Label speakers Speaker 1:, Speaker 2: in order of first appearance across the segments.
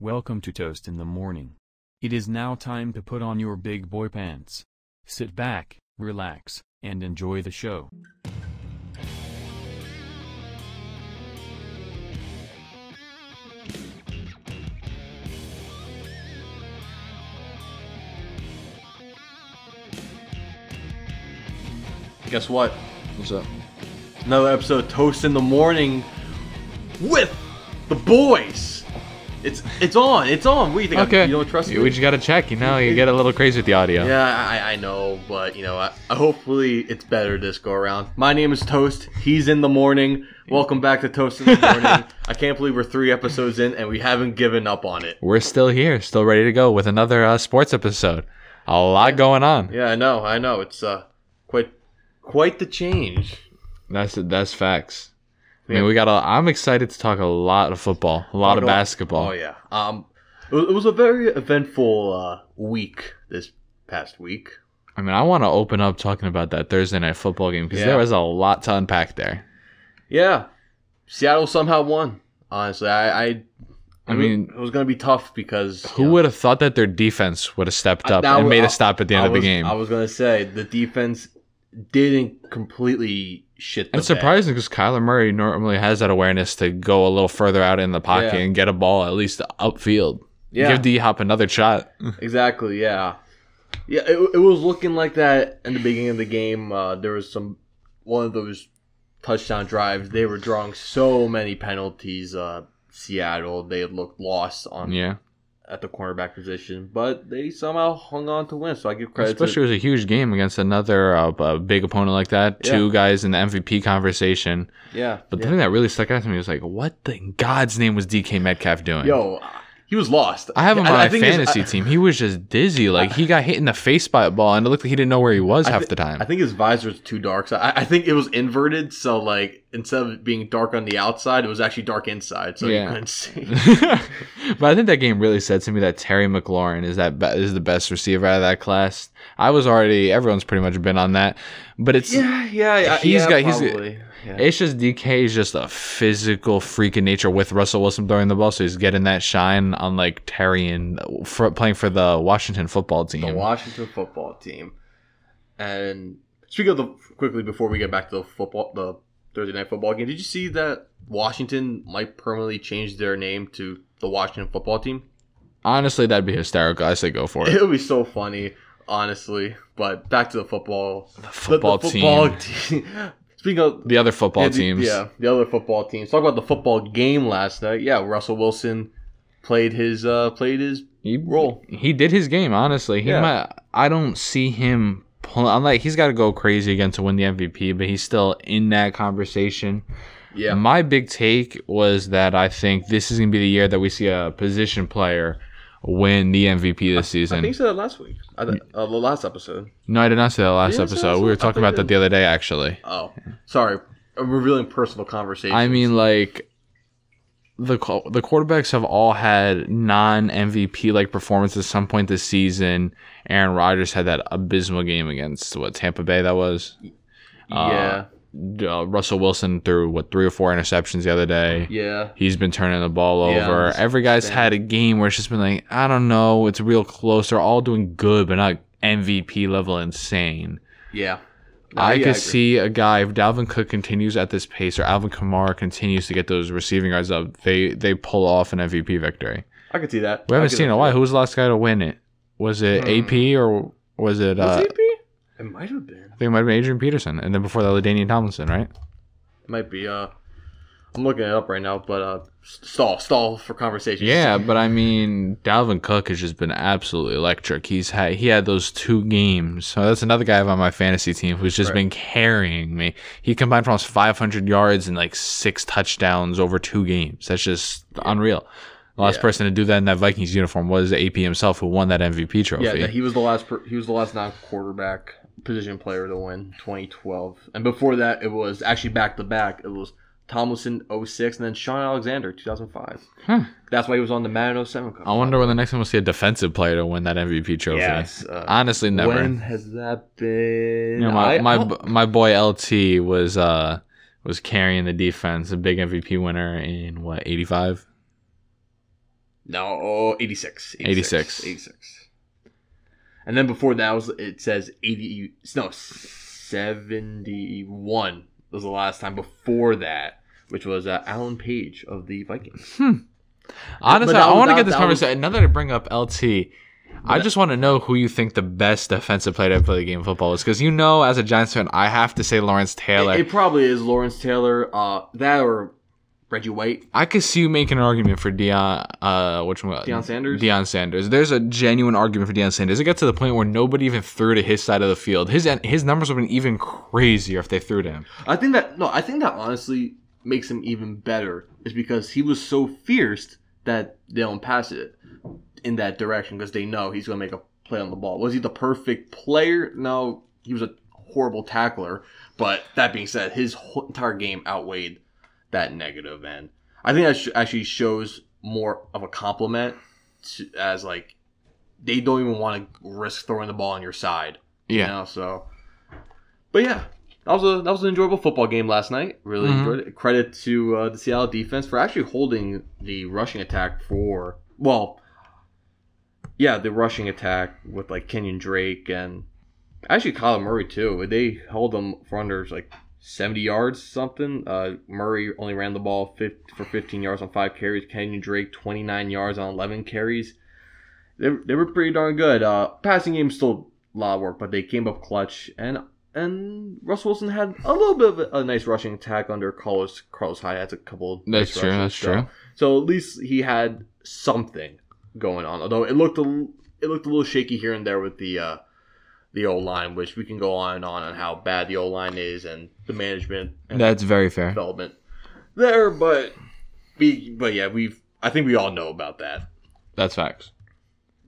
Speaker 1: Welcome to Toast in the Morning. It is now time to put on your big boy pants. Sit back, relax, and enjoy the show.
Speaker 2: Guess what? What's up? Another episode of Toast in the Morning with the boys. It's it's on. It's on. What do you think?
Speaker 3: Okay.
Speaker 2: You don't trust me?
Speaker 3: We just gotta check. You know, you get a little crazy with the audio.
Speaker 2: yeah, I, I know, but you know, I, I- hopefully it's better this go around. My name is Toast. He's in the morning. Welcome back to Toast in the Morning. I can't believe we're three episodes in and we haven't given up on it.
Speaker 3: We're still here, still ready to go with another uh, sports episode. A lot going on.
Speaker 2: Yeah, I know. I know. It's uh quite quite the change.
Speaker 3: That's that's facts. I
Speaker 2: Yeah.
Speaker 3: mean, we got. A, I'm excited to talk a lot of football, a lot of
Speaker 2: Although-
Speaker 3: basketball.
Speaker 2: Oh yeah. Um, it was, it was a very eventful uh, week this past week.
Speaker 3: I mean, I want to open up talking about that Thursday night football game because
Speaker 2: Yeah.
Speaker 3: there was a lot to unpack there.
Speaker 2: Yeah, Seattle somehow won. Honestly, I, I, Mm-hmm.
Speaker 3: I mean,
Speaker 2: it was gonna be tough because
Speaker 3: who
Speaker 2: you know,
Speaker 3: would have thought that their defense would have stepped
Speaker 2: I-
Speaker 3: up
Speaker 2: that
Speaker 3: and
Speaker 2: was-
Speaker 3: made
Speaker 2: I-
Speaker 3: a stop at the end
Speaker 2: I
Speaker 3: of the
Speaker 2: was-
Speaker 3: game?
Speaker 2: I was gonna say the defense didn't completely shit. The
Speaker 3: And it's surprising because Kyler Murray normally has that awareness to go a little further out in the pocket
Speaker 2: Yeah.
Speaker 3: and get a ball at least upfield.
Speaker 2: Yeah.
Speaker 3: Give D Hop another shot.
Speaker 2: Exactly. Yeah. Yeah. It, it was looking like that in the beginning of the game. Uh, there was some one of those touchdown drives. They were drawing so many penalties. Uh, Seattle. They had looked lost on
Speaker 3: Yeah.
Speaker 2: at the cornerback position, but they somehow hung on to win. So I give credit.
Speaker 3: Especially it was a huge game against another uh, a big opponent like that.
Speaker 2: Yeah.
Speaker 3: Two guys in the MVP conversation.
Speaker 2: to yeah.
Speaker 3: But the
Speaker 2: yeah.
Speaker 3: thing that really stuck out to me was like, what the in God's name was DK Metcalf doing?
Speaker 2: yo, uh, he was lost.
Speaker 3: I have him on
Speaker 2: I
Speaker 3: my
Speaker 2: think his-
Speaker 3: fantasy
Speaker 2: I-
Speaker 3: team. He was just dizzy. Like he got hit in the face by a ball, and it looked like he didn't know where he was
Speaker 2: I
Speaker 3: half
Speaker 2: thi-
Speaker 3: the time.
Speaker 2: I think his visor's too dark. So I, I think it was inverted. So like instead of being dark on the outside, it was actually dark inside. So you
Speaker 3: Yeah.
Speaker 2: couldn't see.
Speaker 3: but I think that game really said to me that Terry McLaurin is that be- is the best receiver out of that class. I was already everyone's pretty much been on that, but it's
Speaker 2: Yeah, yeah, yeah.
Speaker 3: He's
Speaker 2: yeah,
Speaker 3: got- he's-
Speaker 2: probably. Yeah.
Speaker 3: it's just DK is just a physical freak in nature with Russell Wilson throwing the ball, so he's getting that shine on like Terry and for, playing for the Washington football team.
Speaker 2: the Washington football team. And speak of the quickly before we get back to the football, the Thursday night football game. Did you see that Washington might permanently change their name to the Washington football team?
Speaker 3: Honestly, that'd be hysterical. I say go for it.
Speaker 2: It would be so funny, honestly. But back to the football,
Speaker 3: The
Speaker 2: the- the
Speaker 3: football team,
Speaker 2: team. Speaking of
Speaker 3: the other football
Speaker 2: yeah, the-
Speaker 3: teams.
Speaker 2: yeah, the other football teams. Talk about the football game last night. Yeah, Russell Wilson played his uh played his
Speaker 3: He
Speaker 2: role.
Speaker 3: He did his game, honestly. He
Speaker 2: Yeah.
Speaker 3: might, I don't see him pull I'm like he's got to go crazy again to win the MVP, but he's still in that conversation.
Speaker 2: Yeah.
Speaker 3: My big take was that I think this is going to be the year that we see a position player win the MVP this season.
Speaker 2: I think so. Last week, I th- uh, the last episode.
Speaker 3: No, I did not say that last
Speaker 2: Didn't say
Speaker 3: episode.
Speaker 2: that?
Speaker 3: We
Speaker 2: I
Speaker 3: were talking
Speaker 2: thought
Speaker 3: about
Speaker 2: you
Speaker 3: that the other day actually.
Speaker 2: Oh, sorry. I'm revealing personal conversations.
Speaker 3: I mean like the qu- the quarterbacks have all had non MVP like performances at some point this season. Aaron Rodgers had that abysmal game against what Tampa Bay that was.
Speaker 2: yeah,
Speaker 3: Uh, Russell Wilson threw what three or four interceptions the other day.
Speaker 2: yeah,
Speaker 3: He's been turning the ball
Speaker 2: Yeah,
Speaker 3: over.
Speaker 2: it's-
Speaker 3: Every guy's
Speaker 2: it's bad.
Speaker 3: had a game where it's just been like, I don't know, it's real close. They're all doing good, but not MVP level insane.
Speaker 2: yeah.
Speaker 3: I
Speaker 2: yeah,
Speaker 3: could
Speaker 2: agree.
Speaker 3: see a guy if Dalvin Cook continues at this pace or Alvin Kamara continues to get those receiving yards up, they they pull off an MVP victory.
Speaker 2: I could see that.
Speaker 3: We
Speaker 2: I
Speaker 3: haven't
Speaker 2: could
Speaker 3: seen in a
Speaker 2: see
Speaker 3: while.
Speaker 2: that.
Speaker 3: Who was the last guy to win it? Was it
Speaker 2: Hmm.
Speaker 3: AP or was it?
Speaker 2: Was
Speaker 3: uh,
Speaker 2: it AP? It might have been.
Speaker 3: I think it might have been Adrian Peterson, and then before that, Ladainian Tomlinson, right?
Speaker 2: It might be. Uh, I'm looking it up right now, but uh, stall, stall for conversation.
Speaker 3: Yeah, but I mean, Dalvin Cook has just been absolutely electric. He's had he had those two games. So that's another guy I have on my fantasy team who's just
Speaker 2: Right.
Speaker 3: been carrying me. He combined for almost 500 yards and like six touchdowns over two games. That's just unreal. The last
Speaker 2: Yeah.
Speaker 3: person to do that in that Vikings uniform was AP himself, who won that MVP trophy.
Speaker 2: yeah. He was the last. Per- he was the last non-quarterback position player to win 2012, and before that, it was actually back to back. It was Tomlinson 06, and then Sean Alexander 2005.
Speaker 3: Huh.
Speaker 2: That's why he was on the Madden 07 Cup.
Speaker 3: Hmm. I wonder when the next time we'll see a defensive player to win that MVP trophy.
Speaker 2: Yes. Uh,
Speaker 3: Honestly, never.
Speaker 2: When has that been?
Speaker 3: You know, my
Speaker 2: I-
Speaker 3: my,
Speaker 2: I'll-
Speaker 3: b- my boy LT was uh was carrying the defense, a big MVP winner in what eighty five.
Speaker 2: No, oh, 86,
Speaker 3: 86.
Speaker 2: 86. And then before that was it says 80 no, 71 was the last time before that, which was uh, Alan Page of the Vikings.
Speaker 3: Honestly,
Speaker 2: But that
Speaker 3: I
Speaker 2: was-
Speaker 3: want
Speaker 2: that-
Speaker 3: to get this
Speaker 2: that was-
Speaker 3: conversation. Another to bring up LT. I just want to know who you think the best defensive player to play the game of football is, because you know, as a Giants fan, I have to say Lawrence Taylor.
Speaker 2: It, it probably is Lawrence Taylor, uh that or Reggie White.
Speaker 3: I could see you making an argument for Deion, uh, which one?
Speaker 2: Deion Sanders?
Speaker 3: Deion Sanders. There's a genuine argument for Deion Sanders. It got to the point where nobody even threw to his side of the field. His his numbers would have been even crazier if they threw to him.
Speaker 2: I think that no, I think that honestly makes him even better is because he was so fierce that they don't pass it in that direction because they know he's going to make a play on the ball. Was he the perfect player? No, he was a horrible tackler. But that being said, his whole entire game outweighed that negative, and I think that sh- actually shows more of a compliment to, as like they don't even want to risk throwing the ball on your side
Speaker 3: Yeah.
Speaker 2: you know, so, but yeah, that was a that was an enjoyable football game last night. Really
Speaker 3: Mhm.
Speaker 2: enjoyed it. Credit to uh, the Seattle defense for actually holding the rushing attack for well, yeah, the rushing attack with like Kenyon Drake and actually Kyler Murray too. They held them for under like. 70 yards something uh murray only ran the ball 50, for 15 yards on five carries kenyon drake 29 yards on 11 carries they, they were pretty darn good. Uh, passing game still a lot of work, but they came up clutch, and and Russell Wilson had a little bit of a, a nice rushing attack under Carlos Carlos Hyde. That's a couple. of
Speaker 3: That's
Speaker 2: nice
Speaker 3: true.
Speaker 2: rushes,
Speaker 3: That's
Speaker 2: so-
Speaker 3: true.
Speaker 2: So at least he had something going on. Although it looked a l- it looked a little shaky here and there with the uh, the O line, which we can go on and on on how bad the O line is and the management and
Speaker 3: That's very fair.
Speaker 2: development there. But we but yeah we've I think we all know about that
Speaker 3: That's facts.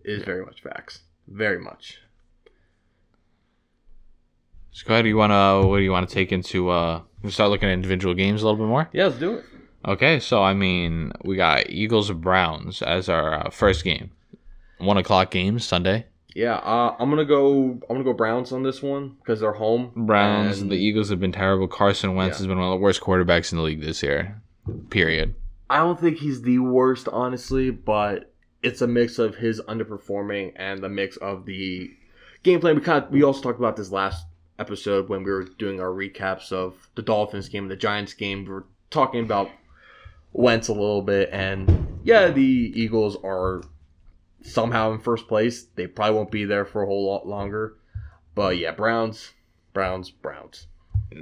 Speaker 2: is very much facts. Very much.
Speaker 3: So go ahead. You want to? What do you want to take into? Uh, we start looking at individual games a little bit more.
Speaker 2: Yeah, let's do it.
Speaker 3: Okay, so I mean, we got Eagles Browns as our uh, first game, one o'clock game Sunday.
Speaker 2: Yeah, uh, I'm gonna go. I'm gonna go Browns on this one because they're home.
Speaker 3: Browns.
Speaker 2: And
Speaker 3: The Eagles have been terrible. Carson Wentz
Speaker 2: Yeah.
Speaker 3: has been one of the worst quarterbacks in the league this year. Period.
Speaker 2: I don't think he's the worst, honestly, but it's a mix of his underperforming and the mix of the game plan. We kind of, we also talked about this last episode when we were doing our recaps of the Dolphins game and the Giants game. We were talking about Wentz a little bit, and yeah, the Eagles are somehow in first place. They probably won't be there for a whole lot longer, but yeah, Browns, Browns, Browns.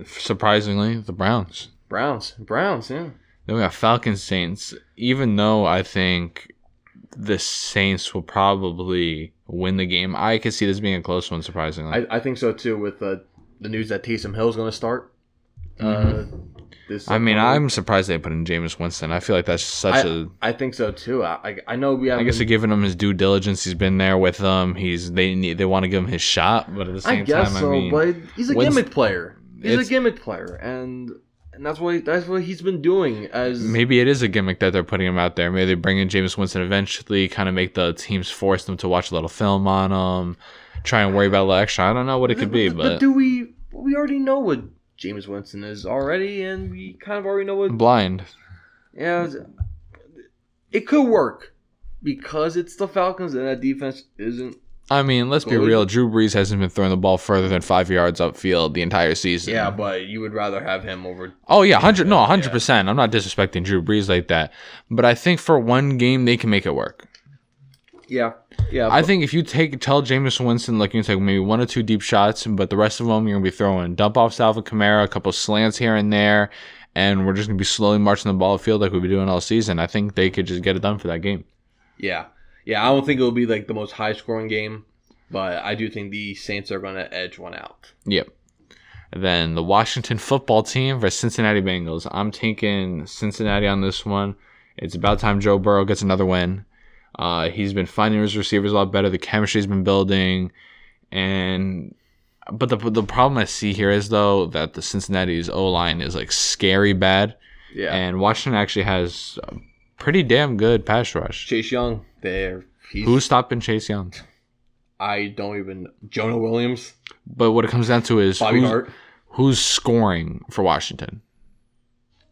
Speaker 3: Surprisingly, the Browns.
Speaker 2: Browns, Browns, yeah.
Speaker 3: Then we got Falcons Saints. Even though I think the Saints will probably win the game, I could see this being a close one. Surprisingly,
Speaker 2: I, I think so too. With uh, the news that Taysom Hill is going to start. Uh, this.
Speaker 3: I mean, I'm surprised they put in Jameis Winston. I feel like that's such a.
Speaker 2: I think so too. I I, I know we have.
Speaker 3: I guess they're giving him his due diligence. He's been there with them. He's they need they want to give him his shot, but at the
Speaker 2: I
Speaker 3: same
Speaker 2: guess
Speaker 3: time,
Speaker 2: so,
Speaker 3: I mean,
Speaker 2: but he's a
Speaker 3: when's-
Speaker 2: gimmick player. He's
Speaker 3: it's-
Speaker 2: a gimmick player, and and that's what that's what he's been doing as.
Speaker 3: maybe it is a gimmick that they're putting him out there. Maybe they bring in Jameis Winston eventually, kind of make the teams force them to watch a little film on him, try and worry about a little extra. I don't know what it could be, but
Speaker 2: do we we already know what James Winston is already, and we kind of already know what
Speaker 3: blind.
Speaker 2: Yeah, it's- it could work because it's the Falcons, and that defense isn't
Speaker 3: I mean, let's be
Speaker 2: Good.
Speaker 3: real. Drew Brees hasn't been throwing the ball further than five yards upfield the entire season.
Speaker 2: Yeah, but you would rather have him over.
Speaker 3: Oh yeah, hundred no, hundred percent. I'm not disrespecting Drew Brees like that, but I think for one game they can make it work.
Speaker 2: Yeah, yeah.
Speaker 3: I think if you take tell Jameis Winston like you can take maybe one or two deep shots, but the rest of them you're gonna be throwing dump offs to Alvin Kamara, a couple slants here and there, and we're just gonna be slowly marching the ball field like we've been doing all season. I think they could just get it done for that game.
Speaker 2: yeah, yeah. I don't think it'll be like the most high scoring game, but I do think the Saints are going to edge one out.
Speaker 3: Yep. Then the Washington football team versus Cincinnati Bengals. I'm taking Cincinnati on this one. It's about time Joe Burrow gets another win. Uh, he's been finding his receivers a lot better. The chemistry's been building, and but the the problem I see here is though that the Cincinnati's O line is like scary bad,
Speaker 2: Yeah,
Speaker 3: and Washington actually has a pretty damn good pass rush.
Speaker 2: Chase Young there. He's,
Speaker 3: Who's stopping Chase Young?
Speaker 2: I don't even Jonah Williams,
Speaker 3: But what it comes down to is
Speaker 2: Bobby
Speaker 3: who's,
Speaker 2: Hart.
Speaker 3: who's scoring for Washington.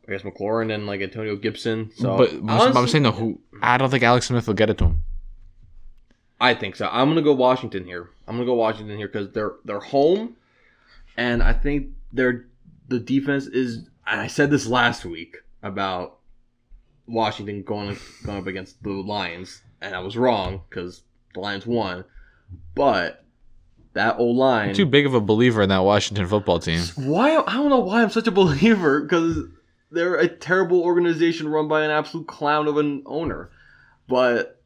Speaker 2: I guess McLaurin and like Antonio Gibson. So
Speaker 3: but, but I'm
Speaker 2: honestly,
Speaker 3: saying though, who I don't think Alex Smith will get it to him.
Speaker 2: I think so. I'm gonna go Washington here. I'm gonna go Washington here because they're they're home, and I think their the defense is. And I said this last week about Washington going going up against the Lions, and I was wrong because the Lions won, but that O line.
Speaker 3: I'm too big of a believer in that Washington football team.
Speaker 2: Why I don't know why I'm such a believer because they're a terrible organization run by an absolute clown of an owner, but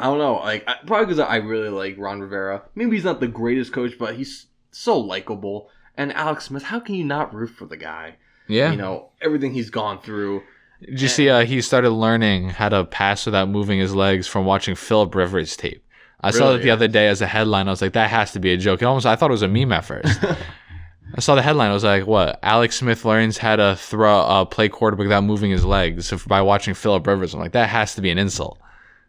Speaker 2: I don't know. Like I, probably because I really like Ron Rivera. Maybe he's not the greatest coach, but he's so likable. And Alex Smith, how can you not root for the guy?
Speaker 3: Yeah.
Speaker 2: You know everything he's gone through.
Speaker 3: Did you see? Uh, he started learning how to pass without moving his legs from watching Philip Rivers tape. I saw
Speaker 2: Really?
Speaker 3: that the other day as a headline. I was like, that has to be a joke. It almost, I thought it was a meme at first. I saw the headline. I was like, what? Alex Smith learns how to throw, uh, play quarterback without moving his legs so by watching Philip Rivers. I'm like, that has to be an insult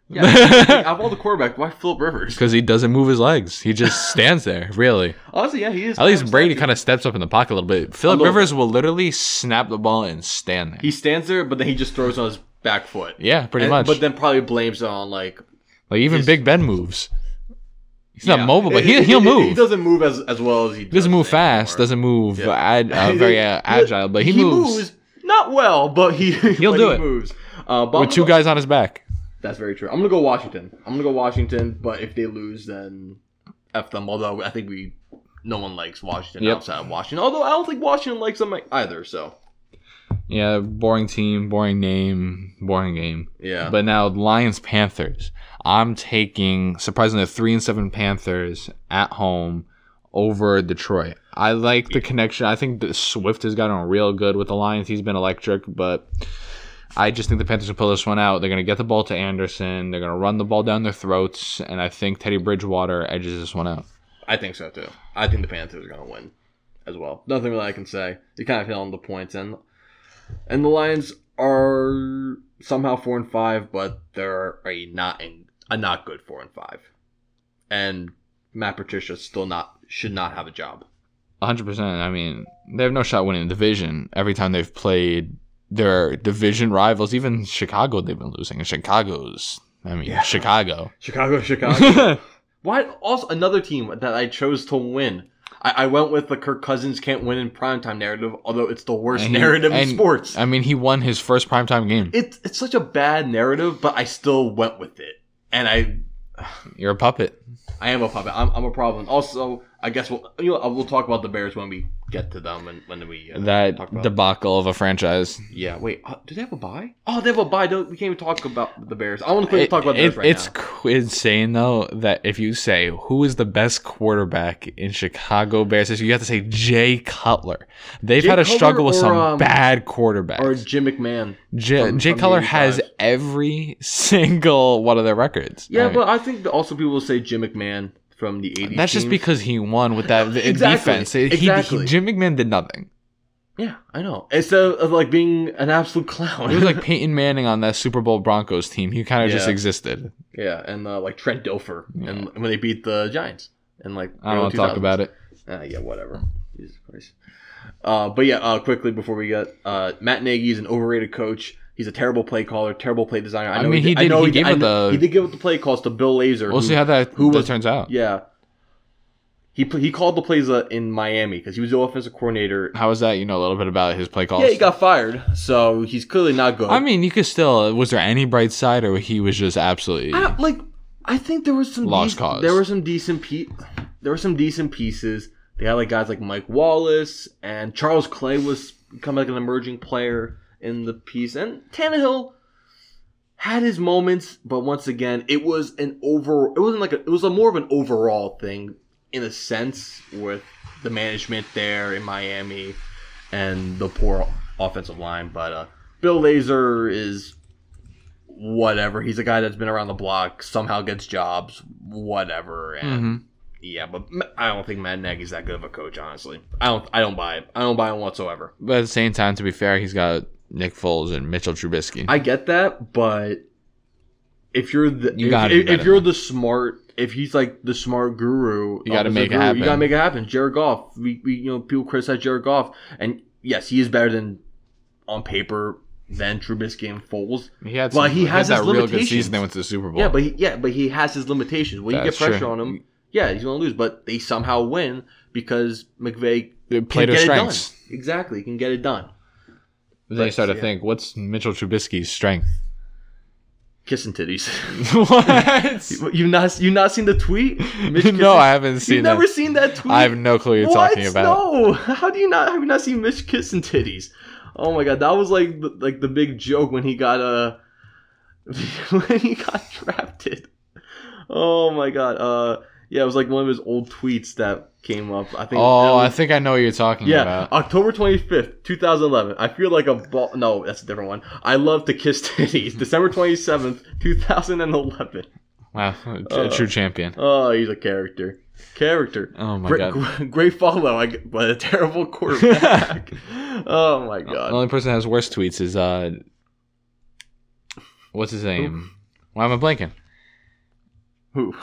Speaker 2: Yeah, like, out of all the quarterbacks, why Philip Rivers?
Speaker 3: because he doesn't move his legs. He just stands there, really.
Speaker 2: Honestly, yeah, he is.
Speaker 3: At least Brady kind of steps up in the pocket a little bit. Philip
Speaker 2: little
Speaker 3: Rivers will literally snap the ball and stand there.
Speaker 2: He stands there, but then he just throws on his back foot.
Speaker 3: yeah, pretty
Speaker 2: And-
Speaker 3: much.
Speaker 2: But then probably blames it on like
Speaker 3: like even
Speaker 2: his-
Speaker 3: Big Ben moves. He's
Speaker 2: Yeah.
Speaker 3: not mobile, but
Speaker 2: It-
Speaker 3: he,
Speaker 2: it-
Speaker 3: he'll
Speaker 2: it-
Speaker 3: move.
Speaker 2: He doesn't move as, as well as he does
Speaker 3: doesn't move
Speaker 2: anymore.
Speaker 3: fast, doesn't move
Speaker 2: Yeah.
Speaker 3: ad, uh, very uh, agile, but he, moves,
Speaker 2: not well, but he he'll
Speaker 3: do it.
Speaker 2: Moves uh, but I'm
Speaker 3: with two
Speaker 2: gonna-
Speaker 3: guys on his back.
Speaker 2: That's very true. I'm gonna go Washington. I'm gonna go Washington, but if they lose, then f them. Although I think we no one likes Washington
Speaker 3: Yep.
Speaker 2: outside of Washington. Although I don't think Washington likes them e-, either. So
Speaker 3: Yeah, boring team, boring name, boring game.
Speaker 2: yeah,
Speaker 3: But now Lions Panthers. I'm taking surprisingly the three and seven Panthers at home over Detroit. I like the connection. I think that Swift has gotten real good with the Lions. He's been electric, but I just think the Panthers will pull this one out. They're going to get the ball to Anderson. They're going to run the ball down their throats, and I think Teddy Bridgewater edges this one out.
Speaker 2: I think so too. I think the Panthers are gonna win as well. Nothing really I can say. They kind of hit on the points and and the Lions are somehow four and five, but they're a not in, a not good four and five. And Matt Patricia still not should not have a job.
Speaker 3: 100%. I mean, they have no shot winning the division every time they've played their division rivals. Even Chicago, they've been losing. And Chicago's, I mean,
Speaker 2: Yeah.
Speaker 3: Chicago.
Speaker 2: Chicago, Chicago.
Speaker 3: I
Speaker 2: Why also another team that I chose to win. I, I went with the Kirk Cousins can't win in primetime narrative, although it's the worst
Speaker 3: And he-
Speaker 2: narrative in
Speaker 3: and-
Speaker 2: sports.
Speaker 3: mean, he won his first primetime game.
Speaker 2: it's it's such a bad narrative, but I still went with it, and I
Speaker 3: You're a puppet.
Speaker 2: I am a puppet. I'm, I'm a problem. Also, I guess we'll you know we'll talk about the Bears when we get to them and when we uh,
Speaker 3: That
Speaker 2: talk about
Speaker 3: debacle of a franchise.
Speaker 2: yeah. Wait, uh, do they have a buy? Oh, they have a buy. Don't, we can't even talk about the Bears. I want to
Speaker 3: It-
Speaker 2: talk about the Bears
Speaker 3: it-
Speaker 2: right
Speaker 3: it's
Speaker 2: now.
Speaker 3: qu- insane, though, that if you say who is the best quarterback in Chicago Bears, history, you have to say Jay Cutler. They've
Speaker 2: Jay
Speaker 3: had a
Speaker 2: Cutler
Speaker 3: struggle with
Speaker 2: or,
Speaker 3: some
Speaker 2: um,
Speaker 3: bad quarterbacks.
Speaker 2: Or Jim McMahon.
Speaker 3: J-
Speaker 2: from-
Speaker 3: Jay
Speaker 2: from the
Speaker 3: Cutler has
Speaker 2: 85.
Speaker 3: every single one of their records.
Speaker 2: Yeah,
Speaker 3: I mean,
Speaker 2: but I think that also people will say Jim McMahon from the '80s.
Speaker 3: that's just
Speaker 2: teams.
Speaker 3: because he won with that v-
Speaker 2: Exactly,
Speaker 3: defense. He- he-
Speaker 2: exactly.
Speaker 3: Jim McMahon did nothing.
Speaker 2: yeah, I know. Instead of like being an absolute clown,
Speaker 3: It was like Peyton Manning on that Super Bowl Broncos team. He kind of just
Speaker 2: Yeah.
Speaker 3: existed.
Speaker 2: yeah, and uh, like Trent Dilfer,
Speaker 3: Yeah.
Speaker 2: and when they beat the Giants, and like
Speaker 3: I don't want to talk about it.
Speaker 2: Uh, yeah, whatever. Jesus Christ. Uh, but yeah, uh, quickly before we get uh, Matt Nagy is an overrated coach. He's a terrible play caller, terrible play designer. I, know
Speaker 3: mean, he
Speaker 2: I
Speaker 3: did-
Speaker 2: know
Speaker 3: he
Speaker 2: did-
Speaker 3: gave
Speaker 2: I kn-
Speaker 3: it the-
Speaker 2: he did give up the play calls to Bill Lazor.
Speaker 3: We'll
Speaker 2: who-
Speaker 3: see how that,
Speaker 2: who
Speaker 3: that
Speaker 2: was-
Speaker 3: turns out.
Speaker 2: Yeah, he pl- he called the plays uh, in Miami because he was the offensive coordinator.
Speaker 3: How was that? You know a little bit about his play calls.
Speaker 2: Yeah, he got fired, so he's clearly not good.
Speaker 3: I mean, you could still. Was there any bright side, or he was just absolutely?
Speaker 2: I don't- like I think there was some
Speaker 3: Lost
Speaker 2: dec-
Speaker 3: cause.
Speaker 2: There were some decent pe- there were some decent pieces. They had like guys like Mike Wallace and Charles Clay was become like an emerging player in the piece, and Tannehill had his moments, but once again, it was an over. It wasn't like a, it was a more of an overall thing in a sense with the management there in Miami and the poor offensive line, but uh, Bill Lazor is whatever. He's a guy that's been around the block, somehow gets jobs, whatever. And
Speaker 3: Mhm.
Speaker 2: yeah, but Ma- I don't think Matt Nagy's that good of a coach, honestly. I don't. I don't buy it. I don't buy him whatsoever.
Speaker 3: But at the same time, to be fair, he's got Nick Foles and Mitchell Trubisky.
Speaker 2: I get that, but if you're the
Speaker 3: You
Speaker 2: if-
Speaker 3: gotta do
Speaker 2: if, if
Speaker 3: better.
Speaker 2: you're the smart if he's like the smart guru,
Speaker 3: You gotta
Speaker 2: offensive
Speaker 3: make it
Speaker 2: guru,
Speaker 3: happen.
Speaker 2: You gotta make it happen. Jared Goff, we, we you know people criticize Jared Goff, and yes, he is better than on paper than Trubisky and Foles.
Speaker 3: He had some,
Speaker 2: Well, he has
Speaker 3: had that
Speaker 2: his
Speaker 3: real good
Speaker 2: limitations.
Speaker 3: season. They went to the Super Bowl.
Speaker 2: Yeah, but he, yeah, but he has his limitations. When you get
Speaker 3: That's
Speaker 2: pressure
Speaker 3: true.
Speaker 2: on him, yeah, he's going to lose. But they somehow win because McVay
Speaker 3: They
Speaker 2: can
Speaker 3: played
Speaker 2: get
Speaker 3: their
Speaker 2: it done.
Speaker 3: strengths.
Speaker 2: Exactly, he can get it done.
Speaker 3: Then you
Speaker 2: But,
Speaker 3: start to
Speaker 2: yeah.
Speaker 3: think, what's Mitchell Trubisky's strength?
Speaker 2: Kissing titties.
Speaker 3: what?
Speaker 2: you not you not seen the tweet? Mitch kisses-
Speaker 3: no, I haven't
Speaker 2: You've
Speaker 3: seen that.
Speaker 2: never seen that tweet.
Speaker 3: I have no clue what you're
Speaker 2: What?
Speaker 3: talking about.
Speaker 2: No, how do you not have you not seen Mitch kissing titties? Oh my god, that was like the, like the big joke when he got uh when he got drafted. Oh my god, uh yeah, it was like one of his old tweets that came up. I think. that
Speaker 3: Oh, I
Speaker 2: was-
Speaker 3: think I know what you're talking
Speaker 2: yeah,
Speaker 3: about.
Speaker 2: October twenty fifth, two thousand eleven. I feel like a ball. No, that's a different one. I love to kiss titties. December twenty seventh, two thousand and eleven.
Speaker 3: Wow, a tr-
Speaker 2: Uh,
Speaker 3: true champion.
Speaker 2: Oh, he's a character. Character.
Speaker 3: Oh my
Speaker 2: Great,
Speaker 3: god.
Speaker 2: gr- great follow, I g but a terrible quarterback. oh my
Speaker 3: The
Speaker 2: god!
Speaker 3: only person that has worse tweets is uh, what's his name? Why am I blanking?
Speaker 2: Who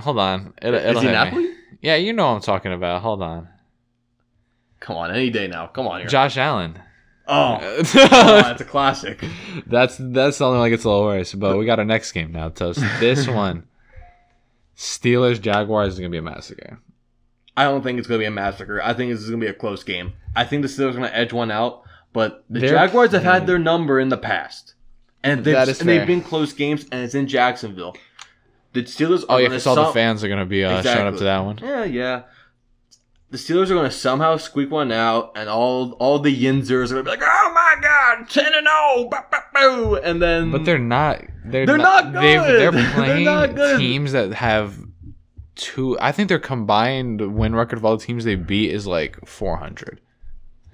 Speaker 3: Hold on, it,
Speaker 2: is
Speaker 3: it'll
Speaker 2: he?
Speaker 3: hit me.
Speaker 2: Napoli?
Speaker 3: Yeah, you know what I'm talking about. Hold on,
Speaker 2: Come on, any day now. Come on here.
Speaker 3: Josh Allen.
Speaker 2: oh, come on,
Speaker 3: that's
Speaker 2: that's a classic.
Speaker 3: that's the only one that gets a little worse. But we got our next game now. So this one, Steelers Jaguars is gonna be a massacre.
Speaker 2: I don't think it's gonna be a massacre. I think this is gonna be a close game. I think the Steelers are gonna edge one out, but the
Speaker 3: They're
Speaker 2: Jaguars have had their number in the past, and they've,
Speaker 3: That is
Speaker 2: and they've
Speaker 3: fair.
Speaker 2: been close games, and it's in Jacksonville. The Steelers
Speaker 3: Oh
Speaker 2: are
Speaker 3: yeah,
Speaker 2: gonna
Speaker 3: because all the
Speaker 2: some-
Speaker 3: fans are gonna be uh, showing up
Speaker 2: Exactly.
Speaker 3: to that one.
Speaker 2: Yeah, yeah. The Steelers are going to somehow squeak one out, and all all the Yinzers are going to be like, "Oh my God, ten and zero, ba, ba, boo," and then
Speaker 3: But they're not. They're,
Speaker 2: They're not
Speaker 3: they've- They're
Speaker 2: good. They're
Speaker 3: playing
Speaker 2: not good.
Speaker 3: teams that have two. I think their combined win record of all the teams they beat is like 400.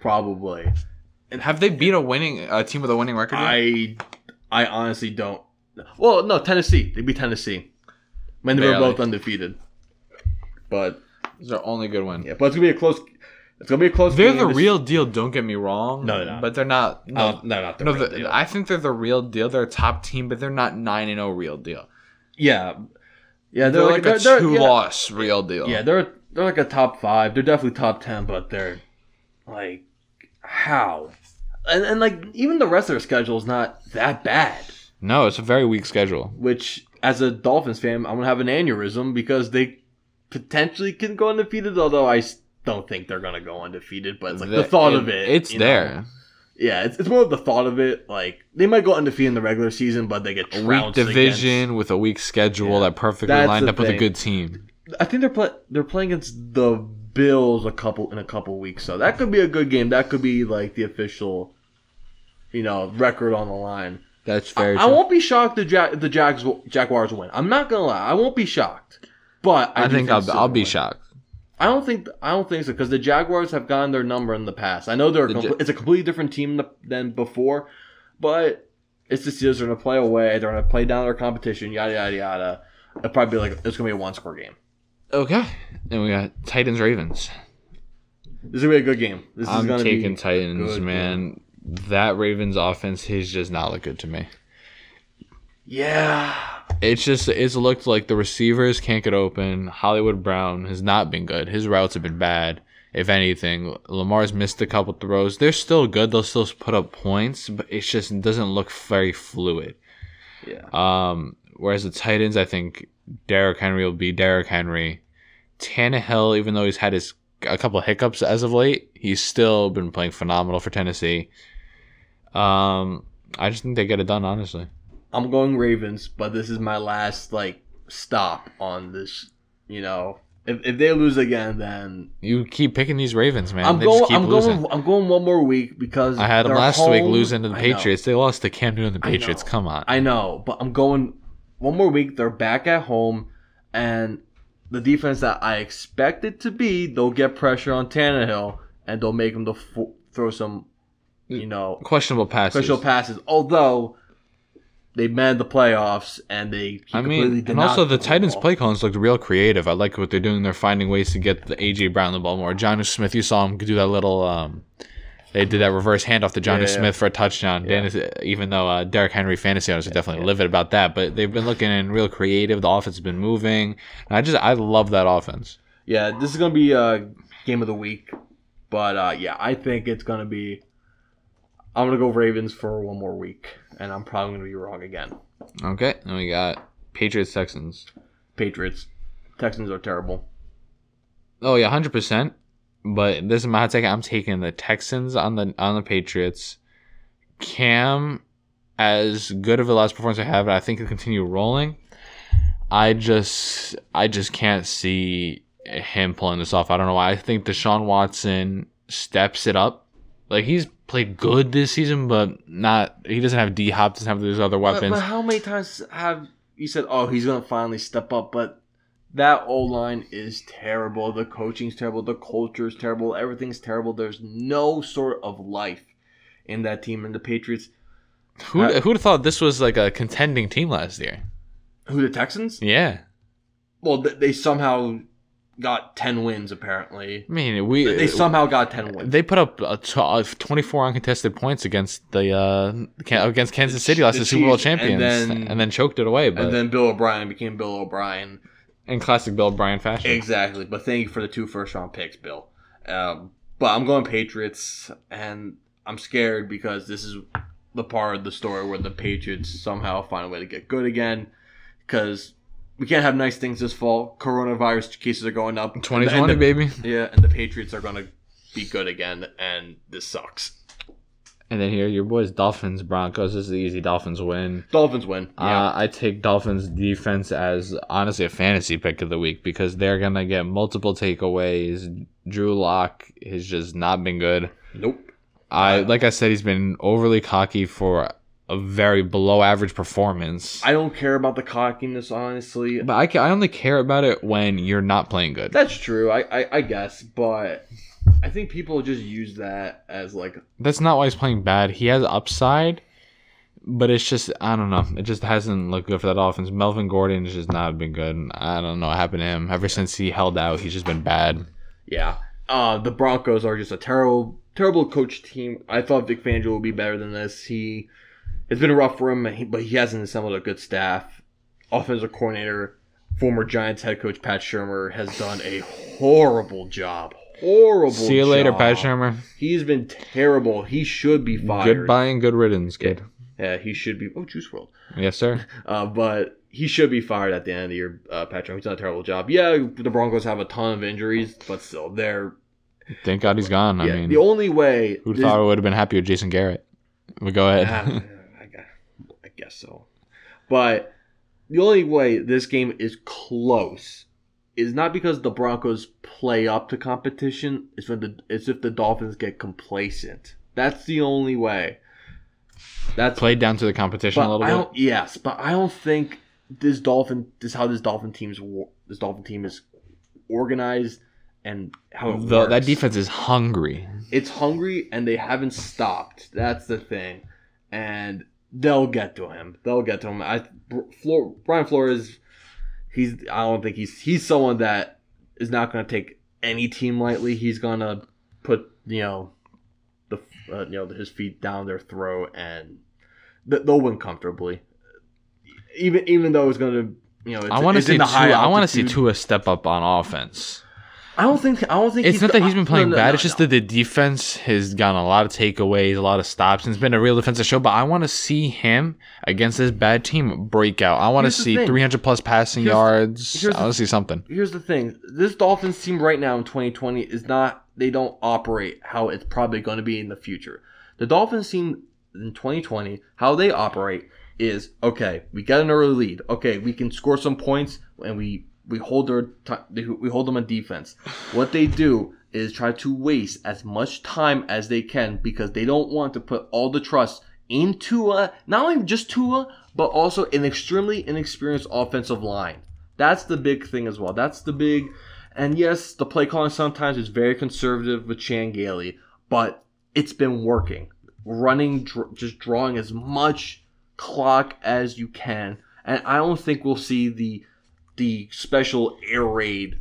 Speaker 2: probably.
Speaker 3: Have they beat a winning a team with a winning record? yet?
Speaker 2: I I honestly don't. Well, no, Tennessee. They beat Tennessee when they were
Speaker 3: Barely.
Speaker 2: both undefeated. But
Speaker 3: It's their only good one.
Speaker 2: yeah, but it's gonna be a close. It's gonna be a close.
Speaker 3: They're
Speaker 2: game.
Speaker 3: the
Speaker 2: This-
Speaker 3: real deal. Don't get me wrong.
Speaker 2: No, they're not.
Speaker 3: But they're not.
Speaker 2: No,
Speaker 3: No,
Speaker 2: no, not the
Speaker 3: no.
Speaker 2: real
Speaker 3: the-
Speaker 2: deal.
Speaker 3: I think they're the real deal. They're a top team, but they're not nine and zero real deal.
Speaker 2: yeah, yeah.
Speaker 3: They're, like, a
Speaker 2: they're-
Speaker 3: two
Speaker 2: yeah.
Speaker 3: loss real deal.
Speaker 2: Yeah, they're they're like a top five. They're definitely top ten, but they're like how? And and like even the rest of their schedule is not that bad.
Speaker 3: No, it's a very weak schedule.
Speaker 2: Which as a Dolphins fan, I'm gonna have an aneurysm because they potentially can go undefeated. Although I s- don't think they're gonna go undefeated, but it's like the,
Speaker 3: That-
Speaker 2: thought of it,
Speaker 3: It's
Speaker 2: you know?
Speaker 3: there.
Speaker 2: Yeah, it's, it's more of the thought of it. Like they might go undefeated in the regular season, but they get
Speaker 3: A weak
Speaker 2: trounced
Speaker 3: division
Speaker 2: against-
Speaker 3: with a weak schedule
Speaker 2: Yeah.
Speaker 3: that perfectly
Speaker 2: That's
Speaker 3: lined
Speaker 2: the
Speaker 3: up with a
Speaker 2: thing.
Speaker 3: good team.
Speaker 2: I think they're play- they're playing against the Bills a couple in a couple weeks, so that could be a good game. That could be like the official, you know, record on the line.
Speaker 3: That's
Speaker 2: I,
Speaker 3: very.
Speaker 2: I won't be shocked the Jack the Jags Jaguars win. I'm not gonna lie, I won't be shocked. But I,
Speaker 3: I
Speaker 2: do
Speaker 3: think I'll,
Speaker 2: Steelers
Speaker 3: I'll be
Speaker 2: win.
Speaker 3: shocked.
Speaker 2: I don't think I don't think so because the Jaguars have gotten their number in the past. I know they're a
Speaker 3: The
Speaker 2: compl-
Speaker 3: Ja-
Speaker 2: it's a completely different team th- than before, but it's the Steelers. They're gonna play away. They're gonna play down their competition. Yada yada yada. It'll probably be like it's gonna be a one score game.
Speaker 3: Okay, and we got Titans Ravens.
Speaker 2: This is gonna be a good game. This is
Speaker 3: I'm
Speaker 2: gonna
Speaker 3: taking
Speaker 2: be
Speaker 3: Titans,
Speaker 2: good,
Speaker 3: man. That Ravens offense has just not looked good to me.
Speaker 2: yeah.
Speaker 3: It's just it's looked like the receivers can't get open. Hollywood Brown has not been good. His routes have been bad. If anything, Lamar's missed a couple throws. They're still good. They'll still put up points, but it's just it doesn't look very fluid.
Speaker 2: Yeah.
Speaker 3: Um, whereas the Titans, I think Derrick Henry will be Derrick Henry. Tannehill, even though he's had his a couple of hiccups as of late, he's still been playing phenomenal for Tennessee. Um, I just think they get it done, honestly.
Speaker 2: I'm going Ravens, but this is my last like stop on this. You know, if, if they lose again, then
Speaker 3: You keep picking these Ravens, man.
Speaker 2: I'm
Speaker 3: they
Speaker 2: going.
Speaker 3: just keep
Speaker 2: I'm
Speaker 3: losing.
Speaker 2: going. I'm going one more week because
Speaker 3: I had them
Speaker 2: they're
Speaker 3: last week
Speaker 2: home.
Speaker 3: losing to the
Speaker 2: I know.
Speaker 3: Patriots. They lost to Cam Newton and the
Speaker 2: I know.
Speaker 3: Patriots. Come on.
Speaker 2: I know, but I'm going one more week. They're back at home, and the defense that I expect it to be, they'll get pressure on Tannehill, and they'll make him to fo- throw some, you know,
Speaker 3: Questionable passes.
Speaker 2: special passes. Although they made the playoffs and they he
Speaker 3: I
Speaker 2: completely
Speaker 3: mean,
Speaker 2: did
Speaker 3: and
Speaker 2: not
Speaker 3: also the
Speaker 2: throw
Speaker 3: Titans'
Speaker 2: ball.
Speaker 3: play callings looked real creative. I like what they're doing. They're finding ways to get the AJ Brown the ball more. Johnny Smith, you saw him do that little. Um, they did that reverse handoff to Johnny
Speaker 2: Yeah, yeah.
Speaker 3: Smith for a touchdown. Dan is- even though uh, Derrick Henry fantasy owners are definitely livid about that, but they've been looking in real creative. The offense has been moving. And I just I love that offense.
Speaker 2: Yeah, this is gonna be a game of the week, but uh, yeah, I think it's gonna be. I'm gonna go Ravens for one more week, and I'm probably gonna be wrong again.
Speaker 3: Okay, and we got Patriots Texans.
Speaker 2: Patriots, Texans are terrible.
Speaker 3: Oh yeah, hundred percent. But this is my hot take. I'm taking the Texans on the on the Patriots. Cam, as good of a last performance I have, I think he'll continue rolling. I just I just can't see him pulling this off. I don't know why. I think Deshaun Watson steps it up. Like he's played good this season, but not he doesn't have D Hop, doesn't have those other
Speaker 2: But,
Speaker 3: weapons.
Speaker 2: but how many times have you said, "Oh, he's gonna finally step up"? But that O line is terrible. The coaching's terrible. The culture's terrible. Everything's terrible. There's no sort of life in that team. And the Patriots,
Speaker 3: Who who'd have thought this was like a contending team last year?
Speaker 2: who the Texans?
Speaker 3: Yeah.
Speaker 2: Well, th- they somehow got ten wins. Apparently,
Speaker 3: I mean, we
Speaker 2: they somehow got ten wins.
Speaker 3: They put up a t- a 24 uncontested points against the uh, Can- against Kansas City last
Speaker 2: The
Speaker 3: the Super Bowl
Speaker 2: Chiefs, and
Speaker 3: champions, and
Speaker 2: then-
Speaker 3: then, choked it away. But
Speaker 2: and then Bill O'Brien became Bill O'Brien.
Speaker 3: in classic Bill Bryan fashion,
Speaker 2: Exactly. But thank you for the two first round picks, Bill. Um, but I'm going Patriots, and I'm scared because this is the part of the story where the Patriots somehow find a way to get good again. Because we can't have nice things this fall. Coronavirus cases are going up. and the-
Speaker 3: 2020
Speaker 2: and the-
Speaker 3: baby,
Speaker 2: Yeah, and the Patriots are going to be good again, and this sucks.
Speaker 3: and then here your boys Dolphins Broncos. This is the easy Dolphins win.
Speaker 2: Dolphins win. Yeah.
Speaker 3: Uh, I take Dolphins defense as honestly a fantasy pick of the week because they're gonna get multiple takeaways. Drew Lock has just not been good.
Speaker 2: nope.
Speaker 3: I
Speaker 2: Uh,
Speaker 3: like I said, he's been overly cocky for a very below average performance.
Speaker 2: I don't care about the cockiness, honestly.
Speaker 3: But I, ca- I only care about it when you're not playing good.
Speaker 2: That's true, I, I, I guess, but I think people just use that as like
Speaker 3: That's not why he's playing bad. He has upside, but it's just I don't know. It just hasn't looked good for that offense. Melvin Gordon has just not been good. I don't know what happened to him. Ever since he held out, he's just been bad.
Speaker 2: Yeah. Uh, the Broncos are just a terrible, terrible coach team. I thought Vic Fangio would be better than this. He, it's been rough for him, he- but he hasn't assembled a good staff. Offensive coordinator, former Giants head coach Pat Shermer has done a horrible job. Horrible.
Speaker 3: See you later,
Speaker 2: job.
Speaker 3: Pat Shermer.
Speaker 2: He's been terrible. He should be fired.
Speaker 3: Goodbye and good riddance, kid.
Speaker 2: Yeah, he should be. Oh, Juice World.
Speaker 3: Yes, sir.
Speaker 2: Uh, but he should be fired at the end of the year, uh, Pat Shermer. He's done a terrible job. Yeah, the Broncos have a ton of injuries, but still, they're.
Speaker 3: Thank God he's gone. I
Speaker 2: yeah,
Speaker 3: mean,
Speaker 2: the only way.
Speaker 3: who
Speaker 2: this-
Speaker 3: thought I would have been happy with Jason Garrett? But go
Speaker 2: Ah,
Speaker 3: ahead.
Speaker 2: I gu- I guess so. But the only way this game is close is not because the Broncos play up to competition. It's when the it's if the Dolphins get complacent. That's the only way. That's
Speaker 3: Played down to the competition
Speaker 2: but
Speaker 3: a little
Speaker 2: I
Speaker 3: bit.
Speaker 2: don't, yes, but I don't think this Dolphin this how this Dolphin team's wo- this Dolphin team is organized and how it
Speaker 3: Though that
Speaker 2: works.
Speaker 3: defense is hungry.
Speaker 2: It's hungry and they haven't stopped. That's the thing. And they'll get to him. They'll get to him. I Br- Flor, Brian Flores he's I don't think he's he's someone that is not going to take any team lightly. He's going to put, you know, the uh, you know, his feet down their throat and th- they'll win comfortably. Even even though it's going to you know, it's,
Speaker 3: I want to
Speaker 2: it's in
Speaker 3: see
Speaker 2: the
Speaker 3: Tua.
Speaker 2: high
Speaker 3: I want to see
Speaker 2: altitude.
Speaker 3: Tua step up on offense.
Speaker 2: I don't think. I don't think.
Speaker 3: It's not that he's been
Speaker 2: no,
Speaker 3: playing
Speaker 2: no,
Speaker 3: bad.
Speaker 2: no,
Speaker 3: it's just
Speaker 2: no.
Speaker 3: that the defense has gotten a lot of takeaways, a lot of stops, and it's been a real defensive show. But I want to see him against this bad team break out. I want to
Speaker 2: Here's the
Speaker 3: see
Speaker 2: thing.
Speaker 3: 300 plus passing
Speaker 2: Here's-
Speaker 3: yards.
Speaker 2: here's
Speaker 3: I want to see something.
Speaker 2: here's the thing this dolphins team right now in 2020 is not they don't operate how it's probably going to be in the future the dolphins team in 2020 how they operate is okay we get an early lead okay we can score some points and we we hold their ti- we hold them on defense what they do is try to waste as much time as they can because they don't want to put all the trust in Tua, not only just Tua, but also an extremely inexperienced offensive line. That's the big thing as well. That's the big, and yes, the play calling sometimes is very conservative with Chan Gailey, but it's been working. Running, dr- just drawing as much clock as you can, and I don't think we'll see the the special air raid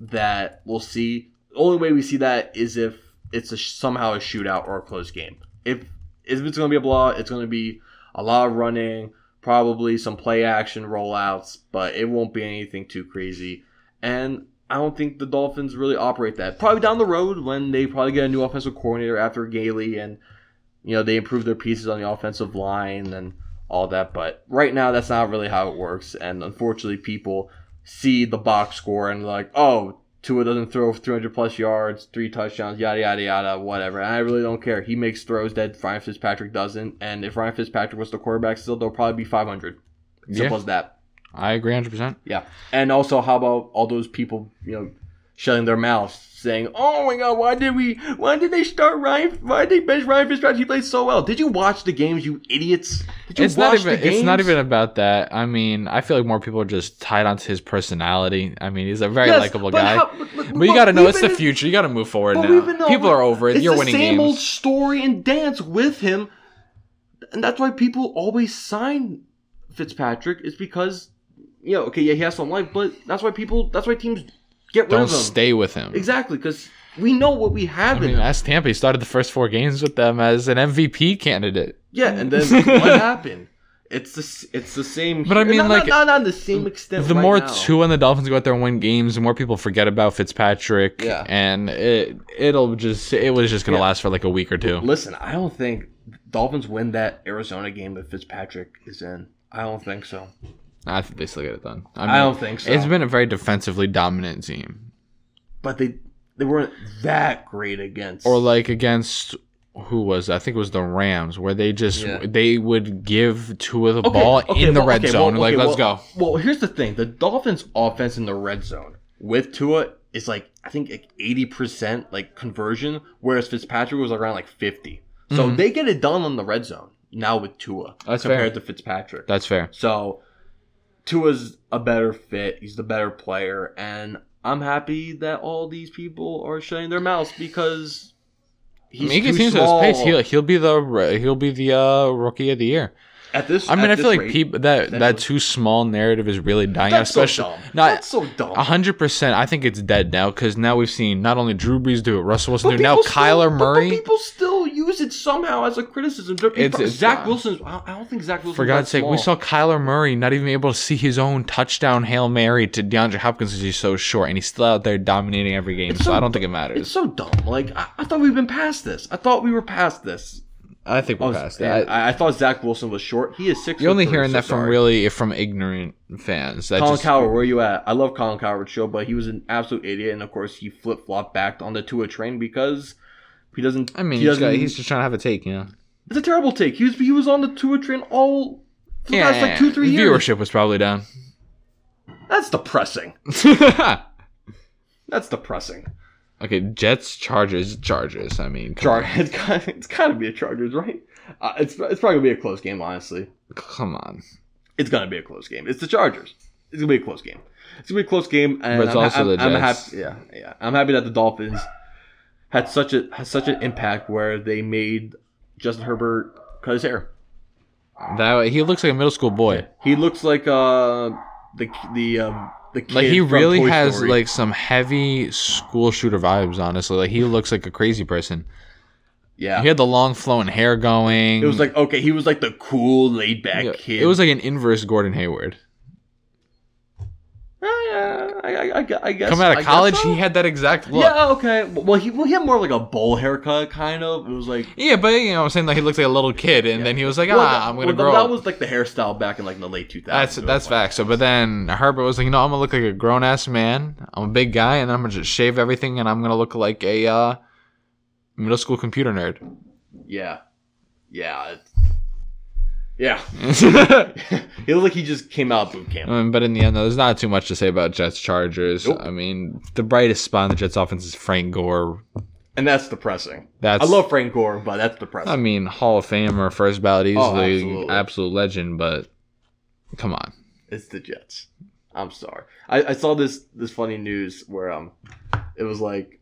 Speaker 2: that we'll see. The only way we see that is if it's a, somehow a shootout or a close game. If if it's going to be a blowout, it's going to be a lot of running, probably some play action rollouts, but it won't be anything too crazy. And I don't think the Dolphins really operate that. Probably down the road when they probably get a new offensive coordinator after Gailey and You know, they improved their pieces on the offensive line and all that, but right now that's not really how it works. And unfortunately, people see the box score and like, oh, Tua doesn't throw 300 plus yards, three touchdowns, yada yada yada, whatever. And I really don't care. He makes throws that Ryan Fitzpatrick doesn't, and if Ryan Fitzpatrick was the quarterback, still they'll probably be 500. Simple
Speaker 3: Yeah.
Speaker 2: as that.
Speaker 3: I agree 100%.
Speaker 2: Yeah. And also, how about all those people, you know, shutting their mouths, saying, "Oh my God, why did we? Why did they start Ryan? Why did they bench Ryan Fitzpatrick? He played so well. Did you watch the games, you idiots? Did you
Speaker 3: It's not
Speaker 2: watch
Speaker 3: even
Speaker 2: the
Speaker 3: it's not
Speaker 2: games?"
Speaker 3: even about that. I mean, I feel like more people are just tied onto his personality. I mean, he's a very
Speaker 2: Yes,
Speaker 3: likable
Speaker 2: but
Speaker 3: guy.
Speaker 2: how- but- but-
Speaker 3: but you
Speaker 2: but
Speaker 3: got to know
Speaker 2: we've
Speaker 3: it's
Speaker 2: been
Speaker 3: the
Speaker 2: in-
Speaker 3: future. You got to move forward
Speaker 2: but we've been
Speaker 3: now. People
Speaker 2: over-
Speaker 3: are over it.
Speaker 2: It's
Speaker 3: You're
Speaker 2: the
Speaker 3: winning
Speaker 2: same
Speaker 3: games.
Speaker 2: old story and dance with him, and that's why people always sign Fitzpatrick. It's because you know, okay, yeah, he has some life, but that's why people. That's why teams get rid
Speaker 3: Don't
Speaker 2: of him.
Speaker 3: stay with him.
Speaker 2: Exactly, because we know what we have
Speaker 3: I
Speaker 2: in
Speaker 3: mean,
Speaker 2: him.
Speaker 3: that's Tampa. He started the first four games with them as an MVP candidate.
Speaker 2: Yeah, and then what happened? It's the s- it's the same.
Speaker 3: But I
Speaker 2: here.
Speaker 3: mean,
Speaker 2: Not-
Speaker 3: like,
Speaker 2: not, not on the same extent.
Speaker 3: The
Speaker 2: right
Speaker 3: more
Speaker 2: now.
Speaker 3: two and the Dolphins go out there and win games, the more people forget about Fitzpatrick.
Speaker 2: Yeah.
Speaker 3: And it it'll just it was just gonna
Speaker 2: Yeah.
Speaker 3: last for like a week or two.
Speaker 2: Listen, I don't think Dolphins win that Arizona game that Fitzpatrick is in. I don't think so.
Speaker 3: I think they still get it done. I,
Speaker 2: I don't think so.
Speaker 3: It's been a very defensively dominant team.
Speaker 2: but they they weren't that great against.
Speaker 3: Or like against who was it? I think it was the Rams where they just
Speaker 2: Yeah.
Speaker 3: they would give two of the
Speaker 2: Okay,
Speaker 3: ball
Speaker 2: okay,
Speaker 3: in the
Speaker 2: well,
Speaker 3: red
Speaker 2: okay,
Speaker 3: zone.
Speaker 2: well,
Speaker 3: like
Speaker 2: okay,
Speaker 3: let's
Speaker 2: well-
Speaker 3: go.
Speaker 2: Well, here's the thing: the Dolphins' offense in the red zone with Tua is like I think like eighty percent like conversion, whereas Fitzpatrick was around like fifty. So
Speaker 3: Mhm.
Speaker 2: they get it done on the red zone now with Tua
Speaker 3: That's
Speaker 2: compared to
Speaker 3: fair.
Speaker 2: Fitzpatrick.
Speaker 3: That's fair.
Speaker 2: So Tua's a better fit. He's the better player, and I'm happy that all these people are shutting their mouths because
Speaker 3: I
Speaker 2: he's
Speaker 3: mean, he
Speaker 2: too
Speaker 3: continues at
Speaker 2: small.
Speaker 3: his pace. He'll he'll be the he'll be the uh, rookie of the year.
Speaker 2: at this,
Speaker 3: I mean,
Speaker 2: at
Speaker 3: I
Speaker 2: this
Speaker 3: feel like
Speaker 2: rate,
Speaker 3: people that that
Speaker 2: Definitely.
Speaker 3: too small narrative is really dying. out,
Speaker 2: That's
Speaker 3: especially
Speaker 2: so dumb.
Speaker 3: not
Speaker 2: That's so dumb.
Speaker 3: hundred percent. I think it's dead now because now we've seen not only Drew Brees do it, Russell Wilson do it, now
Speaker 2: people still-
Speaker 3: Kyler
Speaker 2: but-
Speaker 3: Murray.
Speaker 2: But people still use it somehow as a criticism. They're-
Speaker 3: It's- it's
Speaker 2: Zach
Speaker 3: gone.
Speaker 2: Wilson's. I I don't think Zach Wilson.
Speaker 3: for God's sake, we saw Kyler Murray not even able to see his own touchdown hail mary to DeAndre Hopkins because he's so short, and he's still out there dominating every game.
Speaker 2: It's so-
Speaker 3: So I don't think it
Speaker 2: It's
Speaker 3: matters.
Speaker 2: so dumb. Like I, I thought we've been past this. I thought we were past this.
Speaker 3: I think
Speaker 2: I,
Speaker 3: we're
Speaker 2: was-
Speaker 3: past
Speaker 2: yeah,
Speaker 3: that.
Speaker 2: I, I thought Zach Wilson was short. He is six.
Speaker 3: You're only
Speaker 2: foot three,
Speaker 3: hearing
Speaker 2: so
Speaker 3: that from
Speaker 2: sorry.
Speaker 3: really from ignorant fans. That
Speaker 2: Colin
Speaker 3: just,
Speaker 2: Coward, where you at? I love Colin Coward's show, but he was an absolute idiot, and of course he flip flopped back on the Tua train because he doesn't.
Speaker 3: I mean,
Speaker 2: he
Speaker 3: he's,
Speaker 2: doesn't.
Speaker 3: got, he's just trying to have a take, you know.
Speaker 2: it's a terrible take. He was he was on the Tua train all for the past like two three
Speaker 3: the
Speaker 2: years.
Speaker 3: Viewership was probably down.
Speaker 2: That's depressing. That's depressing.
Speaker 3: okay, Jets, Chargers, Chargers. I mean, come,
Speaker 2: Char- it's got it's got to be a Chargers, right? Uh, it's it's probably gonna be a close game. Honestly,
Speaker 3: come on.
Speaker 2: it's gonna be a close game. It's the Chargers. It's gonna be a close game. It's gonna be a close game, and
Speaker 3: But it's
Speaker 2: I'm, ha-
Speaker 3: also
Speaker 2: I'm-
Speaker 3: the
Speaker 2: I'm
Speaker 3: Jets.
Speaker 2: happy. Yeah, yeah. I'm happy that the Dolphins had such a had such an impact where they made Justin Herbert cut his hair.
Speaker 3: That he looks like a middle school boy.
Speaker 2: He looks like uh the the um, the kid
Speaker 3: Like he
Speaker 2: from
Speaker 3: really
Speaker 2: Toy
Speaker 3: has
Speaker 2: Story.
Speaker 3: like some heavy school shooter vibes. Honestly, like he looks like a crazy person.
Speaker 2: yeah.
Speaker 3: He had the long flowing hair going.
Speaker 2: it was like okay, he was like the cool laid back
Speaker 3: Yeah,
Speaker 2: kid.
Speaker 3: it was like an inverse Gordon Hayward.
Speaker 2: Uh, yeah, I, I, I, I guess
Speaker 3: Come out
Speaker 2: I
Speaker 3: of
Speaker 2: guess
Speaker 3: college,
Speaker 2: so.
Speaker 3: he had that exact look. Yeah.
Speaker 2: Yeah, okay. Well, he well, he had more like a bowl haircut, kind of. It was like,
Speaker 3: but you know, what I'm saying like he looked like a little kid, and then he was like, "Ah,
Speaker 2: well,
Speaker 3: I'm gonna
Speaker 2: well,
Speaker 3: grow."
Speaker 2: That
Speaker 3: up.
Speaker 2: was like the hairstyle back in like the late 2000s.
Speaker 3: That's
Speaker 2: It was
Speaker 3: that's
Speaker 2: like-
Speaker 3: facts. So, but then Herbert was like, you know, I'm gonna look like a grown ass man. I'm a big guy, and I'm gonna just shave everything, and I'm gonna look like a uh, middle school computer nerd.
Speaker 2: Yeah, yeah, it's- yeah. he looked like he just came out of boot camp.
Speaker 3: Um, but in the end, though, there's not too much to say about Jets Chargers.
Speaker 2: Nope.
Speaker 3: I mean, the brightest spot in the Jets offense is Frank Gore.
Speaker 2: and that's depressing.
Speaker 3: That's
Speaker 2: I love Frank Gore, but that's
Speaker 3: I
Speaker 2: depressing.
Speaker 3: mean, Hall of Famer, first ballot, easily,
Speaker 2: Oh, absolutely.
Speaker 3: absolute legend. But come on,
Speaker 2: it's the Jets. I'm sorry. I, I saw this this funny news where um, it was like.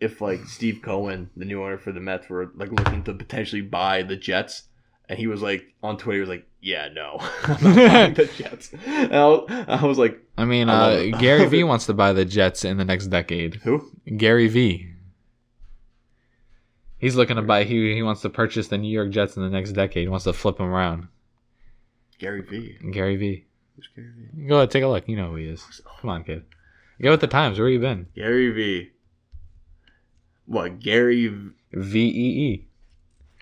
Speaker 2: If like Steve Cohen, the new owner for the Mets, were like looking to potentially buy the Jets, and he was like on Twitter, he was like, "Yeah, no, I'm not buying the Jets." And I was, I was like,
Speaker 3: I mean,
Speaker 2: I love
Speaker 3: uh,
Speaker 2: it.
Speaker 3: Gary V wants to buy the Jets in the next decade.
Speaker 2: "Who?
Speaker 3: Gary V. He's looking to buy. He he wants to purchase the New York Jets in the next decade. He wants to flip them around.
Speaker 2: Gary V?
Speaker 3: Gary V.
Speaker 2: Who's Gary V?
Speaker 3: Go ahead, take a look. You know who he is. Come on, kid. Go with the times. Where you been?
Speaker 2: Gary V. What Gary? V-
Speaker 3: V E E.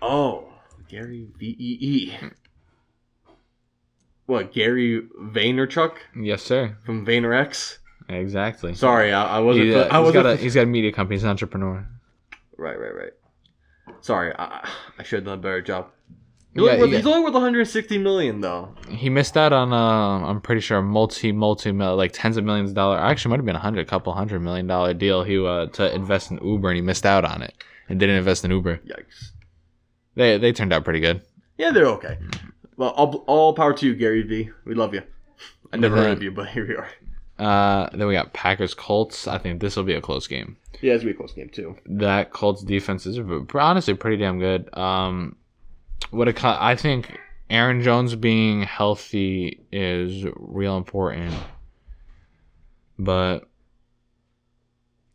Speaker 2: Oh, Gary V E E. What Gary Vaynerchuk
Speaker 3: Yes, sir.
Speaker 2: from VaynerX?
Speaker 3: Exactly.
Speaker 2: Sorry, I, I wasn't.
Speaker 3: He, uh,
Speaker 2: I
Speaker 3: he's
Speaker 2: wasn't.
Speaker 3: got a, he's got a media company. He's an entrepreneur.
Speaker 2: right, right, right. Sorry, I, I should have done a better job. He's,
Speaker 3: Yeah,
Speaker 2: only worth,
Speaker 3: he,
Speaker 2: he's only worth 160 million though.
Speaker 3: he missed out on um I'm pretty sure a multi multi mil- like tens of millions of dollar actually might have been a hundred couple hundred million dollar deal he uh to invest in Uber and he missed out on it and didn't invest in Uber.
Speaker 2: Yikes.
Speaker 3: They they turned out pretty good.
Speaker 2: Yeah, they're okay. Well, all, all power to you, Gary V. We love you. I never heard
Speaker 3: Mhm.
Speaker 2: of you, but here we are.
Speaker 3: Uh then we got Packers Colts. I think this will be a close game.
Speaker 2: Yeah, it's a close game too.
Speaker 3: That Colts defense is pr- honestly pretty damn good. Um what it, co- I think Aaron Jones being healthy is real important. But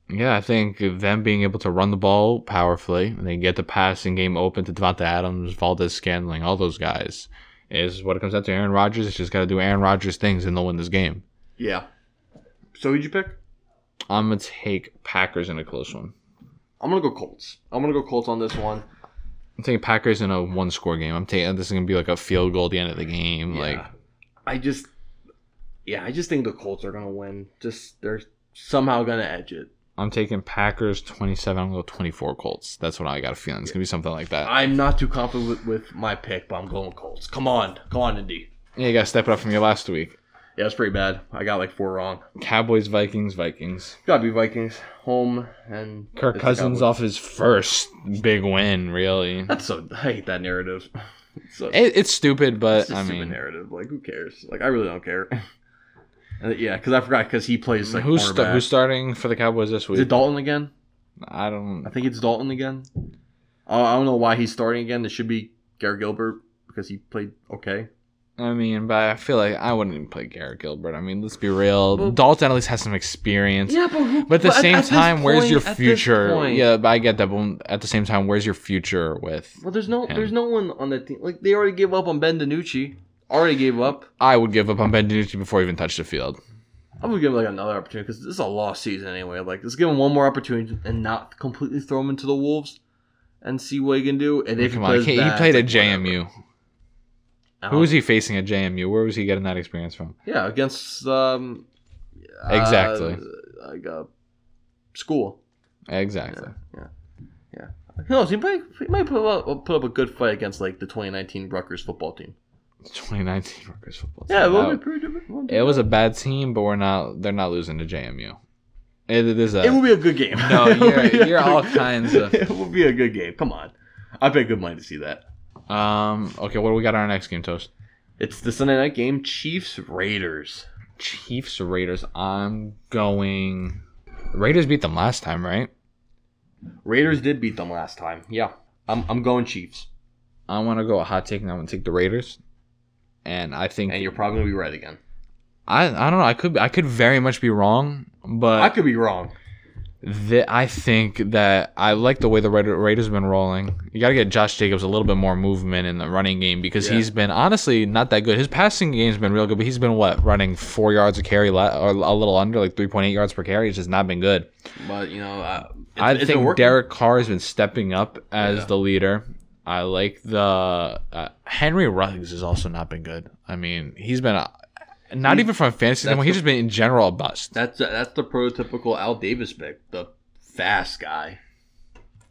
Speaker 3: yeah, I think them being able to run the ball powerfully and they get the passing game open to Devonta Adams, Valdez Scandling, all those guys is what it comes down to. Aaron Rodgers has just got to do Aaron Rodgers things and they'll win this game.
Speaker 2: Yeah. So who'd you pick?
Speaker 3: I'm going to take Packers in a close one.
Speaker 2: I'm gonna go Colts. I'm gonna go Colts on this one.
Speaker 3: I'm taking Packers in a one score game. I'm taking this is going to be like a field goal at the end of the game. Like,
Speaker 2: I just, yeah, I just think the Colts are gonna win. Just they're somehow gonna edge it.
Speaker 3: I'm taking Packers 27. I'm going to go 24 Colts. That's what I got a feeling. It's going to be something like that.
Speaker 2: I'm not too confident with, with my pick, but I'm going Colts. Come on, come on, Indy.
Speaker 3: Yeah, you got to step it up from your last week.
Speaker 2: Yeah, it's pretty bad. I got like four wrong.
Speaker 3: Cowboys, Vikings, Vikings.
Speaker 2: Gotta be Vikings home and
Speaker 3: Kirk
Speaker 2: it's the
Speaker 3: Cousins
Speaker 2: Cowboys.
Speaker 3: off his first big win, really.
Speaker 2: That's so I hate that narrative. It's so-
Speaker 3: It, it's stupid, but
Speaker 2: it's a
Speaker 3: uh, I
Speaker 2: stupid
Speaker 3: mean,
Speaker 2: narrative. Like, who cares? Like, I really don't care. And, yeah, because I forgot because he plays like
Speaker 3: who's sta-
Speaker 2: cornerback.
Speaker 3: who's starting for the Cowboys this
Speaker 2: Is it
Speaker 3: week?
Speaker 2: Dalton again?
Speaker 3: I don't.
Speaker 2: I think it's Dalton again. Oh, I don't know why he's starting again. It should be Gary Gilbert because he played okay.
Speaker 3: I mean, but I feel like I wouldn't even play Garrett Gilbert. I mean, let's be real.
Speaker 2: Well-
Speaker 3: Dalton at least has some experience.
Speaker 2: but who,
Speaker 3: But at the same time, where's your future? Yeah, but I get that. But at the same time, where's your future with?
Speaker 2: Well, there's no
Speaker 3: Him.
Speaker 2: there's no one on that team. Like they already gave up on Ben DiNucci. Already gave up.
Speaker 3: I would give up on Ben DiNucci before he even touched the field.
Speaker 2: I would give him like another opportunity because this is a lost season anyway. Like let's give him one more opportunity and not completely throw him into the wolves and see what he can do. And if
Speaker 3: Come
Speaker 2: he
Speaker 3: on,
Speaker 2: plays
Speaker 3: he, he
Speaker 2: bad,
Speaker 3: played at
Speaker 2: it's like, whatever.
Speaker 3: JMU.
Speaker 2: I don't
Speaker 3: Who was he facing at JMU? Where was he getting that experience from?
Speaker 2: Yeah, against um uh,
Speaker 3: Exactly.
Speaker 2: like uh, school.
Speaker 3: Exactly.
Speaker 2: Who knows? He might he might put up, put up a good fight against like the 2019 Rutgers football team.
Speaker 3: 2019 Rutgers football.
Speaker 2: Yeah,
Speaker 3: team.
Speaker 2: it would
Speaker 3: That-
Speaker 2: be pretty different.
Speaker 3: it was a bad team, but we're not. They're not losing to JMU. It, it is a.
Speaker 2: It would be a good game.
Speaker 3: No,
Speaker 2: It would
Speaker 3: you're-
Speaker 2: be a
Speaker 3: you're all
Speaker 2: good-
Speaker 3: kinds of-
Speaker 2: It would be a good game. Come on, I pay good money to see that.
Speaker 3: um. Okay, what do we got on our next game, Toast?
Speaker 2: It's the Sunday night game, Chiefs Raiders.
Speaker 3: Chiefs Raiders. I'm going. Raiders beat them last time, right?
Speaker 2: Raiders did beat them last time. Yeah, I'm, I'm going Chiefs,
Speaker 3: I want to go a hot take, and I want to take the Raiders. And I think
Speaker 2: and you're probably gonna be right again.
Speaker 3: I I don't know. I could I could very much be wrong,
Speaker 2: I
Speaker 3: but
Speaker 2: could be wrong.
Speaker 3: thi- I think that I like the way the Raider- Raiders have been rolling. You got to get Josh Jacobs a little bit more movement in the running game because
Speaker 2: Yeah.
Speaker 3: he's been honestly not that good. His passing game's been real good, but he's been what running four yards a carry la- or a little under, like three point eight yards per carry. It's just not been good.
Speaker 2: But you know, uh, it's,
Speaker 3: I
Speaker 2: it's been
Speaker 3: think
Speaker 2: working.
Speaker 3: Derek Carr has been stepping up as
Speaker 2: Yeah.
Speaker 3: the leader. I like the uh, Henry Ruggs has also not been good. I mean, he's been a, not
Speaker 2: He-
Speaker 3: even from a fantasy
Speaker 2: that's
Speaker 3: standpoint. He's
Speaker 2: the-
Speaker 3: just been in general a bust.
Speaker 2: That's uh, that's the prototypical Al Davis pick, the fast guy.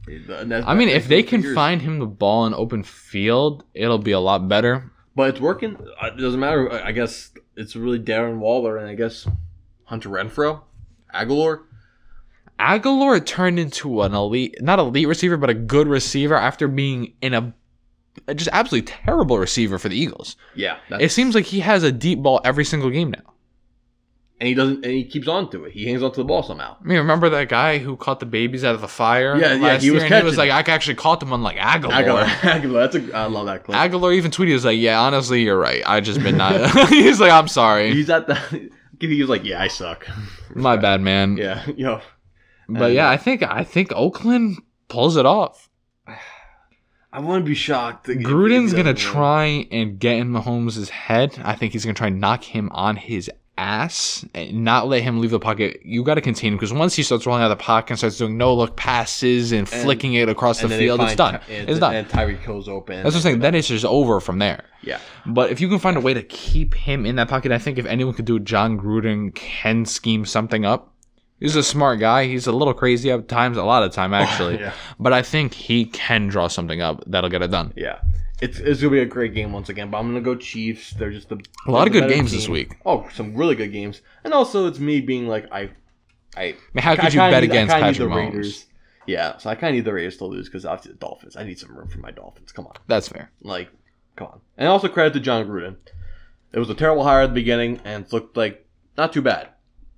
Speaker 2: And that's-
Speaker 3: I mean,
Speaker 2: that's
Speaker 3: if they
Speaker 2: been for
Speaker 3: can
Speaker 2: years.
Speaker 3: find him the ball in open field, it'll be a lot better.
Speaker 2: but it's working. Uh, It doesn't matter. I I guess it's really Darren Waller and I guess Hunter Renfro, Aguilar.
Speaker 3: Aguilar turned into an elite, not elite receiver, but a good receiver after being in a a just absolutely terrible receiver for the Eagles.
Speaker 2: Yeah, that's,
Speaker 3: It seems like he has a deep ball every single game now.
Speaker 2: and he doesn't, and he keeps on to it. He hangs on to the ball somehow.
Speaker 3: I mean, remember that guy who caught the babies out of the fire?
Speaker 2: Yeah, yeah, he was
Speaker 3: and he was
Speaker 2: catching
Speaker 3: like, I actually caught them on like Aguilar.
Speaker 2: Aguilar,
Speaker 3: Aguilar.
Speaker 2: Aguilar. That's a, I love that clip.
Speaker 3: even tweeted, he was like, Yeah, honestly, you're right. I just been not. He's like, I'm sorry,
Speaker 2: He's at the. He was like, "Yeah, I suck."
Speaker 3: my bad, man.
Speaker 2: Yeah, yo,
Speaker 3: But yeah, I think I think Oakland pulls it off.
Speaker 2: I wouldn't be shocked. if- if he
Speaker 3: Gruden's gonna
Speaker 2: doesn't win.
Speaker 3: try and get in Mahomes' head. I think he's gonna try and knock him on his ass and not let him leave the pocket. You got to contain him because once he starts rolling out of the pocket and starts doing no look passes and, flicking it across the
Speaker 2: and then they
Speaker 3: field, it's
Speaker 2: find
Speaker 3: done.
Speaker 2: Ty-
Speaker 3: it's done.
Speaker 2: And Tyreek Hill's open.
Speaker 3: That's what I'm saying. That is just over from there.
Speaker 2: Yeah.
Speaker 3: But if you can find a way to keep him in that pocket, I think if anyone could do it, John Gruden can scheme something up. He's a smart guy. He's a little crazy at times, a lot of time actually.
Speaker 2: yeah.
Speaker 3: But I think he can draw something up that'll get it done.
Speaker 2: Yeah. It's, it's gonna be a great game once again, but I'm gonna go Chiefs. They're just the
Speaker 3: A lot of
Speaker 2: they're
Speaker 3: good
Speaker 2: the better
Speaker 3: games this week.
Speaker 2: Oh, some really good games, and also it's me being like I, I.
Speaker 3: I mean, how could
Speaker 2: I
Speaker 3: you
Speaker 2: kinda
Speaker 3: bet
Speaker 2: need- I
Speaker 3: against
Speaker 2: kinda need
Speaker 3: Patrick Mahomes?
Speaker 2: Raiders. Yeah, so I kind of need the Raiders to lose because obviously the Dolphins. I need some room for my Dolphins. Come on,
Speaker 3: That's fair.
Speaker 2: like, come on. And also credit to John Gruden. It was a terrible hire at the beginning, and it's looked like not too bad.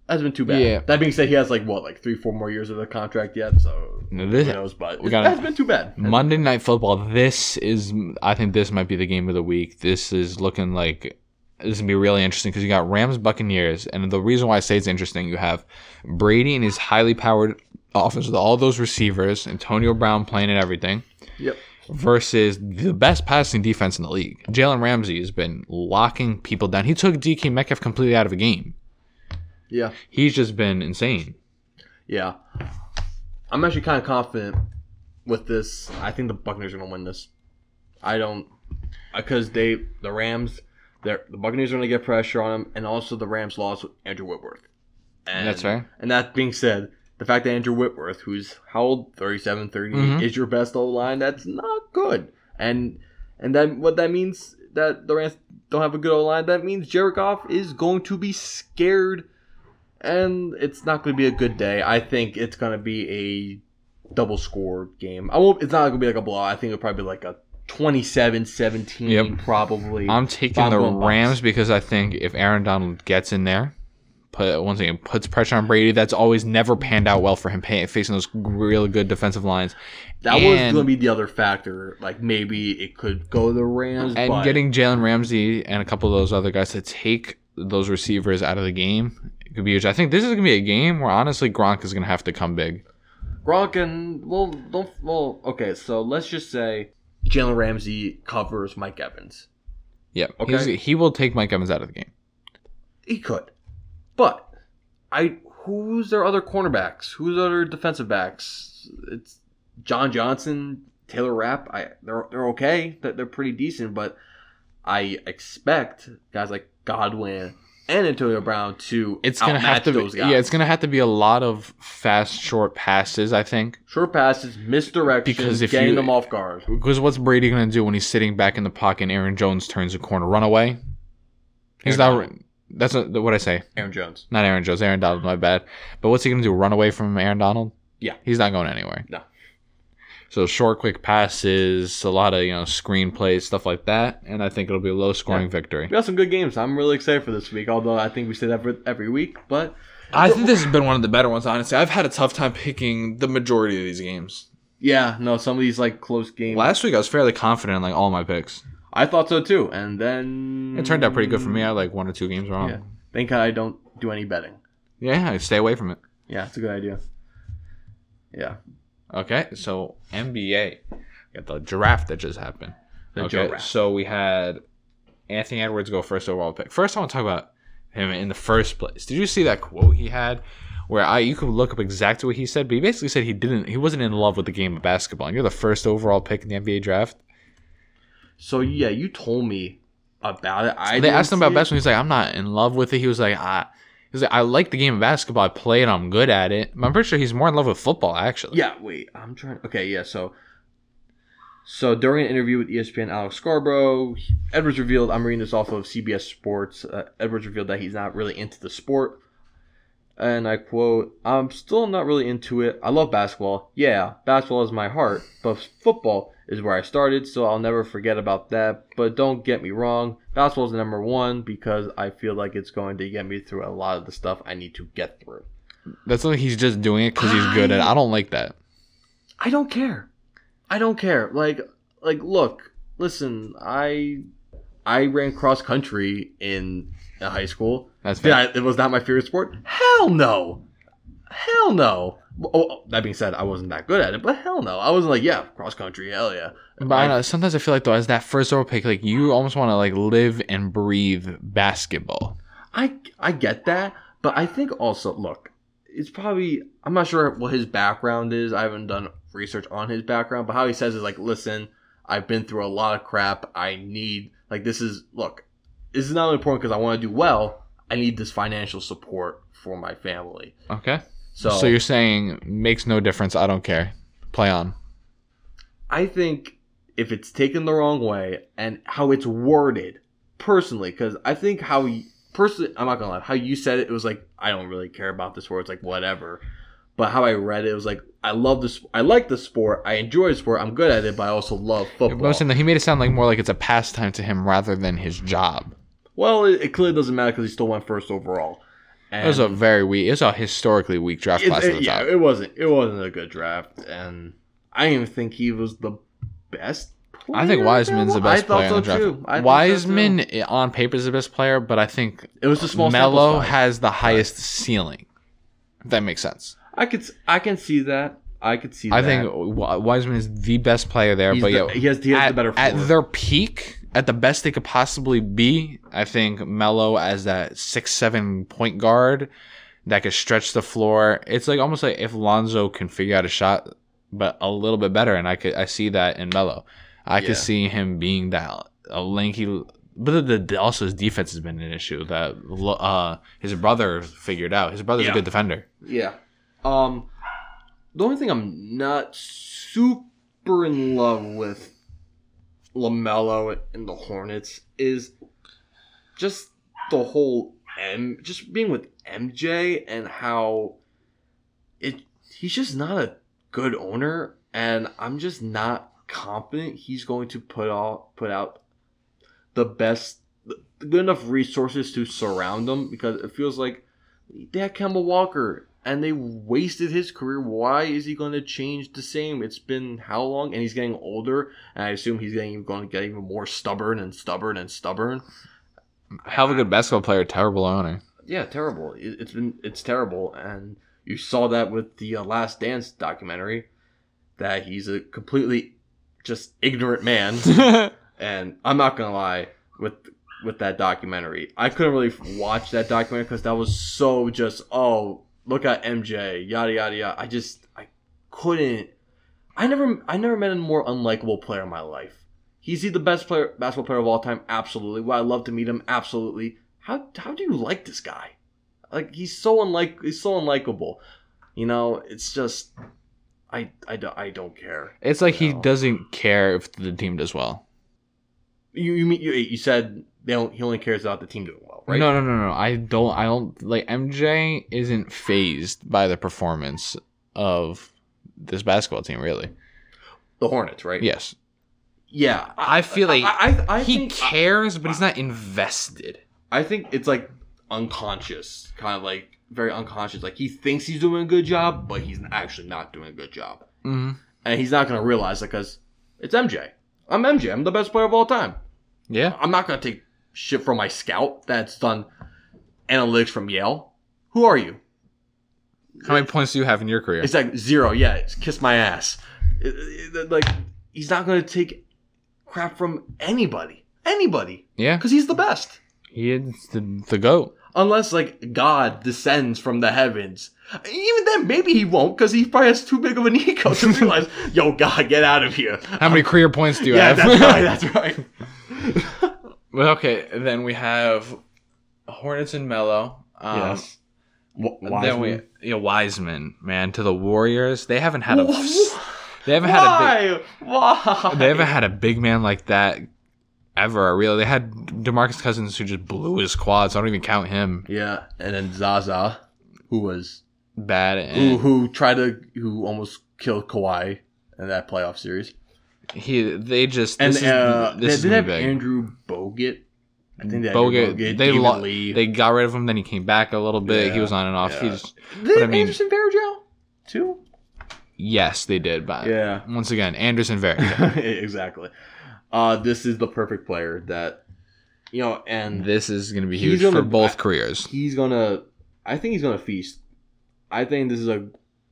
Speaker 2: Hasn't been too bad.
Speaker 3: Yeah.
Speaker 2: That being said, he has like what, like three, four more years of the contract yet, so
Speaker 3: No,
Speaker 2: who
Speaker 3: this-
Speaker 2: knows? But
Speaker 3: we
Speaker 2: it
Speaker 3: gotta- Mm.
Speaker 2: hasn't been too bad.
Speaker 3: Monday Night Football. This is, I think, this might be the game of the week. This is looking like this is gonna be really interesting because you got Rams Buccaneers, and the reason why I say it's interesting, you have Brady and his highly powered offense with all those receivers, Antonio Brown playing and everything,
Speaker 2: Yep.
Speaker 3: versus the best passing defense in the league. Jalen Ramsey has been locking people down. He took DK Metcalf completely out of a game.
Speaker 2: Yeah.
Speaker 3: He's just been insane.
Speaker 2: Yeah. I'm actually kind of confident with this. I think the Buccaneers are going to win this. I don't because they the Rams, they're the Buccaneers are going to get pressure on them, and also the Rams lost Andrew Whitworth. And,
Speaker 3: That's fair.
Speaker 2: And that being said, the fact that Andrew Whitworth, who's how old, 37, 38,
Speaker 3: Mhm.
Speaker 2: is your best O line, that's not good. And and then what that means that the Rams don't have a good O line, that means Jared Goff is going to be scared and it's not going to be a good day. I think it's going to be a double score game. I won't. It's not going to be like a blowout. I think it'll probably be like a 27-17
Speaker 3: Yep.
Speaker 2: probably.
Speaker 3: I'm taking
Speaker 2: Bomb
Speaker 3: the
Speaker 2: going Bucs.
Speaker 3: Rams because I think if Aaron Donald gets in there, put once again puts pressure on Brady. That's always never panned out well for him pa- facing those really good defensive lines
Speaker 2: that was
Speaker 3: and-
Speaker 2: going to be the other factor. Like maybe it could go the Rams
Speaker 3: and
Speaker 2: but
Speaker 3: getting Jalen Ramsey and a couple of those other guys to take those receivers out of the game. Could be huge. I think this is gonna be a game where honestly Gronk is gonna have to come big.
Speaker 2: Gronk and well, don't well. Okay, so let's just say Jalen Ramsey covers Mike Evans.
Speaker 3: Yeah,
Speaker 2: Okay.
Speaker 3: he's- he will take Mike Evans out of the game.
Speaker 2: He could, but I who's their other cornerbacks? Who's their other defensive backs? It's John Johnson, Taylor Rapp. I they're they're okay. They're, they're pretty decent, but I expect guys like Godwin and Antonio Brown to
Speaker 3: It's gonna have
Speaker 2: outmatch
Speaker 3: to be,
Speaker 2: those guys.
Speaker 3: yeah, it's gonna have to be a lot of fast short passes. I think.
Speaker 2: short passes, misdirection,
Speaker 3: Because if
Speaker 2: getting
Speaker 3: you-
Speaker 2: them off guard.
Speaker 3: Because what's Brady going to do when he's sitting back in the pocket and Aaron Jones turns a corner? Run away? He's
Speaker 2: Aaron
Speaker 3: not. That's not what I say.
Speaker 2: Aaron Jones.
Speaker 3: Not Aaron Jones. Aaron Donald. My bad. But what's he going to do? Run away from Aaron Donald?
Speaker 2: Yeah.
Speaker 3: He's not going anywhere.
Speaker 2: No.
Speaker 3: So short, quick passes, a lot of you know screen plays, stuff like that, and I think it'll be a low scoring victory.
Speaker 2: We got some good games. I'm really excited for this week. Although I think we say that for every week, but
Speaker 3: I think this has been one of the better ones, honestly. I've had a tough time picking the majority of these games.
Speaker 2: yeah, no, some of these like close games.
Speaker 3: Last week I was fairly confident in like all my picks.
Speaker 2: I thought so too, and then
Speaker 3: It turned out pretty good for me. I had like one or two games wrong.
Speaker 2: Yeah. Thank God I don't do any betting.
Speaker 3: yeah stay away from it.
Speaker 2: Yeah, it's a good idea. Yeah.
Speaker 3: Okay, so NBA. We got the draft that just happened.
Speaker 2: The
Speaker 3: okay,
Speaker 2: giraffe.
Speaker 3: so we had Anthony Edwards go first overall pick. First, I want to talk about him in the first place. Did you see that quote he had? Where I you could look up exactly what he said, but he basically said he didn't he wasn't in love with the game of basketball. And you're the first overall pick in the NBA draft.
Speaker 2: So yeah, you told me about it. I
Speaker 3: they
Speaker 2: didn't
Speaker 3: asked him about
Speaker 2: see it.
Speaker 3: basketball. He's like, I'm not in love with it. He was like, I he was like, I like the game of basketball. I play it. I'm good at it. I'm pretty sure he's more in love with football actually.
Speaker 2: Yeah, wait. I'm trying. Okay, yeah. So, so during an interview with E ESPN, Alex Scarborough, he- Edwards revealed. I'm reading this off of CBS Sports. Uh, Edwards revealed that he's not really into the sport, and I quote: "I'm still not really into it. I love basketball. Yeah, basketball is my heart, but football is where I started, so I'll never forget about that. But don't get me wrong, basketball is number one because I feel like it's going to get me through a lot of the stuff I need to get through.
Speaker 3: That's something he's just doing it because he's good at. it. I don't like that.
Speaker 2: I don't care. I don't care. Like like look, listen, I I ran cross country in high school.
Speaker 3: That's
Speaker 2: Did
Speaker 3: fair.
Speaker 2: I, it was not my favorite sport? Hell no. Hell no. Oh, that being said, I wasn't that good at it, but hell no. I wasn't like, yeah, cross country, hell yeah.
Speaker 3: But I know, sometimes I feel like though, as that first overall pick, like you almost want to like live and breathe basketball.
Speaker 2: I I get that, but I think also look, it's probably I'm not sure what his background is. I haven't done research on his background, but how he says is like, listen, I've been through a lot of crap. I need like this is look, this is not only important because I want to do well. I need this financial support for my family.
Speaker 3: Okay.
Speaker 2: So,
Speaker 3: so you're saying makes no difference. I don't care. Play on.
Speaker 2: I think if it's taken the wrong way and how it's worded, personally, because I think how y- personally, I'm not gonna lie, how you said it, it was like I don't really care about this sport. It's like whatever. But how I read it, it was like I love this. I like the sport. I enjoy the sport. I'm good at it, but I also love
Speaker 3: But
Speaker 2: football.
Speaker 3: I'm saying that he made it sound like more like it's a pastime to him rather than his job.
Speaker 2: well, it, it clearly doesn't matter because he still went first overall. And
Speaker 3: It was a very weak. It was a historically weak draft
Speaker 2: It's-
Speaker 3: class.
Speaker 2: it-
Speaker 3: at the
Speaker 2: yeah,
Speaker 3: time.
Speaker 2: it wasn't. It wasn't a good draft, and I didn't even think he was the best.
Speaker 3: I think
Speaker 2: player
Speaker 3: Wiseman's the
Speaker 2: available.
Speaker 3: best
Speaker 2: I thought
Speaker 3: player
Speaker 2: so
Speaker 3: in the draft.
Speaker 2: too. I thought so,
Speaker 3: Wiseman
Speaker 2: too.
Speaker 3: i- on paper is the best player, but I think
Speaker 2: It was a small. sample
Speaker 3: Melo
Speaker 2: size.
Speaker 3: has the highest ceiling. If that makes sense.
Speaker 2: I could. s- I can see that. I could see.
Speaker 3: I
Speaker 2: that.
Speaker 3: think Wi- Wiseman is the best player there,
Speaker 2: He's
Speaker 3: but
Speaker 2: the-
Speaker 3: yeah,
Speaker 2: he has- he has the
Speaker 3: at,
Speaker 2: better
Speaker 3: at
Speaker 2: floor.
Speaker 3: their peak, at the best they could possibly be. I think Melo as that six seven point guard that could stretch the floor. It's like almost like if Lonzo can figure out a shot, but a little bit better, and I could I see that in Melo. I
Speaker 2: Yeah.
Speaker 3: could see him being that a lanky. But the, the, also his defense has been an issue that lo- uh, his brother figured out. His brother's
Speaker 2: Yeah.
Speaker 3: a good defender.
Speaker 2: Yeah. Um, the only thing I'm not super in love with Lamelo and the Hornets is just the whole M, just being with MJ and how it he's just not a good owner, and I'm just not confident he's going to put all put out the best, the good enough resources to surround him because it feels like they had Kemba Walker and they wasted his career. Why is he going to change the same? It's been how long? And he's getting older, and I assume he's getting going to get even more stubborn and stubborn and stubborn.
Speaker 3: Hell of a good basketball player, terrible owner.
Speaker 2: Yeah, terrible. It, it's been it's terrible, and you saw that with the uh, Last Dance documentary that he's a completely just ignorant man. and I'm not gonna lie with with that documentary, I couldn't really watch that documentary because that was so just oh look at MJ yada yada yada. I just I couldn't. I never I never met a more unlikable player in my life. He's he the best player basketball player of all time? Absolutely. Would I love to meet him? Absolutely. How how do you like this guy? Like he's so unlike he's so unlikable. You know, it's just I I, don't- I don't care.
Speaker 3: It's like he
Speaker 2: No.
Speaker 3: doesn't care if the team does well.
Speaker 2: You you mean you, you said they don't, he only cares about the team doing well, right?
Speaker 3: No, no, no, no. I don't. I don't like MJ. Isn't phased by the performance of this basketball team. Really?
Speaker 2: The Hornets, right?
Speaker 3: Yes.
Speaker 2: Yeah.
Speaker 3: I feel like
Speaker 2: I, I, I
Speaker 3: he
Speaker 2: think,
Speaker 3: cares, but he's not invested.
Speaker 2: I think it's like unconscious, kind of like very unconscious. Like he thinks he's doing a good job, but he's actually not doing a good job,
Speaker 3: hmm
Speaker 2: and he's not gonna realize it because it's MJ. I'm MJ. I'm the best player of all time.
Speaker 3: Yeah.
Speaker 2: I'm not gonna take shit from my scout that's done analytics from Yale. Who are you?
Speaker 3: How many points do you have in your career?
Speaker 2: It's like zero. Yeah, it's kiss my ass. It- it- it- like he's not going to take crap from anybody, anybody,
Speaker 3: yeah.
Speaker 2: because he's the best.
Speaker 3: He is the, the goat.
Speaker 2: Unless like God descends from the heavens. Even then, maybe he won't, because he probably has too big of an ego to realize, yo, God, get out of here.
Speaker 3: How many career points do you
Speaker 2: Um, Yeah,
Speaker 3: have?
Speaker 2: that's right. That's right.
Speaker 3: Well, okay. Then we have Hornets and Mello.
Speaker 2: yes. W-
Speaker 3: Then we, yeah, Wiseman, man, to the Warriors. They haven't had a, they haven't had a big,
Speaker 2: Why? Why?
Speaker 3: They haven't had a big man like that ever. Really, they had Demarcus Cousins who just blew his quads. I don't even count him
Speaker 2: Yeah, and then Zaza, who was
Speaker 3: bad.
Speaker 2: who
Speaker 3: And
Speaker 2: who tried to who almost killed Kawhi in that playoff series.
Speaker 3: he, they just
Speaker 2: And
Speaker 3: this
Speaker 2: uh,
Speaker 3: is, this is
Speaker 2: they did
Speaker 3: gonna
Speaker 2: have
Speaker 3: be big.
Speaker 2: Andrew Bogut. I think they had
Speaker 3: Bogut,
Speaker 2: Andrew
Speaker 3: they
Speaker 2: David
Speaker 3: lo-
Speaker 2: Lee.
Speaker 3: They got rid of him, then he came back a little bit.
Speaker 2: Yeah,
Speaker 3: he was on and off.
Speaker 2: yeah.
Speaker 3: He's
Speaker 2: Did they
Speaker 3: I
Speaker 2: have
Speaker 3: mean-
Speaker 2: Anderson Varejao too?
Speaker 3: yes, they did, but
Speaker 2: Yeah,
Speaker 3: once again, Anderson Varejao.
Speaker 2: exactly. Uh, this is the perfect player that you know, and
Speaker 3: this is gonna be
Speaker 2: He's
Speaker 3: huge
Speaker 2: on
Speaker 3: for
Speaker 2: the-
Speaker 3: both careers.
Speaker 2: he's gonna. I think he's gonna feast. I think this is a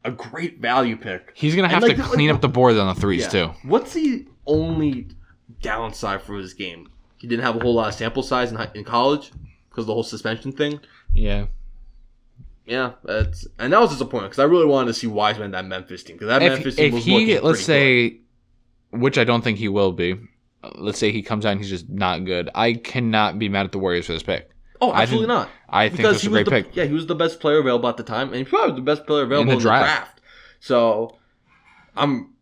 Speaker 2: a great value pick.
Speaker 3: He's gonna
Speaker 2: And
Speaker 3: have
Speaker 2: like
Speaker 3: to
Speaker 2: the- like
Speaker 3: clean up
Speaker 2: what-
Speaker 3: the board on the threes
Speaker 2: Yeah.
Speaker 3: too.
Speaker 2: What's the only downside for his game? He didn't have a whole lot of sample size in, hi- in college because the whole suspension thing.
Speaker 3: Yeah.
Speaker 2: Yeah, that's and that was disappointing because I really wanted to see Wiseman that Memphis team because that Memphis
Speaker 3: If,
Speaker 2: team
Speaker 3: if
Speaker 2: was
Speaker 3: he
Speaker 2: looking pretty
Speaker 3: let's say, which I don't think he will be. uh, Let's say he comes out and he's just not good. I cannot be mad at the Warriors for this pick.
Speaker 2: good. oh
Speaker 3: I
Speaker 2: absolutely
Speaker 3: didn't-
Speaker 2: not
Speaker 3: I think
Speaker 2: because
Speaker 3: that's
Speaker 2: he
Speaker 3: a
Speaker 2: was
Speaker 3: great
Speaker 2: the,
Speaker 3: pick.
Speaker 2: yeah he was the best player available at the time and he probably was the best player available in the, draft. So I'm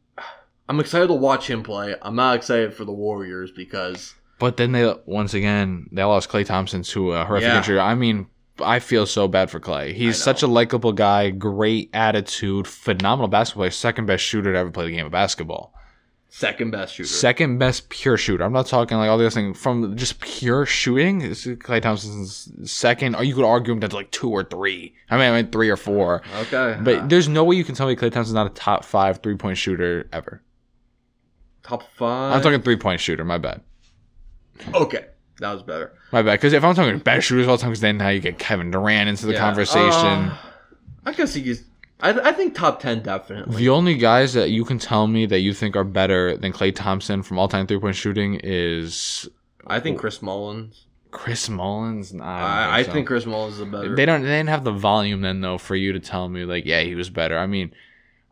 Speaker 2: I'm excited to watch him play. I'm not excited for the Warriors because
Speaker 3: But then they once again they lost Clay Thompson to a horrific
Speaker 2: Yeah.
Speaker 3: injury. I mean, I feel so bad for Clay. He's
Speaker 2: know.
Speaker 3: such a likable guy, great attitude, phenomenal basketball player, second best shooter to ever play the game of basketball.
Speaker 2: second best shooter.
Speaker 3: Second best pure shooter. I'm not talking like all the other things from just pure shooting. This is Clay Thompson's second, or you could argue him down to like two or three. I mean, I mean three or four.
Speaker 2: okay,
Speaker 3: But there's no way you can tell me Clay Thompson's not a top five three point shooter ever.
Speaker 2: top five.
Speaker 3: I'm talking three point shooter. My bad.
Speaker 2: okay, that was better.
Speaker 3: My bad. Because if I'm talking best shooters of all time, because then now you get Kevin Durant into the
Speaker 2: Yeah.
Speaker 3: conversation.
Speaker 2: Uh, I guess he is. I, I think top ten definitely.
Speaker 3: the only guys that you can tell me that you think are better than Clay Thompson from all time three point shooting is
Speaker 2: I think Chris Mullins.
Speaker 3: Chris Mullins. Nah,
Speaker 2: I, I
Speaker 3: so.
Speaker 2: think Chris Mullins is the better.
Speaker 3: they don't. They didn't have the volume then though for you to tell me like, yeah, he was better. I mean,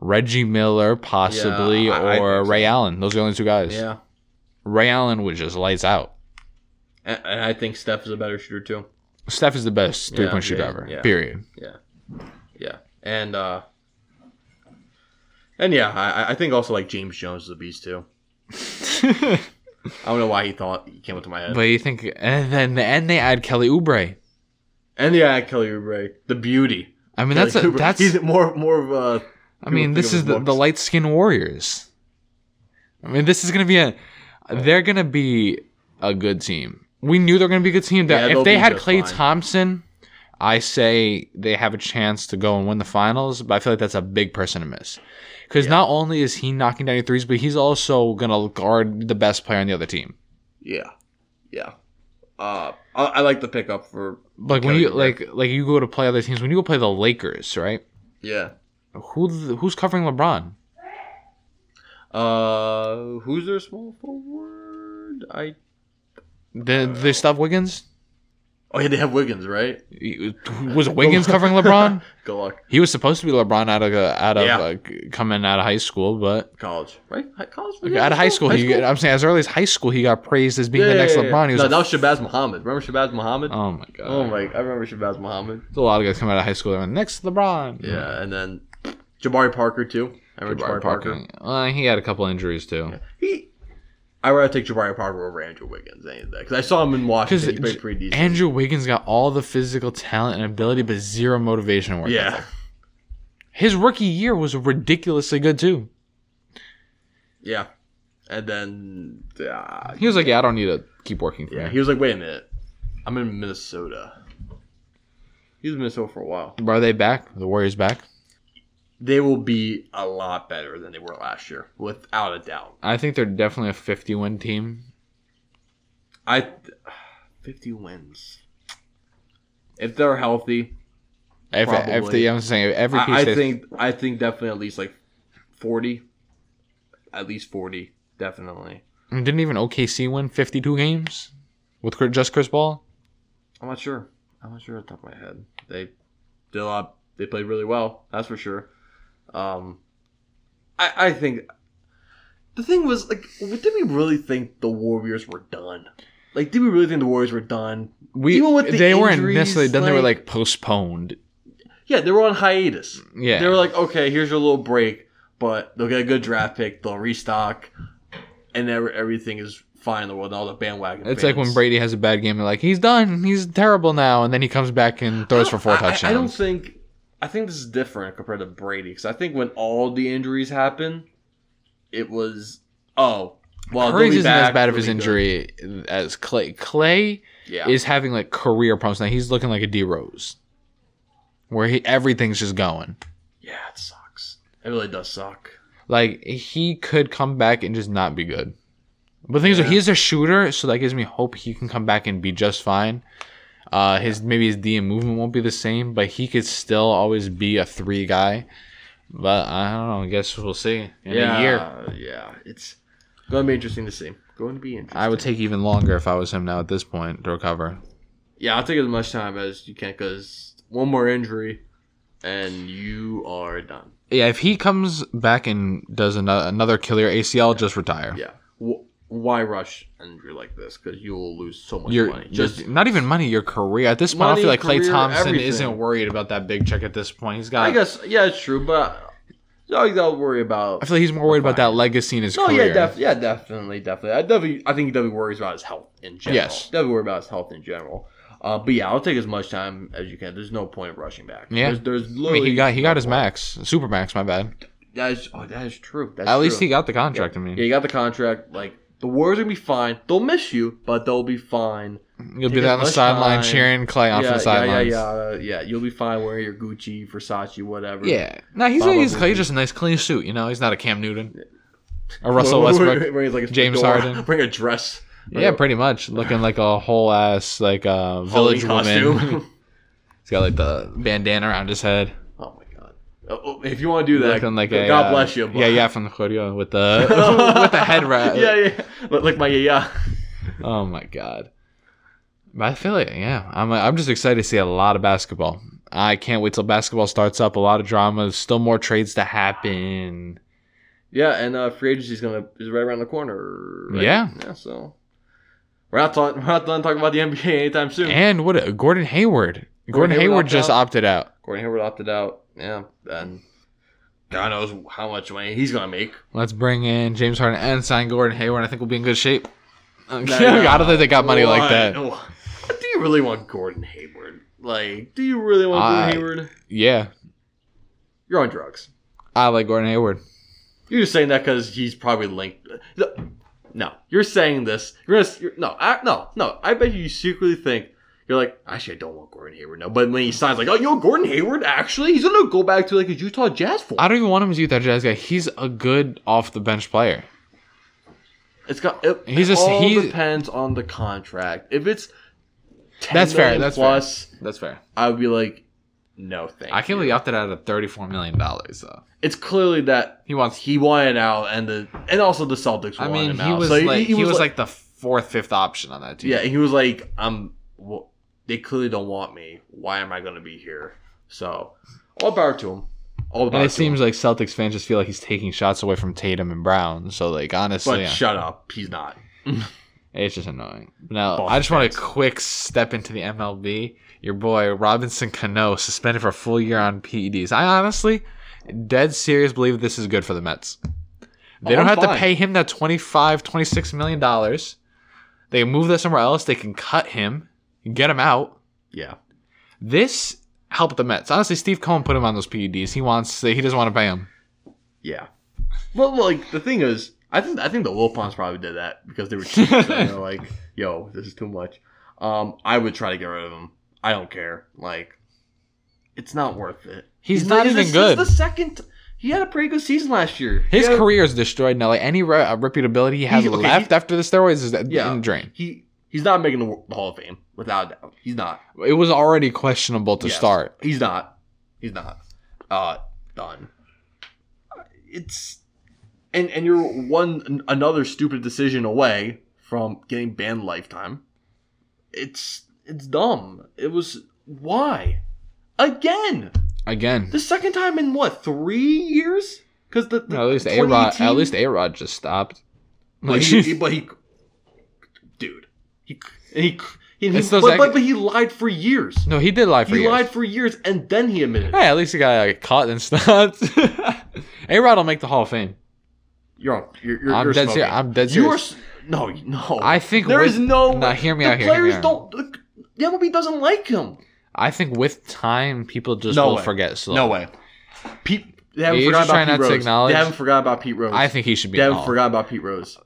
Speaker 3: Reggie Miller possibly
Speaker 2: Yeah, I- I
Speaker 3: or
Speaker 2: think so.
Speaker 3: Ray Allen. Those are the only two guys.
Speaker 2: yeah,
Speaker 3: Ray Allen was just lights out.
Speaker 2: and, and I think Steph is a better shooter too.
Speaker 3: Steph is the best
Speaker 2: Yeah,
Speaker 3: three point shooter
Speaker 2: yeah,
Speaker 3: ever.
Speaker 2: yeah.
Speaker 3: Period.
Speaker 2: Yeah, and uh, and yeah, I, I- I think also like James Jones is a beast too. I don't know why he thought he came up to my head.
Speaker 3: but you think, and then and they add Kelly Oubre.
Speaker 2: and yeah, Kelly Oubre, the beauty.
Speaker 3: I mean, that's a,
Speaker 2: Kelly Oubre.
Speaker 3: that's
Speaker 2: he's more more of a
Speaker 3: I mean,
Speaker 2: think
Speaker 3: this
Speaker 2: of his
Speaker 3: is the, the
Speaker 2: looks.
Speaker 3: light skinned warriors. I mean, this is gonna be a. They're gonna be a good team. We knew they're gonna be a good team.
Speaker 2: Yeah,
Speaker 3: That
Speaker 2: they'll
Speaker 3: if they
Speaker 2: be
Speaker 3: had
Speaker 2: just
Speaker 3: Clay
Speaker 2: fine.
Speaker 3: Thompson, I say they have a chance to go and win the finals. But I feel like that's a big person to miss, because not only is he knocking down your threes, but he's also gonna guard the best player on the other team.
Speaker 2: yeah, yeah. Uh, I, I like the pickup for
Speaker 3: Like when
Speaker 2: Kelly
Speaker 3: you
Speaker 2: Oubre.
Speaker 3: like like you go to play other teams, when you go play the Lakers, right?
Speaker 2: yeah.
Speaker 3: Who th- who's covering LeBron?
Speaker 2: Uh, who's their small forward? I
Speaker 3: They, they stop Wiggins.
Speaker 2: oh yeah, they have Wiggins, right?
Speaker 3: Was Wiggins covering LeBron?
Speaker 2: Good luck,
Speaker 3: He was supposed to be LeBron out of uh, out of
Speaker 2: Yeah.
Speaker 3: uh, coming out of high school, but
Speaker 2: college, right? Hi- College
Speaker 3: like, out of high school, he, I'm saying as early as high school, he got praised as being the next LeBron. He was
Speaker 2: no,
Speaker 3: a-
Speaker 2: that was Shabazz Muhammad. Remember Shabazz Muhammad?
Speaker 3: oh my god,
Speaker 2: oh my, I remember Shabazz Muhammad.
Speaker 3: There's a lot of guys coming out of high school. They're like, next LeBron.
Speaker 2: Yeah, and then Jabari Parker too. I remember Jabari,
Speaker 3: Jabari
Speaker 2: Parker.
Speaker 3: Parker. Uh, he had a couple injuries too.
Speaker 2: He, I would rather take Jabari Parker over Andrew Wiggins any day because I saw him in
Speaker 3: Because
Speaker 2: Washington. He played pretty decent.
Speaker 3: Andrew Wiggins got all the physical talent and ability, but zero motivation and work
Speaker 2: yeah,
Speaker 3: ethic. His rookie year was ridiculously good too.
Speaker 2: yeah, and then uh,
Speaker 3: He was like, "Yeah, I don't need to keep working for
Speaker 2: yeah,
Speaker 3: yeah,
Speaker 2: he was like, wait a minute, I'm in Minnesota. He was in Minnesota for a while.
Speaker 3: Are they back? The Warriors back?
Speaker 2: They will be a lot better than they were last year, without a doubt.
Speaker 3: I think they're definitely a 50 win team.
Speaker 2: I, fifty wins. If they're healthy,
Speaker 3: If, if
Speaker 2: Probably.
Speaker 3: the, I'm saying if every piece
Speaker 2: I, I
Speaker 3: stays-
Speaker 2: think I think definitely at least like forty, at least forty, definitely.
Speaker 3: I mean, didn't even OKC win 52 games with Chris- just Chris Paul.
Speaker 2: I'm not sure. I'm not sure off the top of my head. They did a lot. They played really well. That's for sure. Um, I I think the thing was like, did we really think the Warriors were done? Like, did we really think the Warriors were done?
Speaker 3: We
Speaker 2: Even with the
Speaker 3: they weren't
Speaker 2: injuries,
Speaker 3: necessarily done. they were
Speaker 2: like-
Speaker 3: like postponed.
Speaker 2: Yeah, they were on hiatus.
Speaker 3: Yeah,
Speaker 2: They were like, okay, here's your little break, but they'll get a good draft pick, they'll restock, and ev- everything is fine in the world. And all the bandwagon.
Speaker 3: it's like
Speaker 2: fans.
Speaker 3: when Brady has a bad game. They're like, he's done. He's terrible now, and then he comes back and throws for four
Speaker 2: I- I-
Speaker 3: touchdowns.
Speaker 2: I, don't think. I think this is different compared to Brady because I think when all the injuries happen, it was oh well.
Speaker 3: Curry
Speaker 2: they'll be
Speaker 3: isn't
Speaker 2: back,
Speaker 3: as bad of
Speaker 2: they'll
Speaker 3: his
Speaker 2: be
Speaker 3: injury as Clay. Clay
Speaker 2: good. Yeah,
Speaker 3: is having like career problems now. He's looking like a D Rose, where he everything's just going.
Speaker 2: yeah, it sucks. It really does suck.
Speaker 3: Like he could come back and just not be good. But the thing
Speaker 2: Yeah.
Speaker 3: is, he's a shooter, so that gives me hope he can come back and be just fine. Uh, his maybe his DM movement won't be the same, but he could still always be a three guy. But I don't know. I guess we'll see in
Speaker 2: yeah,
Speaker 3: a year.
Speaker 2: yeah, it's going to be interesting to see. Going to be interesting.
Speaker 3: I would take even longer if I was him now at this point to recover.
Speaker 2: Yeah, I'll take as much time as you can because one more injury and you are done.
Speaker 3: Yeah, if he comes back and does another, another killer ACL, just retire.
Speaker 2: Yeah. Wh- why rush an injury like this? Because you will lose so much
Speaker 3: Your,
Speaker 2: money.
Speaker 3: your-
Speaker 2: Just
Speaker 3: not even money, your career. At this point, I
Speaker 2: Money,
Speaker 3: feel like Clay
Speaker 2: career,
Speaker 3: Thompson
Speaker 2: everything.
Speaker 3: isn't worried about that big check at this point. He's got.
Speaker 2: I
Speaker 3: I,
Speaker 2: guess yeah, it's true, but all you gotta worry about.
Speaker 3: feel like he's more worried about that legacy in his
Speaker 2: no,
Speaker 3: career.
Speaker 2: yeah, def- yeah, definitely, definitely. I definitely, I think Debbie worries about his health in general.
Speaker 3: Yes.
Speaker 2: Debbie worries about his health in general. Uh, but yeah, I'll take as much time as you can. There's no point rushing back.
Speaker 3: Yeah.
Speaker 2: there's, there's
Speaker 3: I
Speaker 2: literally
Speaker 3: mean, he got he got his
Speaker 2: no
Speaker 3: max, super max. My bad.
Speaker 2: point. That is, oh, that is true. That's
Speaker 3: At least
Speaker 2: true.
Speaker 3: he got the contract. I mean,
Speaker 2: Yeah, you got the contract. Like the Warriors are gonna be fine. They'll miss you, but they'll be fine.
Speaker 3: you'll
Speaker 2: Take
Speaker 3: be
Speaker 2: as
Speaker 3: there on the
Speaker 2: much time.
Speaker 3: sideline cheering Clay on
Speaker 2: yeah,
Speaker 3: from the
Speaker 2: yeah, yeah,
Speaker 3: sidelines.
Speaker 2: yeah, uh, yeah. You'll be fine wearing your Gucci, Versace, whatever.
Speaker 3: Yeah. No, he's
Speaker 2: Probably.
Speaker 3: he's, he's just a nice clean suit. You know, he's not a Cam Newton, a Russell Westbrook.
Speaker 2: Wearing like a
Speaker 3: James
Speaker 2: fedora,
Speaker 3: Harden.
Speaker 2: Wearing a dress.
Speaker 3: Yeah, pretty much looking like a whole ass like uh, village
Speaker 2: Halloween
Speaker 3: woman. he's got like the bandana around his head,
Speaker 2: oh my god. Oh, oh, If you want to do that,
Speaker 3: looking like a
Speaker 2: God
Speaker 3: uh,
Speaker 2: bless you. but-
Speaker 3: Yeah, yeah, from the choreo with the with the head wrap.
Speaker 2: yeah, yeah. Look like my yeah.
Speaker 3: Oh my god. But I feel like yeah, I'm I'm just excited to see a lot of basketball. I can't wait till basketball starts up. A lot of drama. Still more trades to happen.
Speaker 2: Yeah, and uh, free agency is gonna is right around the corner. right?
Speaker 3: Yeah.
Speaker 2: Yeah. So we're not talking. We're not done talking about the NBA anytime soon.
Speaker 3: And what Gordon Hayward. Gordon,
Speaker 2: Hayward
Speaker 3: Hayward
Speaker 2: opted
Speaker 3: just
Speaker 2: out.
Speaker 3: opted out.
Speaker 2: Gordon Hayward opted out. Yeah, and God knows how much money he's gonna make.
Speaker 3: Let's bring in James Harden and sign Gordon Hayward. I think we'll be in good shape. Okay,
Speaker 2: Nah,
Speaker 3: I don't think they got money like
Speaker 2: why-
Speaker 3: that.
Speaker 2: why- Do you really want Gordon Hayward? Like, do you really want
Speaker 3: I-
Speaker 2: Gordon Hayward?
Speaker 3: Yeah,
Speaker 2: You're on drugs.
Speaker 3: I like Gordon Hayward.
Speaker 2: You're just saying that because he's probably linked. No, no, you're saying this. You're gonna. You're, no, I, no, no. I bet you secretly think you're like, actually, I don't want Gordon Hayward. No, but when he signs, like, oh, you know, Gordon Hayward. Actually, he's gonna go back to like a Utah Jazz form.
Speaker 3: I don't even want him as a Utah Jazz guy. He's a good off the bench player.
Speaker 2: It's got. It,
Speaker 3: He's
Speaker 2: he's
Speaker 3: just-
Speaker 2: just. All
Speaker 3: he's-
Speaker 2: depends on the contract. If it's. 10
Speaker 3: That's fair,
Speaker 2: million
Speaker 3: that's fair.
Speaker 2: plus.
Speaker 3: That's fair.
Speaker 2: I would be like, no, thank.
Speaker 3: I can't
Speaker 2: you.
Speaker 3: believe he opted out at thirty-four million dollars though.
Speaker 2: It's clearly that
Speaker 3: He wants.
Speaker 2: he wanted out, and the and also the Celtics.
Speaker 3: I
Speaker 2: wanted
Speaker 3: mean,
Speaker 2: him
Speaker 3: he
Speaker 2: out.
Speaker 3: was
Speaker 2: So
Speaker 3: like he, was like, the fourth, fifth option on that team.
Speaker 2: yeah, he was like, I'm. Well, they clearly don't want me. Why am I going to be here? So, all power to him. All
Speaker 3: and
Speaker 2: power
Speaker 3: it
Speaker 2: to
Speaker 3: seems
Speaker 2: him.
Speaker 3: like Celtics fans just feel like he's taking shots away from Tatum and Brown. So like honestly,
Speaker 2: But
Speaker 3: yeah,
Speaker 2: shut up, he's not.
Speaker 3: it's just annoying. Now
Speaker 2: Boston
Speaker 3: I just want
Speaker 2: fans.
Speaker 3: to quick step into the MLB. Your boy Robinson Cano suspended for a full year on PEDs. I honestly, dead serious, believe this is good for the Mets. They
Speaker 2: Oh,
Speaker 3: don't
Speaker 2: I'm
Speaker 3: have to
Speaker 2: fine.
Speaker 3: pay him that 25 26 million dollars. They can move that somewhere else. They can cut him, get him out.
Speaker 2: Yeah,
Speaker 3: This helped the Mets. Honestly, Steve Cohen put him on those PEDs. He wants he doesn't want to pay him.
Speaker 2: yeah. Well, like the thing is, I think I think the Wilpons probably did that because they were cheap. so they're like, yo, this is too much. Um, I would try to get rid of him. I don't care. Like, it's not worth it.
Speaker 3: He's not even
Speaker 2: this is
Speaker 3: good.
Speaker 2: The second, he had a pretty good season last year. He
Speaker 3: His
Speaker 2: had-
Speaker 3: career is destroyed now. Like any re- uh, reputability he has
Speaker 2: He- okay,
Speaker 3: left
Speaker 2: he-
Speaker 3: after the steroids is that
Speaker 2: Yeah.
Speaker 3: in the drain.
Speaker 2: he he's not making the, the Hall of Fame without a doubt. He's not.
Speaker 3: It was already questionable to
Speaker 2: Yes.
Speaker 3: start.
Speaker 2: He's not. He's not. Uh, done. Uh, It's and and you're one an- another stupid decision away from getting banned lifetime. It's it's dumb. It was why again
Speaker 3: Again,
Speaker 2: the second time in what three years? Because the, the
Speaker 3: No, at least A Rod,
Speaker 2: 2018
Speaker 3: at least A Rod just stopped.
Speaker 2: But
Speaker 3: Like,
Speaker 2: he, he- but he, dude, he and he. And he
Speaker 3: It's those
Speaker 2: but,
Speaker 3: act-
Speaker 2: but, but he lied for years.
Speaker 3: no, he did lie for
Speaker 2: he
Speaker 3: years.
Speaker 2: lied for years and then he admitted. it.
Speaker 3: Hey, at least he got like, caught and stopped. A Rod will make the Hall of Fame.
Speaker 2: You're on. You're, you're,
Speaker 3: I'm
Speaker 2: you're
Speaker 3: dead
Speaker 2: smoking.
Speaker 3: serious. I'm dead
Speaker 2: You are.
Speaker 3: serious.
Speaker 2: s- No, no.
Speaker 3: I think
Speaker 2: there
Speaker 3: with-
Speaker 2: is no.
Speaker 3: Nah, hear me
Speaker 2: the
Speaker 3: out here, hear me
Speaker 2: Players
Speaker 3: out.
Speaker 2: don't. The, the MLB doesn't like him.
Speaker 3: I think with time, people just
Speaker 2: No
Speaker 3: will
Speaker 2: way.
Speaker 3: forget. So
Speaker 2: way. Pete. They haven't
Speaker 3: You're
Speaker 2: forgot
Speaker 3: just trying
Speaker 2: about
Speaker 3: not
Speaker 2: Pete
Speaker 3: to
Speaker 2: Rose.
Speaker 3: acknowledge-
Speaker 2: They haven't forgot about Pete Rose.
Speaker 3: I think he should be.
Speaker 2: they
Speaker 3: in
Speaker 2: haven't
Speaker 3: the Hall.
Speaker 2: forgot about Pete Rose. If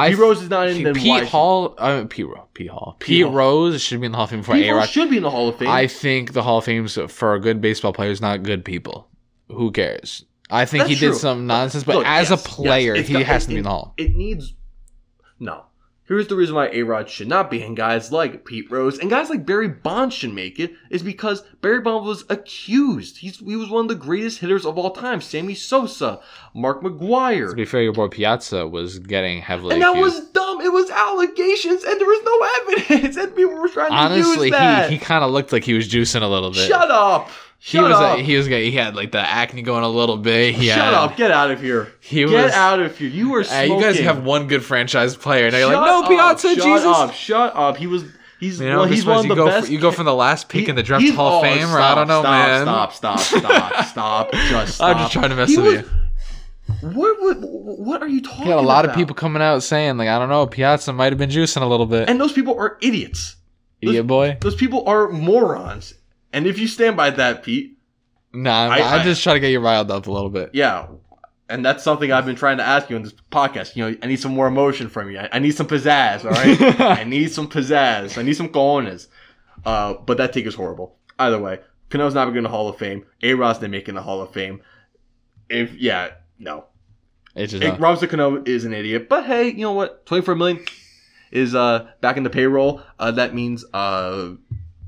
Speaker 3: I
Speaker 2: Pete Rose is not in,
Speaker 3: He-
Speaker 2: then why
Speaker 3: Pete
Speaker 2: should-
Speaker 3: Hall, uh, Pete Rose, Pete Hall, Pete,
Speaker 2: Hall.
Speaker 3: Rose should be in the Hall of Fame before
Speaker 2: Pete
Speaker 3: A
Speaker 2: Rose
Speaker 3: Rod.
Speaker 2: should be in the Hall of Fame.
Speaker 3: I think the Hall of Fame's for good baseball players, not good people. Who cares? I think
Speaker 2: That's
Speaker 3: he did
Speaker 2: true.
Speaker 3: some nonsense, but
Speaker 2: Look, yes,
Speaker 3: as a
Speaker 2: yes,
Speaker 3: player,
Speaker 2: it's
Speaker 3: he
Speaker 2: got-
Speaker 3: has
Speaker 2: it-
Speaker 3: to be in the Hall.
Speaker 2: It needs. No. Here's the reason why A Rod should not be, and guys like Pete Rose and guys like Barry Bonds should make it, is because Barry Bonds was accused. He's, he was one of the greatest hitters of all time. Sammy Sosa, Mark
Speaker 3: To
Speaker 2: McGuire.
Speaker 3: be fair, your boy Piazza was getting heavily.
Speaker 2: And that
Speaker 3: accused.
Speaker 2: was dumb. It was allegations, and there was no evidence, and people were trying to
Speaker 3: honestly
Speaker 2: use that.
Speaker 3: he he kind of looked like he was juicing a little bit.
Speaker 2: Shut up.
Speaker 3: He
Speaker 2: Shut
Speaker 3: was uh,
Speaker 2: up.
Speaker 3: he was he had like the acne going a little bit. He had-
Speaker 2: Shut up. Get out of here.
Speaker 3: He
Speaker 2: Get
Speaker 3: was.
Speaker 2: out of here. You are
Speaker 3: Uh,
Speaker 2: smoking.
Speaker 3: you guys have one good franchise player. Now you're
Speaker 2: Shut
Speaker 3: like, no,
Speaker 2: up,
Speaker 3: Piazza,
Speaker 2: shut
Speaker 3: Jesus.
Speaker 2: up, shut up. He was. He's,
Speaker 3: You know,
Speaker 2: well,
Speaker 3: this
Speaker 2: he's
Speaker 3: was-
Speaker 2: one of
Speaker 3: you
Speaker 2: the
Speaker 3: go
Speaker 2: best.
Speaker 3: For, you go from the last pick
Speaker 2: He-
Speaker 3: in the draft
Speaker 2: he's-
Speaker 3: Hall of
Speaker 2: oh,
Speaker 3: Fame, or I
Speaker 2: stop,
Speaker 3: don't know,
Speaker 2: stop,
Speaker 3: man.
Speaker 2: Stop, stop, stop, stop. Just stop.
Speaker 3: I'm just trying to mess
Speaker 2: He
Speaker 3: with
Speaker 2: was- What, what, what are you talking
Speaker 3: He had a lot of
Speaker 2: about?
Speaker 3: people coming out saying, like, I don't know, Piazza might have been juicing a little bit.
Speaker 2: And those people are idiots.
Speaker 3: Idiot boy.
Speaker 2: Those people are morons. And if you stand by that, Pete,
Speaker 3: Nah, I'm,
Speaker 2: I-
Speaker 3: I'm
Speaker 2: I-
Speaker 3: just trying to get you riled up a little bit.
Speaker 2: yeah. And that's something I've been trying to ask you in this podcast. You know, I need some more emotion from you. I, I need some pizzazz, all right? I need some pizzazz. I need some cojones. Uh, but that take is horrible. Either way, Cano's not going to Hall of Fame. A Rod's not making the Hall of Fame. If yeah, no.
Speaker 3: it's just
Speaker 2: It,
Speaker 3: not-
Speaker 2: Robinson Cano is an idiot. But hey, you know what? Twenty four million is uh back in the payroll. Uh, that means uh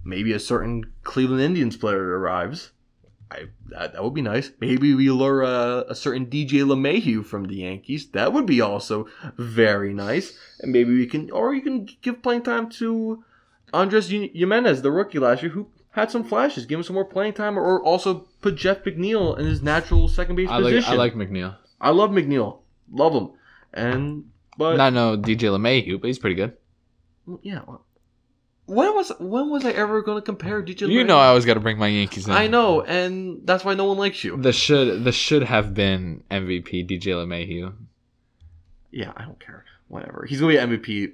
Speaker 2: maybe a certain Cleveland Indians player arrives. I that, that would be nice. Maybe we lure uh, a certain DJ LeMahieu from the Yankees. That would be also very nice. And maybe we can, or you can give playing time to Andres Yu- Jimenez, the rookie last year, who had some flashes. Give him some more playing time, or also put Jeff McNeil in his natural second base
Speaker 3: I
Speaker 2: position.
Speaker 3: like I like McNeil.
Speaker 2: I love McNeil. Love him. And but
Speaker 3: Not no DJ LeMahieu, but he's pretty good.
Speaker 2: yeah. When was when was I ever going to compare DJ?
Speaker 3: You
Speaker 2: LeMahieu?
Speaker 3: know I always got to bring my Yankees in.
Speaker 2: I know, and that's why no one likes you.
Speaker 3: The should the should have been MVP DJ LeMahieu.
Speaker 2: Yeah, I don't care. Whatever. He's going to be an MVP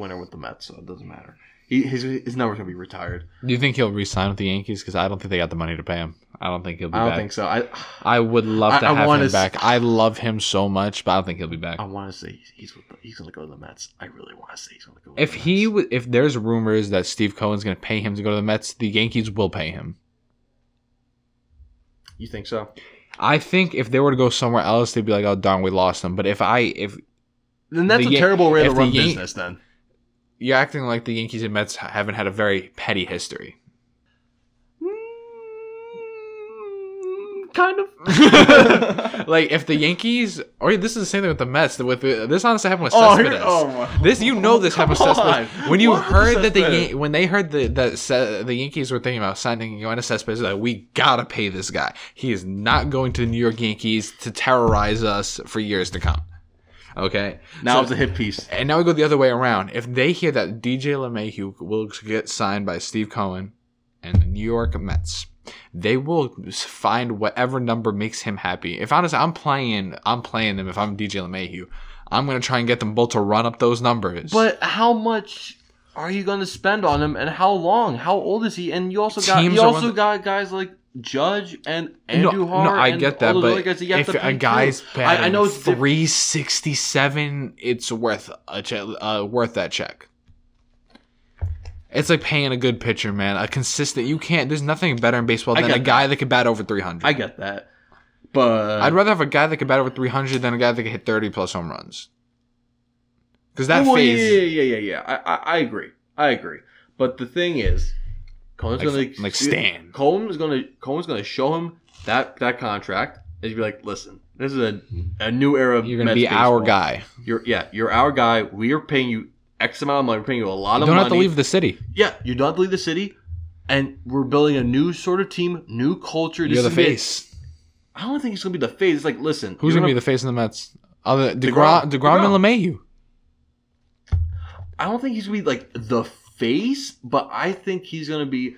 Speaker 2: winner with the Mets, so it doesn't matter. He, his his number's going to be retired.
Speaker 3: Do you think he'll re-sign with the Yankees? Because I don't think they got the money to pay him. I don't think he'll be
Speaker 2: I don't
Speaker 3: back.
Speaker 2: think so. I
Speaker 3: I would love
Speaker 2: I-
Speaker 3: to
Speaker 2: I
Speaker 3: have him
Speaker 2: wanna s-
Speaker 3: back. I love him so much, but I don't think he'll be back.
Speaker 2: I want to say he's with the, he's going to go to the Mets. I really want to say he's going to go. To
Speaker 3: If
Speaker 2: the
Speaker 3: he
Speaker 2: Mets.
Speaker 3: w- if there's rumors that Steve Cohen's going to pay him to go to the Mets, the Yankees will pay him.
Speaker 2: you think so?
Speaker 3: I think if they were to go somewhere else, they'd be like, "Oh darn, we lost him." But if I if
Speaker 2: Then that's
Speaker 3: The
Speaker 2: a
Speaker 3: Yan-
Speaker 2: terrible way to
Speaker 3: if the
Speaker 2: run
Speaker 3: Yan-
Speaker 2: business. Then
Speaker 3: you're acting like the Yankees and Mets haven't had a very petty history.
Speaker 2: kind of.
Speaker 3: like if the Yankees, or this is the same thing with the Mets. With the, this honestly happened with
Speaker 2: oh,
Speaker 3: Cespedes.
Speaker 2: here, oh my.
Speaker 3: This you know this
Speaker 2: Come
Speaker 3: happened with Cespedes.
Speaker 2: on.
Speaker 3: When you
Speaker 2: What was
Speaker 3: heard that the
Speaker 2: Cespedes?
Speaker 3: Yan- when they heard the that Se- the Yankees were thinking about signing Yoenis Cespedes, they're like we gotta pay this guy. He is not going to the New York Yankees to terrorize us for years to come. Okay,
Speaker 2: Now
Speaker 3: So-
Speaker 2: it's a hit piece.
Speaker 3: and now we go the other way around. If they hear that DJ LeMahieu will get signed by Steve Cohen and the New York Mets, they will find whatever number makes him happy. If honestly, I'm playing, I'm playing them. If I'm DJ LeMahieu, I'm gonna try and get them both to run up those numbers.
Speaker 2: But how much are you going to spend on him, and how long? How old is he? And you also got
Speaker 3: Teams
Speaker 2: you
Speaker 3: are
Speaker 2: also
Speaker 3: one-
Speaker 2: got guys like Judge and Andrew
Speaker 3: no,
Speaker 2: Har.
Speaker 3: no, I
Speaker 2: and
Speaker 3: get
Speaker 2: all
Speaker 3: that,
Speaker 2: those
Speaker 3: but
Speaker 2: other guys that you have
Speaker 3: if
Speaker 2: to
Speaker 3: a
Speaker 2: pay,
Speaker 3: guy's
Speaker 2: too.
Speaker 3: batting
Speaker 2: I, I know it's diff-
Speaker 3: three sixty seven, it's worth a check, uh, worth that check. It's like paying a good pitcher, man. A consistent. You can't. There's nothing better in baseball
Speaker 2: I
Speaker 3: than
Speaker 2: get
Speaker 3: a guy that, can bat over three
Speaker 2: I
Speaker 3: hundred.
Speaker 2: get that, but
Speaker 3: I'd rather have a guy that can bat over three hundred than a guy that can hit thirty plus home runs. Because that
Speaker 2: Well, yeah,
Speaker 3: phase,
Speaker 2: Yeah, yeah, yeah, yeah. I, I, I agree. I agree. But the thing is, Cohen's
Speaker 3: Like-
Speaker 2: gonna
Speaker 3: like Stan.
Speaker 2: Cohen's gonna Cohen's gonna show him that that contract and he'd be like, listen, this is a, a new era. of
Speaker 3: you're gonna
Speaker 2: Mets
Speaker 3: be our
Speaker 2: baseball.
Speaker 3: guy.
Speaker 2: You're yeah, you're our guy. We are paying you X amount of money. We're paying you a lot
Speaker 3: You
Speaker 2: of
Speaker 3: don't
Speaker 2: money.
Speaker 3: have to leave the city.
Speaker 2: Yeah, you don't have to leave the city, and we're building a new sort of team, new culture. This
Speaker 3: You're the
Speaker 2: is gonna be-
Speaker 3: face.
Speaker 2: I don't think he's gonna be the face. It's like, listen,
Speaker 3: Who's
Speaker 2: you're
Speaker 3: gonna be the face in the Mets? Other Degrom,
Speaker 2: DeGrom.
Speaker 3: Degrom and Lemayhew.
Speaker 2: I don't think he's gonna be like the face, but I think he's gonna be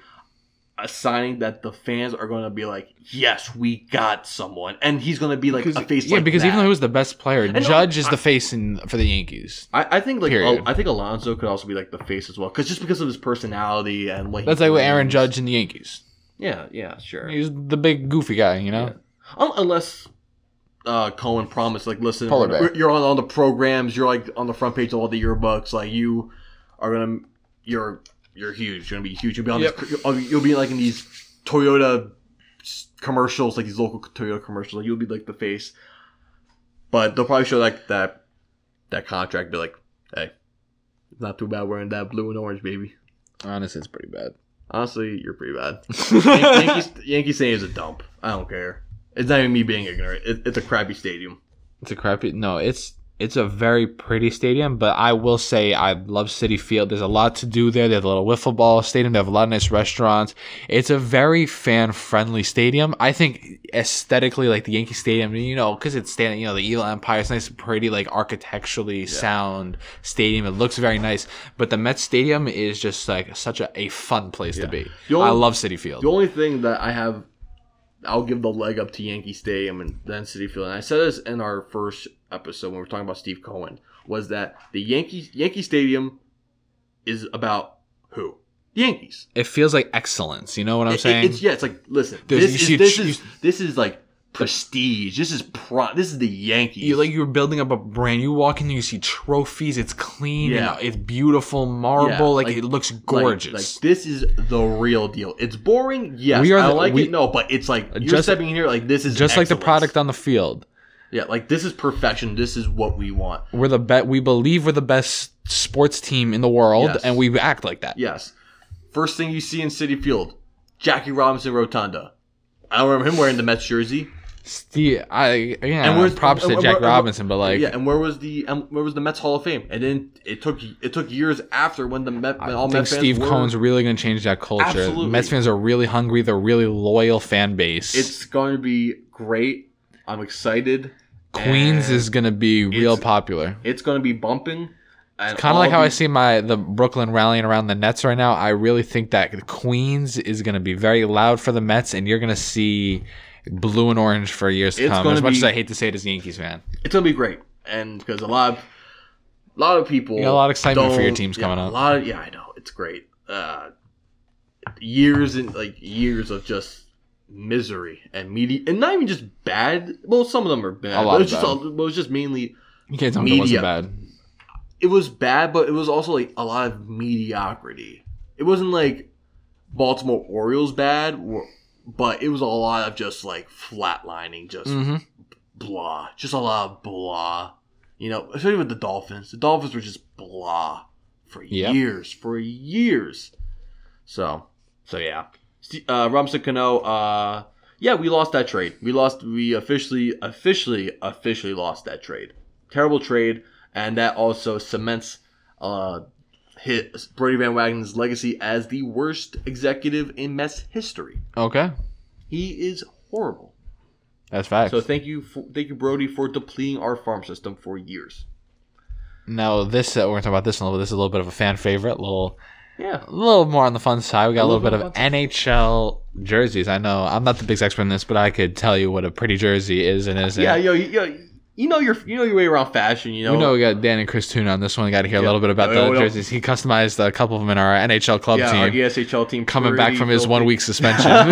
Speaker 2: a signing that the fans are gonna be like, yes, we got someone, and he's gonna be like a face.
Speaker 3: Yeah,
Speaker 2: like
Speaker 3: because
Speaker 2: that.
Speaker 3: even though he was the best player,
Speaker 2: no,
Speaker 3: Judge is the face in, for the Yankees.
Speaker 2: I, I think like
Speaker 3: Period.
Speaker 2: Al- I think Alonso could also be like the face as well, because just because of his personality and what he
Speaker 3: That's like with Aaron
Speaker 2: brings.
Speaker 3: Judge in the Yankees.
Speaker 2: Yeah, yeah, sure.
Speaker 3: He's the big goofy guy, you know.
Speaker 2: Un- unless uh, Cohen promised, like, listen,
Speaker 3: Polar bear.
Speaker 2: we're- you're on all the programs, you're like on the front page of all the yearbooks, like you are gonna, you're you're huge, you're gonna be huge, you'll be on
Speaker 3: Yep.
Speaker 2: this, you'll, you'll be like in these Toyota s- commercials, like these local Toyota commercials, like you'll be like the face, but they'll probably show like that that contract, be like, hey, It's not too bad wearing that blue and orange, baby.
Speaker 3: Honestly, it's pretty bad.
Speaker 2: Honestly, you're pretty bad. Yan- Yankees, Yankee Stadium's a dump. I don't care. It's not even me being ignorant. It, it's a crappy stadium.
Speaker 3: It's a crappy. No, it's it's a very pretty stadium, but I will say I love City Field. There's a lot to do there. They have a little wiffle ball stadium. They have a lot of nice restaurants. It's a very fan friendly stadium. I think aesthetically, like the Yankee Stadium, you know, because it's standing, you know, the Eagle Empire. It's nice, pretty, like architecturally sound stadium. It looks very nice. But the Met Stadium is just like such a, a fun place to be.
Speaker 2: The only-
Speaker 3: I love City Field.
Speaker 2: The only thing that I have, I'll give the leg up to Yankee Stadium and then City Field. And I said this in our first episode when we were talking about Steve Cohen was that the Yankees Yankee Stadium is about who? The Yankees.
Speaker 3: it feels like excellence. You know what I'm
Speaker 2: It- it-
Speaker 3: saying?
Speaker 2: it's yeah. It's like listen, this
Speaker 3: There's- you
Speaker 2: is,
Speaker 3: see a
Speaker 2: this
Speaker 3: tr-
Speaker 2: is this is like prestige. This is pro. This is the Yankees.
Speaker 3: you like you're building up a brand. You walk in there, you see trophies. It's clean.
Speaker 2: Yeah.
Speaker 3: And it's beautiful marble.
Speaker 2: Yeah,
Speaker 3: like,
Speaker 2: like-
Speaker 3: it looks
Speaker 2: Like-
Speaker 3: gorgeous.
Speaker 2: Like, this is the real deal. It's boring, yes.
Speaker 3: We are
Speaker 2: I
Speaker 3: the-
Speaker 2: like
Speaker 3: we-
Speaker 2: it, no, but it's like you're
Speaker 3: Just-
Speaker 2: stepping in here like this is
Speaker 3: just like the
Speaker 2: excellence.
Speaker 3: product on the field.
Speaker 2: Yeah, like this is perfection. This is what we want.
Speaker 3: We're the bet. We believe we're the best sports team in the world,
Speaker 2: Yes.
Speaker 3: and we act like that.
Speaker 2: Yes. First thing you see in City Field, Jackie Robinson Rotunda. I don't remember him wearing the Mets jersey.
Speaker 3: Steve, I yeah.
Speaker 2: And
Speaker 3: And
Speaker 2: where's-
Speaker 3: props
Speaker 2: and-
Speaker 3: to
Speaker 2: and-
Speaker 3: Jack
Speaker 2: and-
Speaker 3: Robinson, but like
Speaker 2: yeah, and where was the and where was the Mets Hall of Fame? And then it took it took years after when the Met when
Speaker 3: I
Speaker 2: all
Speaker 3: think
Speaker 2: Mets fans
Speaker 3: Steve
Speaker 2: were-
Speaker 3: Cohen's really going to change that culture.
Speaker 2: Absolutely.
Speaker 3: Mets fans are really hungry. They're really loyal fan base.
Speaker 2: It's going to be great. I'm excited.
Speaker 3: Queens
Speaker 2: and
Speaker 3: is going to be real
Speaker 2: it's-
Speaker 3: popular.
Speaker 2: it's going to be bumping. It's
Speaker 3: Kind of like how I see my the Brooklyn rallying around the Nets right now. I really think that Queens is going to be very loud for the Mets, and you're going to see blue and orange for years to
Speaker 2: It's
Speaker 3: come.
Speaker 2: gonna
Speaker 3: As much
Speaker 2: be-
Speaker 3: as I hate to say it as a Yankees fan,
Speaker 2: it's gonna be great, and because a lot of a lot of people
Speaker 3: You got a lot of excitement for your
Speaker 2: don't-
Speaker 3: teams
Speaker 2: yeah,
Speaker 3: coming
Speaker 2: A
Speaker 3: up.
Speaker 2: lot of yeah, I know it's great. Uh, years and like years of just misery and media, and not even just bad. Well, some of them are bad.
Speaker 3: A
Speaker 2: A
Speaker 3: lot
Speaker 2: lot it was
Speaker 3: of
Speaker 2: just all, it was just mainly
Speaker 3: you can't tell me it
Speaker 2: Media.
Speaker 3: wasn't bad.
Speaker 2: it was bad, but it was also like a lot of mediocrity. It wasn't like Baltimore Orioles bad, or- but it was a lot of just like flatlining, just
Speaker 3: hmm
Speaker 2: blah. Just a lot of blah. You know, especially with the Dolphins. The Dolphins were just blah for
Speaker 3: Yep.
Speaker 2: years, for years. So, so yeah. Ste uh, Robinson Cano, uh, yeah, we lost that trade. We lost, we officially, officially, officially lost that trade. Terrible trade. And that also cements uh, his, Brady Van Wagen's legacy as the worst executive in Mets history.
Speaker 3: Okay,
Speaker 2: He is horrible.
Speaker 3: that's facts.
Speaker 2: So thank you, for, thank you, Brody, for depleting our farm system for years.
Speaker 3: now this uh, we're going to talk about this in a little bit. This is a little bit of a fan favorite. Little,
Speaker 2: Yeah,
Speaker 3: a little more on the fun side. We got a
Speaker 2: A
Speaker 3: little,
Speaker 2: little
Speaker 3: bit
Speaker 2: bit
Speaker 3: of NHL jerseys. I know I'm not the biggest expert in this, but I could tell you what a pretty jersey is and isn't.
Speaker 2: yeah, yo, yo, you know your, you know your way around fashion. You know,
Speaker 3: we know we got Dan and Chris Tuna on this one. We got to hear a
Speaker 2: Yeah. Oh,
Speaker 3: little bit about
Speaker 2: Yeah,
Speaker 3: the
Speaker 2: we don't-
Speaker 3: jerseys. He customized a couple of them in our NHL club
Speaker 2: yeah, our
Speaker 3: team,
Speaker 2: ESHL team
Speaker 3: coming back
Speaker 2: pretty
Speaker 3: from his
Speaker 2: filthy.
Speaker 3: one week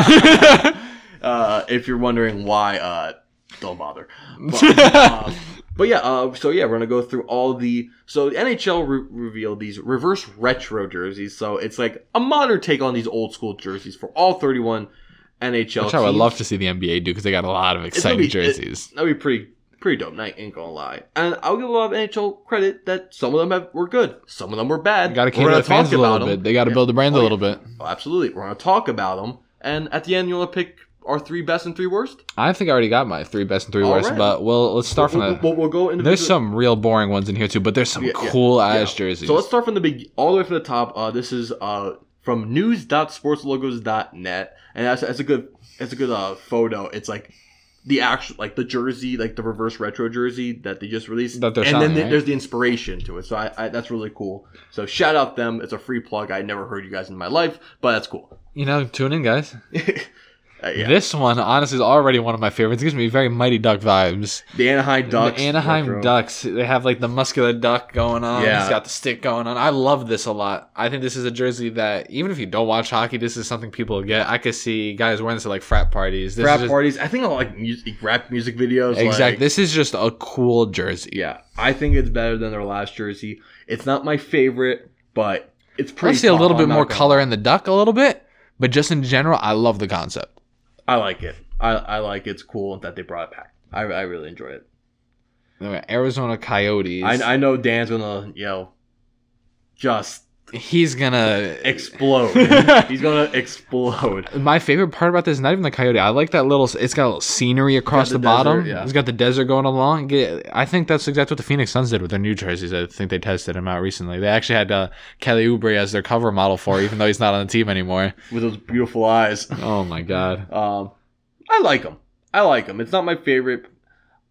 Speaker 3: suspension.
Speaker 2: Uh, if you're wondering why, uh, don't bother. But, um, but yeah, uh, so yeah, we're gonna go through all the so the NHL re- revealed these reverse retro jerseys. So it's like a modern take on these old school jerseys for all 31 NHL.
Speaker 3: Which I would
Speaker 2: teams.
Speaker 3: love to see the NBA do because they got a lot of
Speaker 2: gonna
Speaker 3: exciting
Speaker 2: be-
Speaker 3: jerseys.
Speaker 2: That'd be pretty pretty dope. I ain't gonna lie. And I'll give a lot of NHL credit that some of them have, were good, some of them were bad.
Speaker 3: Got to
Speaker 2: We're
Speaker 3: cater to
Speaker 2: gonna
Speaker 3: the fans
Speaker 2: talk
Speaker 3: a little
Speaker 2: about 'em.
Speaker 3: bit. They got to
Speaker 2: Yeah.
Speaker 3: build the brand
Speaker 2: Oh,
Speaker 3: a
Speaker 2: yeah.
Speaker 3: little bit.
Speaker 2: Oh, absolutely, we're gonna talk about them. And at the end, you wanna pick our three best and three worst.
Speaker 3: I think I already got my three best and three worst,
Speaker 2: Alright.
Speaker 3: but well, let's start from
Speaker 2: we'll,
Speaker 3: the.
Speaker 2: we'll, we'll go into
Speaker 3: There's some real boring ones in here too, but there's some
Speaker 2: Yeah, yeah,
Speaker 3: cool ass
Speaker 2: yeah.
Speaker 3: jerseys.
Speaker 2: So let's start from the big, all the way from the top. Uh, this is uh, from news.sportslogos.net, and that's, that's a good, that's a good uh, photo. It's like the actual, like the jersey, like the reverse retro jersey that they just released,
Speaker 3: That they're
Speaker 2: and
Speaker 3: selling,
Speaker 2: then the-
Speaker 3: right?
Speaker 2: there's the inspiration to it. So I, I, that's really cool. So shout out them. It's a free plug. I never heard you guys in my life, but that's cool.
Speaker 3: you know, tune in, guys.
Speaker 2: Uh, yeah.
Speaker 3: This one, honestly, is already one of my favorites. It gives me very Mighty Duck vibes.
Speaker 2: The Anaheim Ducks.
Speaker 3: the Anaheim
Speaker 2: retro.
Speaker 3: Ducks. They have like the muscular duck going on.
Speaker 2: Yeah.
Speaker 3: He's got the stick going on. I love this a lot. I think this is a jersey that even if you don't watch hockey, this is something people get. I could see guys wearing this at like frat parties. This
Speaker 2: Rap
Speaker 3: is just,
Speaker 2: parties. I think I like music, rap music videos.
Speaker 3: Exactly.
Speaker 2: like-
Speaker 3: this is just a cool jersey.
Speaker 2: Yeah, I think it's better than their last jersey. It's not my favorite, but it's
Speaker 3: I
Speaker 2: pretty.
Speaker 3: see a
Speaker 2: top.
Speaker 3: little bit
Speaker 2: I'm not
Speaker 3: more
Speaker 2: gonna-
Speaker 3: color in the duck, a little bit, but just in general, I love the concept.
Speaker 2: I like it. I, I like it. it's cool that they brought it back. I, I really enjoy it.
Speaker 3: Anyway, Arizona Coyotes.
Speaker 2: I, I know Dan's gonna you know just
Speaker 3: He's gonna.
Speaker 2: explode. He's gonna explode.
Speaker 3: My favorite part about this is not even the coyote. I like that little. It's got a little scenery across
Speaker 2: the
Speaker 3: the, bottom.
Speaker 2: desert, yeah.
Speaker 3: It's got the desert going along. Get- I think that's exactly what the Phoenix Suns did with their new jerseys. I think they tested them out recently. They actually had uh, Kelly Oubre as their cover model for, it, even though he's not on the team anymore.
Speaker 2: with those beautiful eyes.
Speaker 3: Oh my god!
Speaker 2: Um, I like him. I like him. It's not my favorite.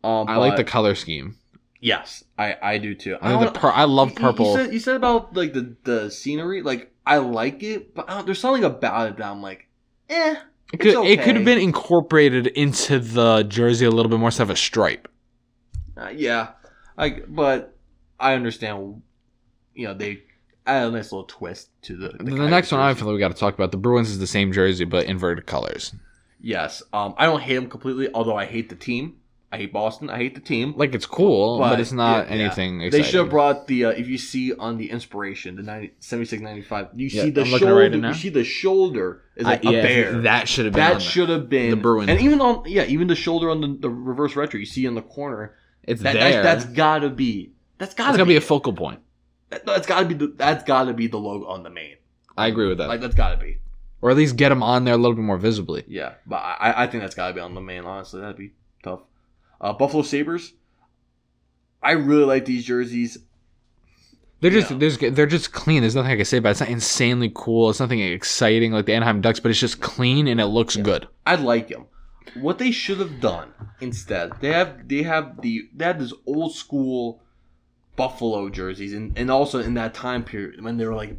Speaker 2: Um,
Speaker 3: I like the
Speaker 2: but
Speaker 3: color scheme.
Speaker 2: yes, I I do too.
Speaker 3: I, like
Speaker 2: don't-
Speaker 3: the pur- I
Speaker 2: you-
Speaker 3: love
Speaker 2: you-
Speaker 3: purple.
Speaker 2: You said, you said about like the the scenery. Like I like it, but I don't, there's something about it that I'm like, eh.
Speaker 3: It
Speaker 2: It's
Speaker 3: could, it could
Speaker 2: okay.
Speaker 3: have been incorporated into the jersey a little bit more so have a stripe.
Speaker 2: Uh, yeah, like but I understand. You know they add a nice little twist to the.
Speaker 3: The,
Speaker 2: Coyote
Speaker 3: next one I
Speaker 2: jersey.
Speaker 3: feel like we got to talk about the Bruins is the same jersey but inverted colors.
Speaker 2: Yes, um, I don't hate him completely. Although I hate the team. I hate Boston. I hate the team.
Speaker 3: Like it's cool, but,
Speaker 2: But,
Speaker 3: it's not
Speaker 2: yeah, yeah.
Speaker 3: anything.
Speaker 2: They
Speaker 3: Exciting.
Speaker 2: should have brought the uh, if you see on the inspiration the 90, 76 95 you
Speaker 3: Yeah,
Speaker 2: see the
Speaker 3: I'm looking
Speaker 2: shoulder
Speaker 3: right now.
Speaker 2: you see the shoulder is like
Speaker 3: Uh, yeah,
Speaker 2: a bear that,
Speaker 3: That should have been. on the-
Speaker 2: should have been
Speaker 3: the Bruins.
Speaker 2: and even on yeah even the shoulder on the, the reverse retro you see in the corner
Speaker 3: it's
Speaker 2: that,
Speaker 3: there.
Speaker 2: that that's gotta be that's
Speaker 3: it's
Speaker 2: gotta
Speaker 3: gonna
Speaker 2: be,
Speaker 3: be a focal point.
Speaker 2: that, has gotta be the, that's gotta be the logo on the main
Speaker 3: I agree with that,
Speaker 2: like that's gotta be
Speaker 3: or at least get them on there a little bit more visibly.
Speaker 2: yeah but I I- I think that's gotta be on the main honestly that'd be tough uh, Buffalo Sabers I really like these jerseys
Speaker 3: They're just
Speaker 2: Yeah.
Speaker 3: there's they're just clean. There's nothing I can say about. It. It's not insanely cool. It's nothing exciting like the Anaheim Ducks, but it's just clean and it looks good.
Speaker 2: I like him. What they should have done instead, they have they have the they have this old school Buffalo jerseys, and, and also in that time period when they were like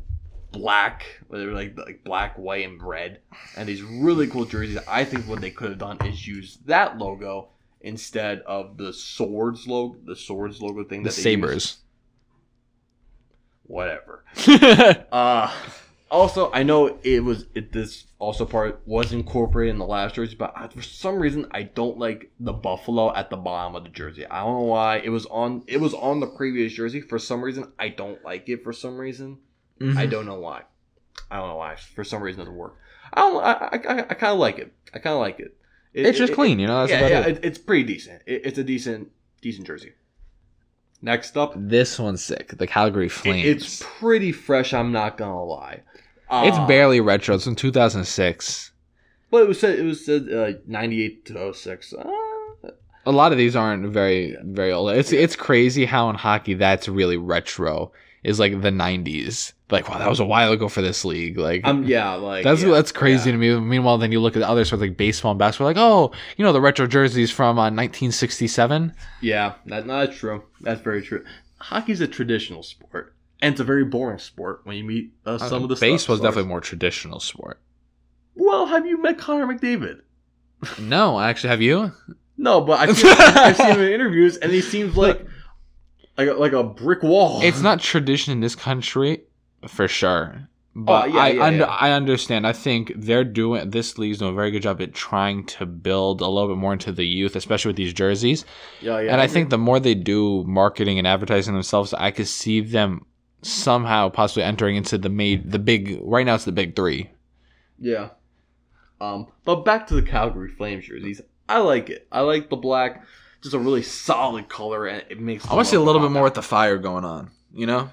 Speaker 2: black, when they were like like black, white, and red, and these really cool jerseys. I think what they could have done is use that logo instead of the swords logo, the swords logo thing.
Speaker 3: The
Speaker 2: that they use.
Speaker 3: sabers.
Speaker 2: whatever.
Speaker 3: Mm-hmm.
Speaker 2: Uh, also, I know it was it, this also part was incorporated in the last jersey, but I, for some reason I don't like the buffalo at the bottom of the jersey. I don't know why it was on it was on the previous jersey. For some reason, I don't like it. For some reason,
Speaker 3: Mhm.
Speaker 2: I don't know why. I don't know why. For some reason, it doesn't work. I don't. I I, I, I kind of like it. I kind of like it. It-
Speaker 3: It's just
Speaker 2: it-
Speaker 3: clean, you know. That's
Speaker 2: yeah,
Speaker 3: about
Speaker 2: yeah,
Speaker 3: it.
Speaker 2: it- it's pretty decent. It, it's a decent decent jersey. Next up,
Speaker 3: This one's sick. The Calgary
Speaker 2: it-
Speaker 3: Flames.
Speaker 2: it's
Speaker 3: It's
Speaker 2: pretty fresh. I'm not gonna lie. Uh,
Speaker 3: barely retro. It's from 2006.
Speaker 2: But it was said it was said uh, 98 to 06. Uh,
Speaker 3: A lot of these aren't very very old. It's it's crazy how in hockey that's really retro is like the 90s. Like wow, that was a while ago for this league. Like
Speaker 2: I'm um, yeah, like
Speaker 3: that's
Speaker 2: yeah,
Speaker 3: that's crazy to me. Meanwhile, then you look at the other sort of like baseball and basketball. Like oh, you know the retro jerseys from uh, 1967.
Speaker 2: Yeah, that, no, that's true. That's very true. Hockey's a traditional sport, and it's a very boring sport when you meet uh, some of the stars.
Speaker 3: baseball's definitely more traditional sport.
Speaker 2: Well, have you met Connor McDavid?
Speaker 3: No, actually, have you?
Speaker 2: No, but I've seen, I've seen him in interviews, and he seems like like a, like a brick wall.
Speaker 3: it's not tradition in this country for sure but
Speaker 2: Oh, yeah,
Speaker 3: I,
Speaker 2: yeah,
Speaker 3: under,
Speaker 2: yeah.
Speaker 3: I understand i think they're doing this league's doing a very good job at trying to build a little bit more into the youth especially with these jerseys
Speaker 2: Yeah, yeah.
Speaker 3: and i think the more they do marketing and advertising themselves i could see them somehow possibly entering into the made the big right now it's the big three
Speaker 2: Yeah. Um, but back to the Calgary Flames jerseys. I like it. I like the black. Just a really solid color, and it makes.
Speaker 3: i want to see a little bit more
Speaker 2: with
Speaker 3: with the fire going on you know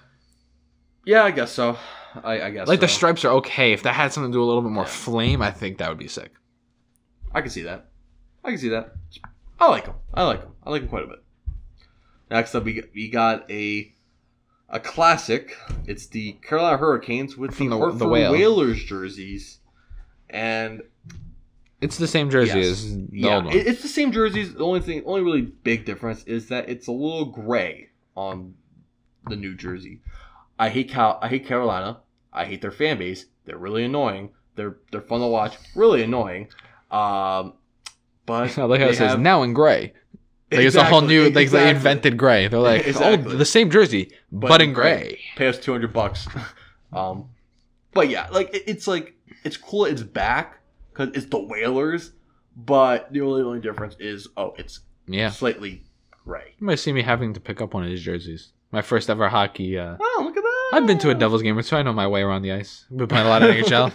Speaker 2: Yeah, I guess so. I, I guess
Speaker 3: like the
Speaker 2: so.
Speaker 3: stripes are okay if that had something to do with a little bit more
Speaker 2: Yeah.
Speaker 3: flame i think that would be sick
Speaker 2: I can see that. I can see that. I like him. I like him. I like him quite a bit. Next up, we got, we got a a classic. It's the Carolina Hurricanes with
Speaker 3: From
Speaker 2: the,
Speaker 3: the-
Speaker 2: Hartford
Speaker 3: the whale.
Speaker 2: Whalers jerseys, and
Speaker 3: it's the same jersey
Speaker 2: Yes.
Speaker 3: as the old
Speaker 2: yeah,
Speaker 3: one
Speaker 2: it, it's the same jerseys. The only thing, only really big difference is that it's a little gray on the New Jersey. I hate Cal. I hate Carolina. I hate their fan base. They're really annoying. They're they're fun to watch. Really annoying. Um, but
Speaker 3: I like how
Speaker 2: they
Speaker 3: it says
Speaker 2: have-
Speaker 3: now in gray. Like it's a whole
Speaker 2: Exactly,
Speaker 3: new. Like
Speaker 2: exactly.
Speaker 3: they invented gray. They're like, oh,
Speaker 2: Exactly.
Speaker 3: the same jersey, but, in gray.
Speaker 2: Pay us two hundred bucks. Um, but yeah, like it, it's like it's cool. It's back because it's the Whalers. But the only only difference is oh, it's
Speaker 3: Yeah,
Speaker 2: slightly gray.
Speaker 3: you might see me having to pick up one of his jerseys. My first ever hockey. Uh,
Speaker 2: Oh, look at that!
Speaker 3: I've been to a Devils game, so I know my way around the ice. I've been playing a lot of NHL.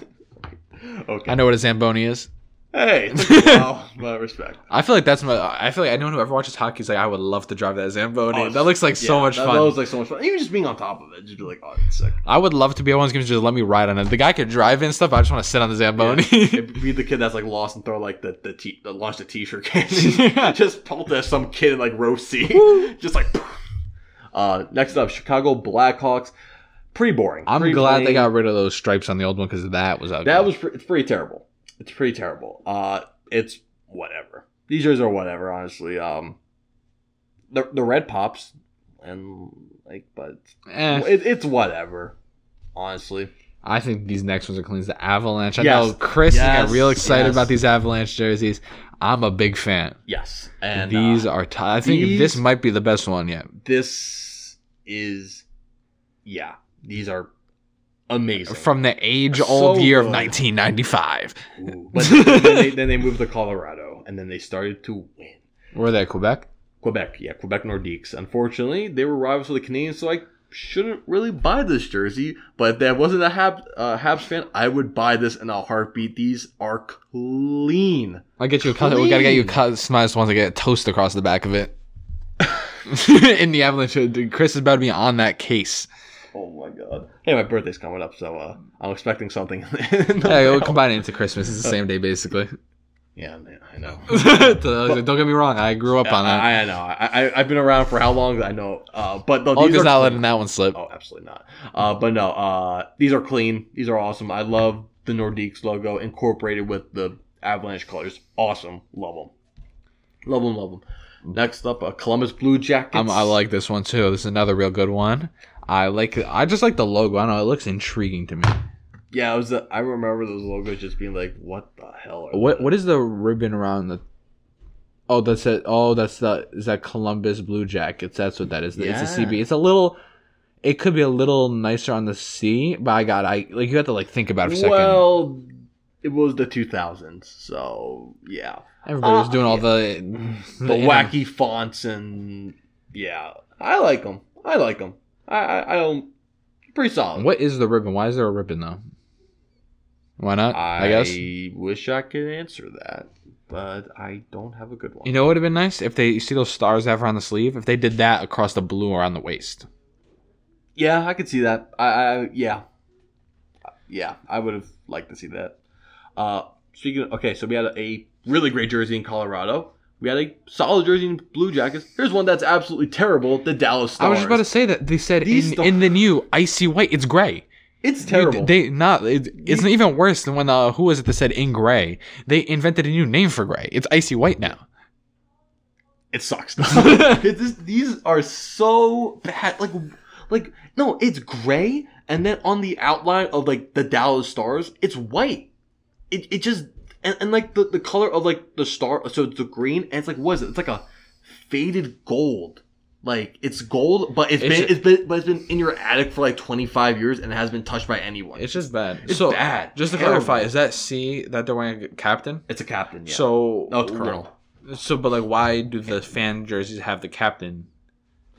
Speaker 2: Okay.
Speaker 3: I know what a zamboni is.
Speaker 2: Hey, it took a while, but respect.
Speaker 3: I feel like that's my. I feel like anyone who ever watches hockey is like, I would love to drive that Zamboni. Oh, that looks like so
Speaker 2: Yeah,
Speaker 3: much
Speaker 2: that,
Speaker 3: fun.
Speaker 2: That was like so much fun. Even just being on top of it, just be like, oh, it's sick.
Speaker 3: I would love to be at one of those games. Just let me ride on it. The guy could drive and stuff. I just want to sit on the Zamboni.
Speaker 2: It'd be the kid that's like lost and throw like the the, t- the launch the t-shirt candy. just pelt at some kid in like row C. just like. Uh, next up, Chicago Blackhawks. Pretty boring.
Speaker 3: I'm
Speaker 2: Pretty
Speaker 3: glad they
Speaker 2: plain.
Speaker 3: got rid of those stripes on the old one because that was ugly.
Speaker 2: That was pre- it's pretty terrible. It's pretty terrible. Uh, it's whatever. These years are whatever, honestly. Um, the the red pops and like, but
Speaker 3: Eh,
Speaker 2: it, it's whatever. Honestly,
Speaker 3: I think these next ones are clean. The Avalanche. I
Speaker 2: Yes.
Speaker 3: know Chris got
Speaker 2: Yes.
Speaker 3: real excited
Speaker 2: Yes.
Speaker 3: about these Avalanche jerseys. I'm a big fan.
Speaker 2: yes. And
Speaker 3: these
Speaker 2: uh,
Speaker 3: are. T- I think
Speaker 2: these-
Speaker 3: this might be the best one yet.
Speaker 2: this is, yeah. These are amazing.
Speaker 3: From the age
Speaker 2: So
Speaker 3: old year of
Speaker 2: good.
Speaker 3: 1995.
Speaker 2: Ooh. but then they, then they moved to Colorado, and then they started to win.
Speaker 3: Were they at Quebec?
Speaker 2: Quebec, yeah, Quebec Nordiques. Unfortunately, they were rivals with the Canadians, so I shouldn't really buy this jersey. But if I wasn't a Hab, uh, Habs fan, I would buy this in a heartbeat. These are clean.
Speaker 3: I'll get you a custom. We gotta get you a customized ones that get a toast across the back of it. In the Avalanche. uh, dude, Chris is about to be on that case.
Speaker 2: Oh my god! Hey, my birthday's coming up, so uh, I'm expecting something.
Speaker 3: Yeah, we'll combine it into Christmas. It's the same day, basically.
Speaker 2: yeah, man, I know.
Speaker 3: Don't get me wrong. I grew up on that.
Speaker 2: I, I know. I, I I've been around for how long? I know. Uh, but no,
Speaker 3: Olga's
Speaker 2: are
Speaker 3: not
Speaker 2: clean.
Speaker 3: letting that one slip.
Speaker 2: Oh, absolutely not. Uh, but no, uh, these are clean. These are awesome. I love the Nordiques logo incorporated with the Avalanche colors. Awesome. Love them. Love them. Love them. Next up, uh, Columbus Blue Jackets.
Speaker 3: Um, I like this one too. This is another real good one. I like. I just like the logo. I don't know. It looks intriguing to me.
Speaker 2: Yeah, it was. The, I remember those logos just being like, "What the hell?" Are
Speaker 3: What
Speaker 2: that?"
Speaker 3: What is the ribbon around the? Oh, that's it. Oh, that's the. Is that Columbus Blue Jackets? That's what that is. It's a CB.
Speaker 2: Yeah.
Speaker 3: It's a little. It could be a little nicer on the C, but I got. I like you have to like think about it for a second.
Speaker 2: Well, it was the 2000s, so yeah,
Speaker 3: Everybody was
Speaker 2: uh,
Speaker 3: doing all
Speaker 2: yeah.
Speaker 3: the
Speaker 2: the
Speaker 3: the
Speaker 2: wacky fonts and yeah, I like them. I like them. I I, I don't. Pretty solid.
Speaker 3: What is the ribbon? Why is there a ribbon though? Why not? I, guess.
Speaker 2: wish I could answer that, but I don't have a good one.
Speaker 3: You know what would have been nice if they you see those stars ever on the sleeve. If they did that across the blue around the waist.
Speaker 2: yeah, I could see that. I, I yeah, yeah, I would have liked to see that. Uh, speaking, of, okay, so we had a really great jersey in Colorado. We had a solid jersey in Blue Jackets. Here's one that's absolutely terrible: the Dallas Stars.
Speaker 3: I was just about to say that they said
Speaker 2: These
Speaker 3: in,
Speaker 2: stars-
Speaker 3: in the new icy white, it's gray.
Speaker 2: It's
Speaker 3: You-
Speaker 2: terrible.
Speaker 3: They not. It, it's even worse than when uh, who was it that said in gray? They invented a new name for gray. It's icy white now.
Speaker 2: it sucks. It's just- these are so bad. Like, like no, it's gray, and then on the outline of like the Dallas Stars, it's white. It it just and, and like the, the color of like the star, so it's the green, and it's like what is it? It's like a faded gold. Like it's gold, but it's
Speaker 3: It's
Speaker 2: been
Speaker 3: ju-
Speaker 2: it's been but it's been in your attic for like twenty five years and it hasn't been touched by anyone. It's,
Speaker 3: just bad.
Speaker 2: It's
Speaker 3: so
Speaker 2: bad.
Speaker 3: Just to
Speaker 2: Terrible.
Speaker 3: clarify, is that C that they're wearing captain?
Speaker 2: a captain. Yeah.
Speaker 3: So
Speaker 2: no, it's colonel.
Speaker 3: So, but like, why do the fan jerseys have the captain?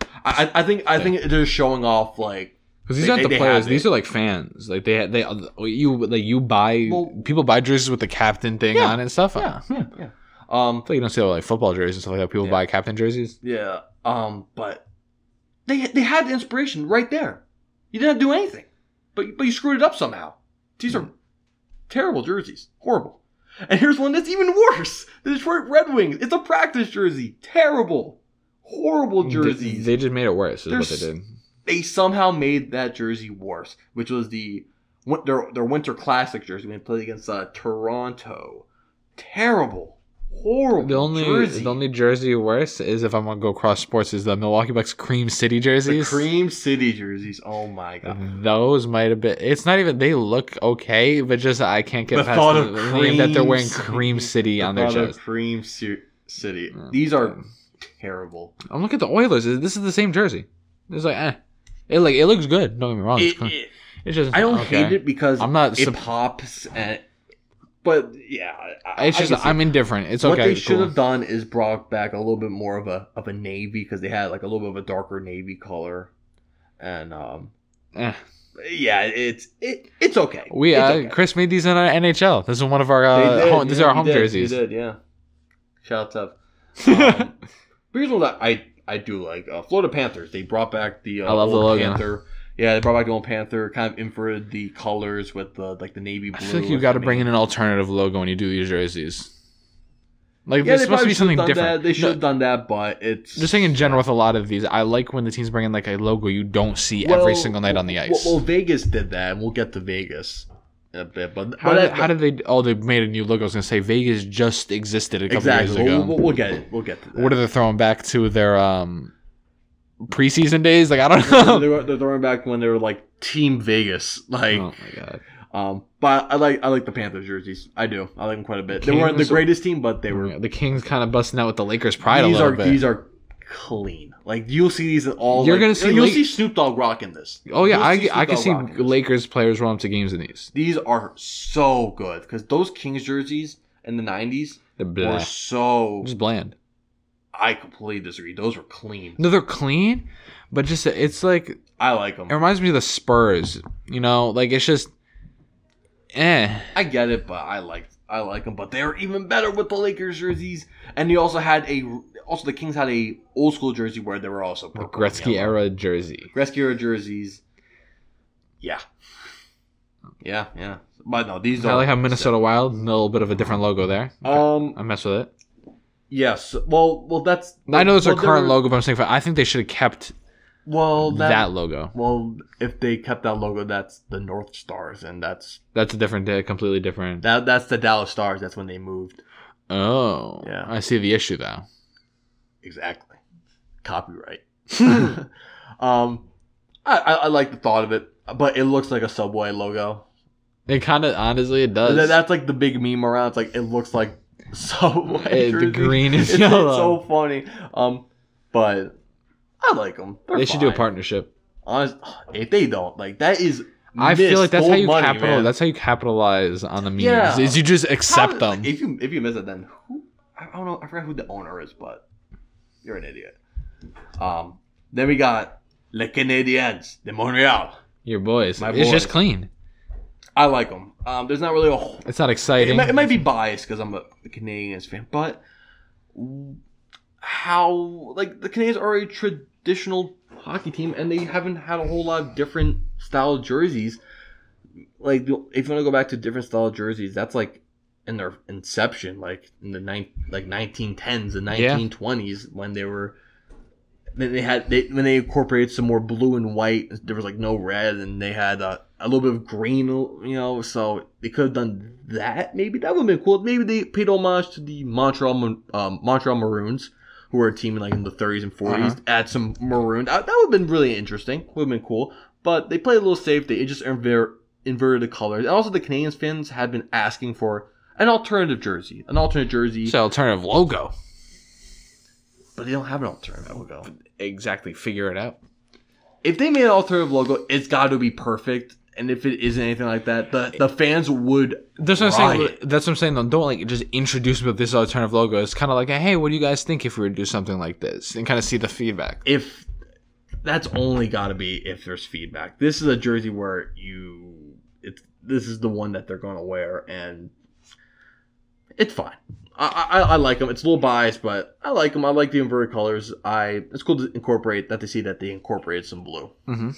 Speaker 2: I I I think I think they're showing off like
Speaker 3: Because these
Speaker 2: They-
Speaker 3: aren't
Speaker 2: they-
Speaker 3: the
Speaker 2: they
Speaker 3: players;
Speaker 2: have
Speaker 3: these
Speaker 2: it.
Speaker 3: are like fans. Like they, they, you like you buy
Speaker 2: Well-
Speaker 3: people buy jerseys with the captain thing
Speaker 2: Yeah.
Speaker 3: on it and stuff.
Speaker 2: yeah
Speaker 3: I
Speaker 2: yeah yeah. Um,
Speaker 3: feel like you don't see that with, like football jerseys and stuff like that. People
Speaker 2: Yeah.
Speaker 3: buy captain jerseys.
Speaker 2: Yeah. Um. But they they had the inspiration right there. You didn't do anything, but but you screwed it up somehow. These are terrible jerseys. Horrible. And here's one that's even worse. The Detroit Red Wings. It's a practice jersey. Terrible. Horrible jerseys.
Speaker 3: They, they just made it worse. Is what
Speaker 2: There's-
Speaker 3: they did.
Speaker 2: They somehow made that jersey worse, which was the win- their their winter classic jersey when they played against uh, Toronto. Terrible. Horrible.
Speaker 3: The only
Speaker 2: jersey.
Speaker 3: the only jersey worse is if I'm gonna go cross sports is the Milwaukee Bucks Cream City
Speaker 2: the
Speaker 3: jerseys.
Speaker 2: Cream City jerseys. Oh my god.
Speaker 3: Those might have been. It's not even. They look okay, but just I can't get
Speaker 2: The
Speaker 3: past
Speaker 2: thought
Speaker 3: the,
Speaker 2: of
Speaker 3: the name that they're
Speaker 2: Cream
Speaker 3: wearing
Speaker 2: City-
Speaker 3: Cream City on their
Speaker 2: Colorado
Speaker 3: chest.
Speaker 2: Cream Ci- City.
Speaker 3: Yeah.
Speaker 2: These are terrible.
Speaker 3: I'm looking at the Oilers. This is the same jersey. It's like, eh. It like it looks good. Don't get me wrong. Oh, It's,
Speaker 2: It-
Speaker 3: clean.
Speaker 2: it-
Speaker 3: It's just
Speaker 2: I don't
Speaker 3: okay.
Speaker 2: hate it because
Speaker 3: I'm not
Speaker 2: It
Speaker 3: sup-
Speaker 2: pops, and, but yeah, I,
Speaker 3: It's
Speaker 2: I
Speaker 3: just
Speaker 2: can see
Speaker 3: I'm indifferent. It's
Speaker 2: what
Speaker 3: okay.
Speaker 2: they should
Speaker 3: cool.
Speaker 2: have done is brought back a little bit more of a of a navy because they had like a little bit of a darker navy color, and um,
Speaker 3: Eh.
Speaker 2: Yeah, it's it, it's okay.
Speaker 3: We
Speaker 2: It's
Speaker 3: uh,
Speaker 2: okay.
Speaker 3: Chris made these in our NHL. This is one of our
Speaker 2: They
Speaker 3: uh,
Speaker 2: did,
Speaker 3: home, these
Speaker 2: yeah,
Speaker 3: are our
Speaker 2: you
Speaker 3: home
Speaker 2: did, you
Speaker 3: jerseys.
Speaker 2: did, yeah. Shout out. Um, here's what I I do like uh, Florida Panthers. They brought back the uh,
Speaker 3: I love the
Speaker 2: old
Speaker 3: logo.
Speaker 2: Panther. Yeah, they brought back the old Panther, kind of infrared the colors with the like the navy blue.
Speaker 3: I feel like you
Speaker 2: with
Speaker 3: got to
Speaker 2: the
Speaker 3: bring
Speaker 2: navy-
Speaker 3: in an alternative logo when you do these jerseys. Like
Speaker 2: Yeah,
Speaker 3: this
Speaker 2: they
Speaker 3: must be something different.
Speaker 2: That. They
Speaker 3: No,
Speaker 2: should have done that, but it's
Speaker 3: just saying in general with a lot of these, I like when the teams bring in like a logo you don't see E every
Speaker 2: Well,
Speaker 3: single night on the
Speaker 2: well-
Speaker 3: ice.
Speaker 2: Well, Vegas did that, and we'll get to Vegas in a bit. But
Speaker 3: how,
Speaker 2: but
Speaker 3: did,
Speaker 2: that-
Speaker 3: how did they? Oh, they made a new logo. I was gonna say Vegas just existed a couple
Speaker 2: exactly?
Speaker 3: years ago.
Speaker 2: We'll, we'll, we'll get it. We'll get to that.
Speaker 3: what are they throwing back to their um preseason days? Like I don't know.
Speaker 2: they're, they're throwing back when they were like Team Vegas, like
Speaker 3: oh my god!
Speaker 2: Um, but I like I like the Panthers jerseys. I do. I like them quite a bit. They weren't the
Speaker 3: Kings-
Speaker 2: greatest team, but they were.
Speaker 3: Yeah, The Kings kind of busting out with the Lakers pride a
Speaker 2: these
Speaker 3: little
Speaker 2: are
Speaker 3: bit.
Speaker 2: these are clean. Like you'll see these in all.
Speaker 3: You're
Speaker 2: like-
Speaker 3: gonna see
Speaker 2: You'll
Speaker 3: late-
Speaker 2: see Snoop Dogg rocking this.
Speaker 3: oh yeah,
Speaker 2: You'll
Speaker 3: I, I
Speaker 2: Snoop
Speaker 3: can
Speaker 2: Dogg
Speaker 3: see
Speaker 2: rocking this.
Speaker 3: Lakers players roll up to games in these.
Speaker 2: These are so good because those Kings jerseys in the '90s
Speaker 3: They're
Speaker 2: were
Speaker 3: blah.
Speaker 2: so.
Speaker 3: just bland.
Speaker 2: I completely disagree. Those were clean.
Speaker 3: No, they're clean, but just it's like it
Speaker 2: I like them.
Speaker 3: reminds me of the Spurs. You know, like it's just eh.
Speaker 2: I get it, but I like I like them. But they were even better with the Lakers jerseys, and you also had a also the Kings had a old school jersey where they were also
Speaker 3: The
Speaker 2: purple and
Speaker 3: Gretzky
Speaker 2: yellow.
Speaker 3: era jersey.
Speaker 2: rescuer jerseys. Yeah. Yeah, yeah. But no, these
Speaker 3: I
Speaker 2: are
Speaker 3: like how Minnesota Wild, a little bit of a different logo there.
Speaker 2: Um
Speaker 3: I mess with it.
Speaker 2: yes. Well well that's
Speaker 3: I know it's our
Speaker 2: well,
Speaker 3: current
Speaker 2: there-
Speaker 3: logo, but I'm saying I think they should have kept
Speaker 2: Well that,
Speaker 3: that logo.
Speaker 2: well if they kept that logo that's the North Stars and that's
Speaker 3: That's a different day, completely different.
Speaker 2: that that's the Dallas Stars, that's when they moved.
Speaker 3: Oh,
Speaker 2: Yeah.
Speaker 3: I see the issue though.
Speaker 2: Exactly. Copyright. um I, I, I like the thought of it, but it looks like a subway logo.
Speaker 3: It kind of honestly, it does.
Speaker 2: Th- That's like the big meme around. It's like it looks like so
Speaker 3: Eh, the green is
Speaker 2: it's, it's
Speaker 3: yellow.
Speaker 2: so funny. Um, but I like them.
Speaker 3: they should do a partnership.
Speaker 2: Honest, if they don't like that is.
Speaker 3: I feel like that's how you capital.
Speaker 2: capitalize.
Speaker 3: That's how you capitalize on the memes.
Speaker 2: Yeah.
Speaker 3: Is you just accept them.
Speaker 2: If you if you miss it, then who? I don't know. I forgot who the owner is, but you're an idiot. Um. Then we got Le Canadiens de Montreal.
Speaker 3: Your boys.
Speaker 2: My
Speaker 3: it's just
Speaker 2: boys.
Speaker 3: clean.
Speaker 2: I like them. Um. There's not really a whole
Speaker 3: It's not exciting.
Speaker 2: It might, it might be biased because I'm a Canadians fan, but how like the Canadians are a traditional hockey team, and they haven't had a whole lot of different style jerseys. Like, the- if you want to go back to different style jerseys, that's like in their inception, like in the nine, like 1910s and
Speaker 3: Yeah.
Speaker 2: 1920s when they were. Then they had they, when they incorporated some more blue and white. There was like no red, and they had uh, a little bit of green, you know. So they could have done that. Maybe that would have been cool. Maybe they paid homage to the Montreal Mon- um, Montreal Maroons, who were a team in like in the 30s and 40s.
Speaker 3: Uh-huh.
Speaker 2: Add some maroon. That, that would have been really interesting. Would have been cool. But they played a little safe. They just inver- inverted the colors. And also, the Canadians fans had been asking for an alternative jersey, an alternate jersey,
Speaker 3: It's an alternative logo.
Speaker 2: but they don't have an alternative logo.
Speaker 3: Exactly. Figure it out.
Speaker 2: if they made an alternative logo, it's got to be perfect. And if it isn't anything like that, the, the fans would.
Speaker 3: That's what I'm saying.
Speaker 2: Right.
Speaker 3: That's what I'm saying. Though, don't like just introduce me with this alternative logo. It's kind of like, hey, what do you guys think if we were to do something like this and kind of see the feedback?
Speaker 2: If that's only got to be if there's feedback. This is a jersey where you. It's this is the one that they're going to wear, and it's fine. I, I I like them. It's a little biased, but I like them. I like the inverted colors. I it's cool to incorporate that. To see that they incorporated some blue.
Speaker 3: Mhm.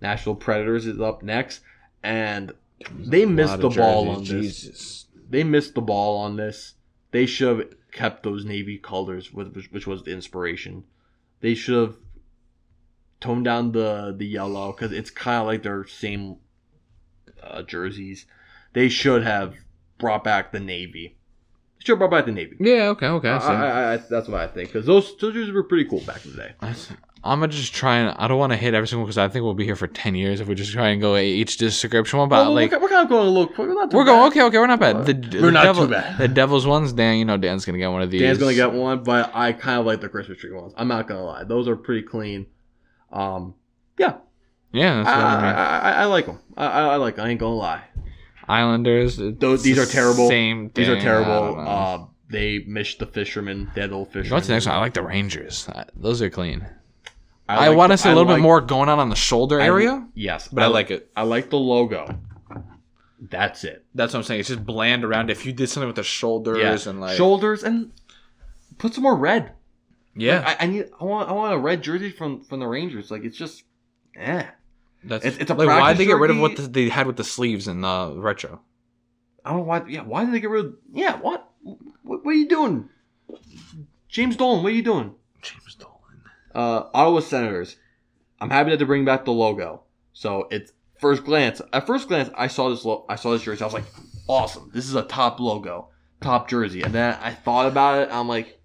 Speaker 2: National Predators is up next, and they
Speaker 3: A
Speaker 2: missed
Speaker 3: lot
Speaker 2: the
Speaker 3: of
Speaker 2: ball on
Speaker 3: jerseys.
Speaker 2: this.
Speaker 3: Jesus.
Speaker 2: they missed the ball on this. They should have kept those navy colors, with which, which was the inspiration. They should have toned down the the yellow because it's kind of like their same uh, jerseys. They should have brought back the navy. They should have brought back the navy.
Speaker 3: Yeah. Okay. Okay.
Speaker 2: I,
Speaker 3: I see.
Speaker 2: I, I, that's what I think because those, those jerseys were pretty cool back in the day.
Speaker 3: I'm gonna just try and I don't want to hit every single because I think we'll be here for ten years if we just try and go e-, each description one. But
Speaker 2: Well,
Speaker 3: like
Speaker 2: we're, we're kind of going a little quick. We're, not too
Speaker 3: we're going
Speaker 2: bad.
Speaker 3: okay, okay, we're not bad. The,
Speaker 2: We're
Speaker 3: the
Speaker 2: not
Speaker 3: devil-
Speaker 2: too bad.
Speaker 3: The Devils ones, Dan, you know Dan's gonna get one of these.
Speaker 2: Dan's gonna get one, but I kind of like the Christmas tree ones. I'm not gonna lie; those are pretty clean. Um, yeah,
Speaker 3: Yeah, that's what I mean.
Speaker 2: I, I, I, I like them. I, I, I like. 'em. I ain't gonna lie.
Speaker 3: Islanders. it's
Speaker 2: Those- these
Speaker 3: the
Speaker 2: are terrible.
Speaker 3: Same.
Speaker 2: These are
Speaker 3: thing, I don't
Speaker 2: terrible.
Speaker 3: know.
Speaker 2: Uh, they missed the fisherman, dead old
Speaker 3: You
Speaker 2: fisherman.
Speaker 3: know What's the next one? I like the Rangers. Uh, Those are clean. I,
Speaker 2: like
Speaker 3: want
Speaker 2: the-
Speaker 3: to see a
Speaker 2: I
Speaker 3: little bit
Speaker 2: like-
Speaker 3: more going on on the shoulder area,
Speaker 2: Yes,
Speaker 3: but I like it.
Speaker 2: I like the logo. That's it.
Speaker 3: That's what I'm saying. It's just bland around. If you did something with the shoulders
Speaker 2: Yeah.
Speaker 3: and like,
Speaker 2: shoulders and put some more red.
Speaker 3: yeah,
Speaker 2: I, I need. I want. I want a red jersey from from the Rangers. Like it's just, eh.
Speaker 3: that's
Speaker 2: it's- it's a
Speaker 3: like why
Speaker 2: practice
Speaker 3: they get rid of what
Speaker 2: jerky.
Speaker 3: the, they had with the sleeves in the retro.
Speaker 2: I don't know why. Yeah, why did they get rid? of... Yeah, what? What, what are you doing, James Dolan? What are you doing?
Speaker 3: James Dolan.
Speaker 2: Uh, Ottawa Senators. I'm happy that they bring back the logo. So it's first glance. At first glance, I saw this. Lo- I saw this jersey. I was like, awesome. This is a top logo, top jersey. And then I thought about it. I'm like,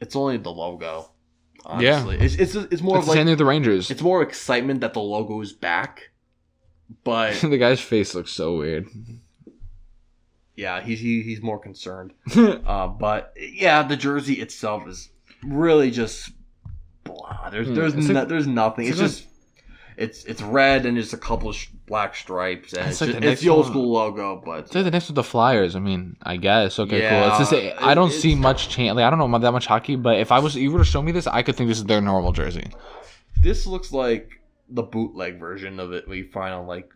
Speaker 2: it's only the logo. Honestly, it's it's, it's more of
Speaker 3: It's the same
Speaker 2: like
Speaker 3: thing with the Rangers.
Speaker 2: it's more excitement that the logo is back. But
Speaker 3: the guy's face looks so weird.
Speaker 2: yeah, he's he, he's more concerned. Uh, but yeah, the jersey itself is really just blah. There's
Speaker 3: Hmm.
Speaker 2: there's
Speaker 3: It's
Speaker 2: no,
Speaker 3: like-
Speaker 2: there's nothing. It's,
Speaker 3: it's like-
Speaker 2: just it's it's red and just a couple of sh- black stripes and it's,
Speaker 3: It's like
Speaker 2: just,
Speaker 3: the
Speaker 2: it's the old
Speaker 3: next
Speaker 2: school logo. But
Speaker 3: It's like the next with the Flyers. I mean, I guess okay, cool. It's just
Speaker 2: Yeah,
Speaker 3: I don't
Speaker 2: it-
Speaker 3: see
Speaker 2: it's-
Speaker 3: much chance. Like I don't know about that much hockey, but if I was you were to show me this, I could think this is their normal jersey.
Speaker 2: this looks like the bootleg version of it we find on like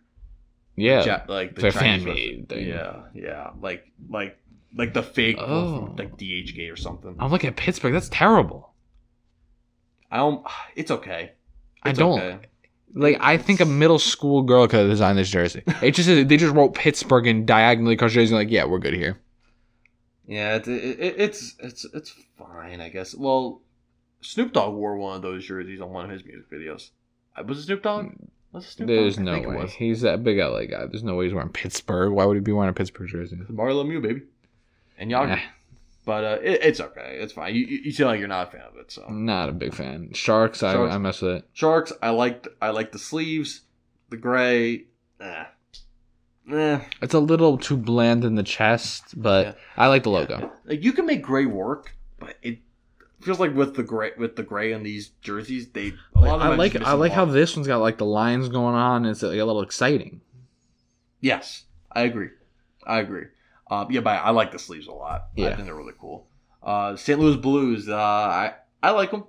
Speaker 3: Yeah,
Speaker 2: Ja- like the
Speaker 3: Their
Speaker 2: Chinese version.
Speaker 3: fan-made thing.
Speaker 2: Yeah, yeah, like like like the fake
Speaker 3: Oh.
Speaker 2: from, like DHgate or something.
Speaker 3: I'm looking at Pittsburgh. That's terrible.
Speaker 2: I don't. It's okay.
Speaker 3: I
Speaker 2: It's
Speaker 3: don't-
Speaker 2: okay.
Speaker 3: Like I think a middle school girl could have designed this jersey. It just they just wrote Pittsburgh and diagonally across the jersey. Like yeah, we're good here.
Speaker 2: Yeah, it, it, it, it's it's it's fine, I guess. Well, Snoop Dogg wore one of those jerseys on one of his music videos. Uh, Was it Snoop Dogg? Was it Snoop
Speaker 3: Mm, There's
Speaker 2: Dogg? I
Speaker 3: no
Speaker 2: think it
Speaker 3: way.
Speaker 2: was.
Speaker 3: He's that big LA guy. There's no way he's wearing Pittsburgh. Why would he be wearing a Pittsburgh jersey?
Speaker 2: Mario Lemieux, baby, and Yager.
Speaker 3: Nah,
Speaker 2: But uh, it, it's okay. It's fine. You, you you seem like you're not a fan of it. So
Speaker 3: not a big fan. Sharks, I,
Speaker 2: Sharks.
Speaker 3: I mess with it.
Speaker 2: Sharks, I liked I like the sleeves, the gray. Eh. Eh.
Speaker 3: It's a little too bland in the chest, but
Speaker 2: Yeah.
Speaker 3: I like the logo.
Speaker 2: Like you can make gray work, but it feels like with the gray with the gray on these jerseys, they a lot of
Speaker 3: I
Speaker 2: them
Speaker 3: like
Speaker 2: just miss
Speaker 3: I
Speaker 2: the
Speaker 3: like how
Speaker 2: mark.
Speaker 3: this one's got like the lines going on. It's like a little exciting.
Speaker 2: Yes, I agree. I agree. Um, yeah, but I like the sleeves a lot. I
Speaker 3: Yeah.
Speaker 2: think they're really cool. Uh, St. Louis Blues. Uh, I I like them.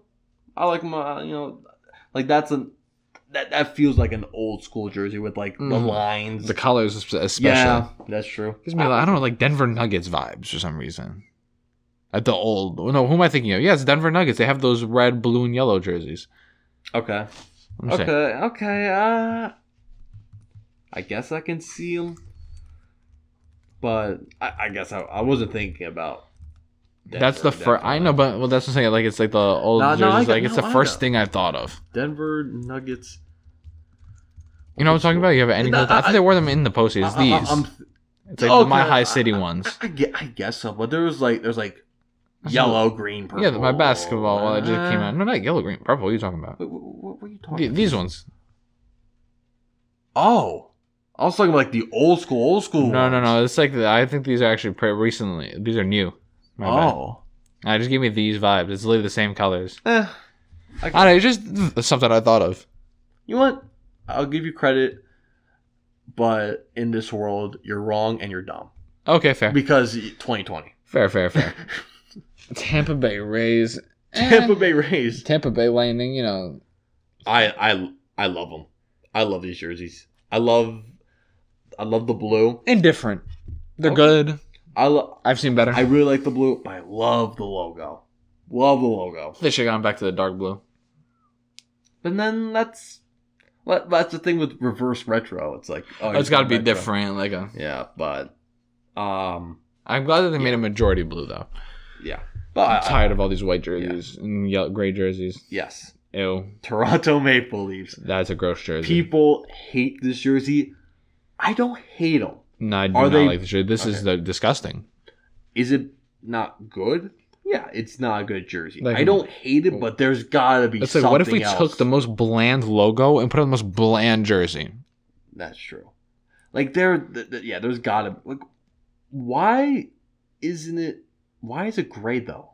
Speaker 2: I like them. Uh, you know, like that's an that that feels like an old school jersey with like the
Speaker 3: Mhm.
Speaker 2: lines.
Speaker 3: The colors, espe- especially,
Speaker 2: yeah, that's true.
Speaker 3: gives me like, I don't know like Denver Nuggets vibes for some reason. At the old no, who am I thinking of? Yeah, it's Denver Nuggets. They have those red, blue, and yellow jerseys.
Speaker 2: Okay.
Speaker 3: I'm
Speaker 2: Okay.
Speaker 3: saying.
Speaker 2: Okay. Uh, I guess I can see them, but I, I guess I, I wasn't thinking about.
Speaker 3: that's the
Speaker 2: Denver,
Speaker 3: first. I
Speaker 2: definitely.
Speaker 3: know, but well, that's what I'm saying. Like it's like the old
Speaker 2: No, no, I
Speaker 3: jerseys.
Speaker 2: got-
Speaker 3: like it's
Speaker 2: no,
Speaker 3: the
Speaker 2: I
Speaker 3: first
Speaker 2: know.
Speaker 3: thing I thought of.
Speaker 2: Denver Nuggets.
Speaker 3: You know what I'm talking about? You have any?
Speaker 2: No,
Speaker 3: I,
Speaker 2: I-
Speaker 3: think they wore them in the
Speaker 2: I-
Speaker 3: postseason.
Speaker 2: I-
Speaker 3: these.
Speaker 2: I- I'm
Speaker 3: it's like the
Speaker 2: Okay,
Speaker 3: my
Speaker 2: I-
Speaker 3: high city
Speaker 2: I-
Speaker 3: ones.
Speaker 2: I, gue- I guess so, but there was like there's like
Speaker 3: That's
Speaker 2: yellow, green, purple.
Speaker 3: Yeah, my basketball one that just came
Speaker 2: Uh,
Speaker 3: out. No, not yellow, green, purple. What are you talking about?
Speaker 2: What, what, what were you talking?
Speaker 3: The-
Speaker 2: about?
Speaker 3: These ones.
Speaker 2: Oh, I was talking about like the old school, old school.
Speaker 3: No, no,
Speaker 2: ones.
Speaker 3: no. It's like the, I think these are actually pretty recently. These are new. My bad.
Speaker 2: Oh,
Speaker 3: I just give me these vibes. It's literally the same colors.
Speaker 2: eh.
Speaker 3: I don't know. It's just it's something I thought of.
Speaker 2: You know what? I'll give you credit, but in this world, you're wrong and you're dumb
Speaker 3: Okay, fair,
Speaker 2: because 2020
Speaker 3: fair, fair, fair. Tampa Bay Rays. eh.
Speaker 2: Tampa Bay Rays.
Speaker 3: Tampa Bay Lightning. You know,
Speaker 2: I I I love them. I love these jerseys. I love I love the blue.
Speaker 3: indifferent. They're
Speaker 2: Okay.
Speaker 3: good.
Speaker 2: I lo-
Speaker 3: I've seen better.
Speaker 2: I really like the blue. But I love the logo. Love the logo.
Speaker 3: they should have gone back to the dark blue.
Speaker 2: But then that's that- that's the thing with reverse retro. It's like oh,
Speaker 3: it's got to be
Speaker 2: retro.
Speaker 3: different. Like a,
Speaker 2: Yeah, but um,
Speaker 3: I'm glad that they made a majority blue though.
Speaker 2: yeah, but uh,
Speaker 3: I'm tired of all these white jerseys and yellow, gray jerseys.
Speaker 2: yes,
Speaker 3: Ew,
Speaker 2: Toronto Maple Leafs.
Speaker 3: that's a gross jersey.
Speaker 2: People hate this jersey. I don't hate them.
Speaker 3: no, I do
Speaker 2: Are
Speaker 3: not
Speaker 2: they-
Speaker 3: like this jersey. This is the disgusting.
Speaker 2: Is it not good? Yeah, it's not a good jersey.
Speaker 3: Like-
Speaker 2: I don't hate it, but there's gotta be.
Speaker 3: It's like, what if we
Speaker 2: something else.
Speaker 3: took the most bland logo and put on the most bland jersey?
Speaker 2: That's true. Like there, th- th- yeah, there's gotta like, why isn't it? Why is it gray though?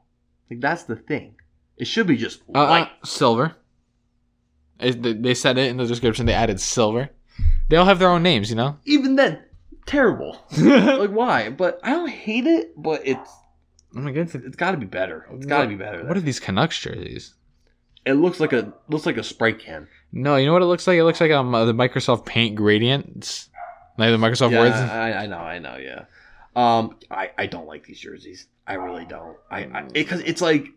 Speaker 2: Like that's the thing. It should be just
Speaker 3: Uh,
Speaker 2: white.
Speaker 3: uh, silver. It- they- they said it in the description. They added silver. They all have their own names, you know.
Speaker 2: Even then, terrible.
Speaker 3: I'm
Speaker 2: like why? But I don't hate it. But it's
Speaker 3: like, it's-
Speaker 2: Oh it's gotta be better. It's gotta
Speaker 3: what-
Speaker 2: be better.
Speaker 3: What are these Canucks jerseys?
Speaker 2: It looks like a looks like a Sprite can.
Speaker 3: No, you know what it looks like? It looks like um, uh, the Microsoft Paint gradients, like the Microsoft
Speaker 2: yeah,
Speaker 3: Words.
Speaker 2: I, I know, I know, yeah. Um, I, I don't like these jerseys. I really don't. I I because it's like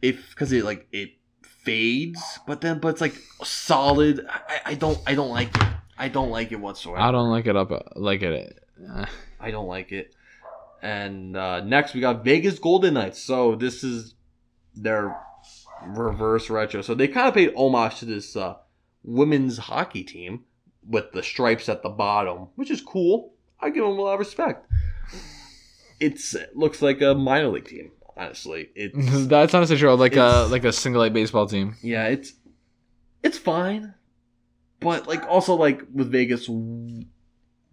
Speaker 2: if because it like it fades, but then but it's like solid. I, I- I don't I don't like it. I don't like it whatsoever.
Speaker 3: I don't like it up uh, like it. uh,
Speaker 2: I don't like it. And uh, next we got Vegas Golden Knights. So this is their reverse retro. So they kind of paid homage to this uh, women's hockey team with the stripes at the bottom, which is cool. I give them a lot of respect. It's it looks like a minor league team, honestly. It's
Speaker 3: That's honestly true. Like a
Speaker 2: It's-
Speaker 3: like a single A baseball team.
Speaker 2: yeah, it's it's fine, but like also like with Vegas, w-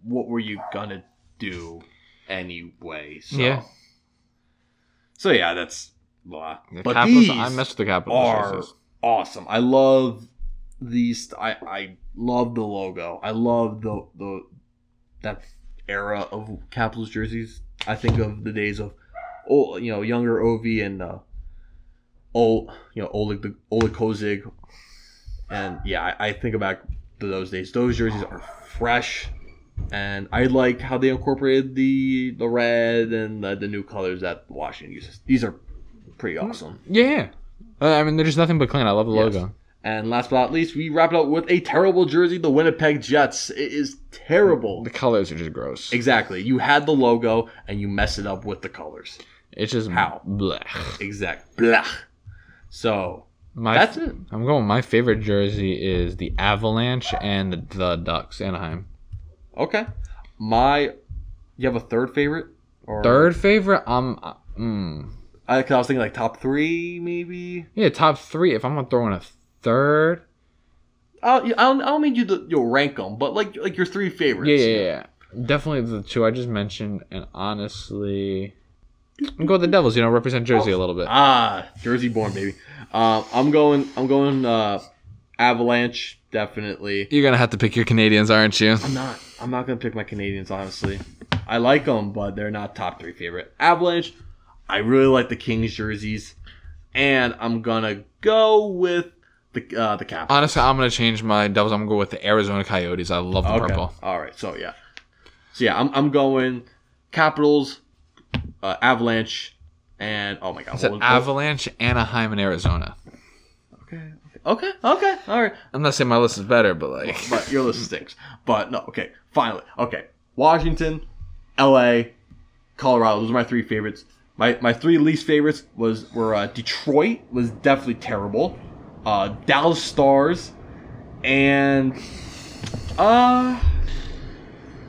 Speaker 2: what were you gonna do anyway? So.
Speaker 3: Yeah.
Speaker 2: So yeah, that's blah.
Speaker 3: The
Speaker 2: but
Speaker 3: Capitals-
Speaker 2: these
Speaker 3: I messed with the Capitals.
Speaker 2: are
Speaker 3: jerseys.
Speaker 2: awesome. I love these. I I love the logo. I love the the that era of Capitals jerseys. I think of the days of oh you know younger Ovi and uh, Ol you know Oleg the Oleg Kozig, and yeah I, I think about those days. Those jerseys are fresh. And I like how they incorporated the the red and the, the new colors that Washington uses. These are pretty awesome.
Speaker 3: Yeah. yeah. Uh, I mean, there's nothing but clean. I love the
Speaker 2: Yes.
Speaker 3: logo.
Speaker 2: And last but not least, we wrap it up with a terrible jersey, the Winnipeg Jets. It is terrible.
Speaker 3: The colors are just gross.
Speaker 2: Exactly. You had the logo and you mess it up with the colors.
Speaker 3: It's just
Speaker 2: How?
Speaker 3: blech.
Speaker 2: Exact. Blah. So
Speaker 3: My
Speaker 2: that's it.
Speaker 3: I'm going. My favorite jersey is the Avalanche and the Ducks Anaheim.
Speaker 2: Okay. My, you have a third favorite? Or,
Speaker 3: Third favorite, I'm. uh, Mm,
Speaker 2: I, cause I was thinking like top three, maybe.
Speaker 3: yeah, top three. If I'm gonna throw in a third,
Speaker 2: I'll, I don't, I don't mean you to you'll rank them, but like like your three favorites.
Speaker 3: yeah, yeah, yeah, definitely the two I just mentioned, and honestly, I'm going with the Devils. You know, represent Jersey a little bit.
Speaker 2: Ah, Jersey born baby. Uh, I'm going. I'm going. Uh, Avalanche definitely.
Speaker 3: You're gonna have to pick your Canadians, aren't you?
Speaker 2: I'm not. I'm not gonna pick my Canadians. Honestly, I like them, but they're not top three favorite. Avalanche. I really like the Kings jerseys, and I'm gonna go with the uh, the Capitals.
Speaker 3: Honestly, I'm gonna change my Devils. I'm gonna go with the Arizona Coyotes. I love the
Speaker 2: Okay.
Speaker 3: purple.
Speaker 2: All right. So yeah. So yeah, I'm, I'm going Capitals, uh, Avalanche, and oh my god.
Speaker 3: I said
Speaker 2: what was-
Speaker 3: Avalanche, Anaheim, and Arizona.
Speaker 2: Okay. Okay. Okay. All right.
Speaker 3: I'm not saying my list is better, but like,
Speaker 2: but your list stinks. But no, okay, finally, okay. Washington, L.A., Colorado. Those are my three favorites. My my three least favorites was were uh, Detroit was definitely terrible, uh, Dallas Stars, and uh,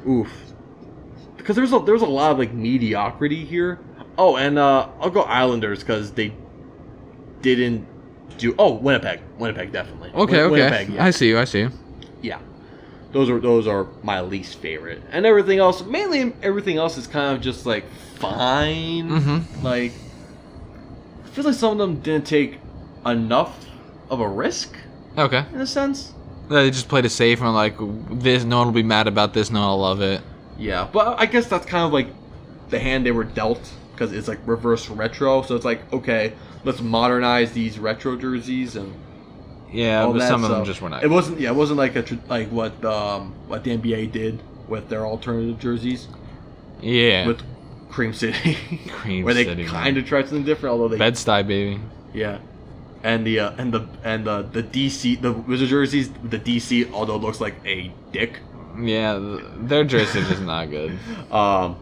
Speaker 2: oof, because there's a there's a lot of like mediocrity here. Oh, and uh, I'll go Islanders because they didn't do. Oh, Winnipeg, Winnipeg definitely. Win-
Speaker 3: okay, okay,
Speaker 2: Winnipeg, yeah.
Speaker 3: I see you. I see you.
Speaker 2: Yeah. Those are those are my least favorite. And everything else, mainly everything else is kind of just like fine.
Speaker 3: Mhm.
Speaker 2: Like I feel like some of them didn't take enough of a risk
Speaker 3: Okay.
Speaker 2: in a sense.
Speaker 3: They just played it safe and like this. No one will be mad about this. No one will love it.
Speaker 2: Yeah, but I guess that's kind of like the hand they were dealt because it's like reverse retro, so it's like okay, let's modernize these retro jerseys and
Speaker 3: Yeah,
Speaker 2: all
Speaker 3: but
Speaker 2: that
Speaker 3: some of them
Speaker 2: stuff.
Speaker 3: just were not.
Speaker 2: It wasn't yeah, it wasn't like a tr- like what um what the NBA did with their alternative jerseys.
Speaker 3: yeah,
Speaker 2: with Cream City,
Speaker 3: Cream
Speaker 2: where they
Speaker 3: City, man.
Speaker 2: kind of tried something different, although they
Speaker 3: Bed Stuy, baby.
Speaker 2: yeah, and the uh, and the and the the DC the Wizard jerseys the DC although it looks like a dick,
Speaker 3: Yeah, th- their jersey is not good.
Speaker 2: um,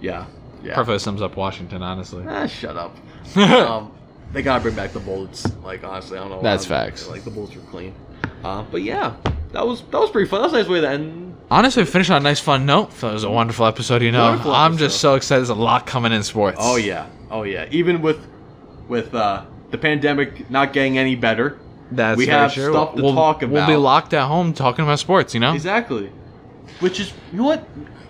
Speaker 2: yeah, yeah.
Speaker 3: Perfect sums up Washington, honestly.
Speaker 2: Ah, shut up.
Speaker 3: yeah,
Speaker 2: um, they gotta bring back the bullets. Like honestly, I don't know. why
Speaker 3: That's
Speaker 2: I'm-
Speaker 3: facts.
Speaker 2: Like the bullets are clean, uh, but yeah, that was that was pretty fun. That was a nice way to end.
Speaker 3: honestly, we finished on a nice fun note. That was a wonderful episode. You know,
Speaker 2: Wonderful
Speaker 3: I'm
Speaker 2: episode.
Speaker 3: just so excited. There's a lot coming in sports.
Speaker 2: Oh yeah, oh yeah. Even with with uh, the pandemic not getting any better,
Speaker 3: that's
Speaker 2: We
Speaker 3: very
Speaker 2: have
Speaker 3: true.
Speaker 2: stuff to
Speaker 3: we'll,
Speaker 2: talk
Speaker 3: We'll be
Speaker 2: about.
Speaker 3: locked at home talking about sports. You know,
Speaker 2: exactly. Which is you know what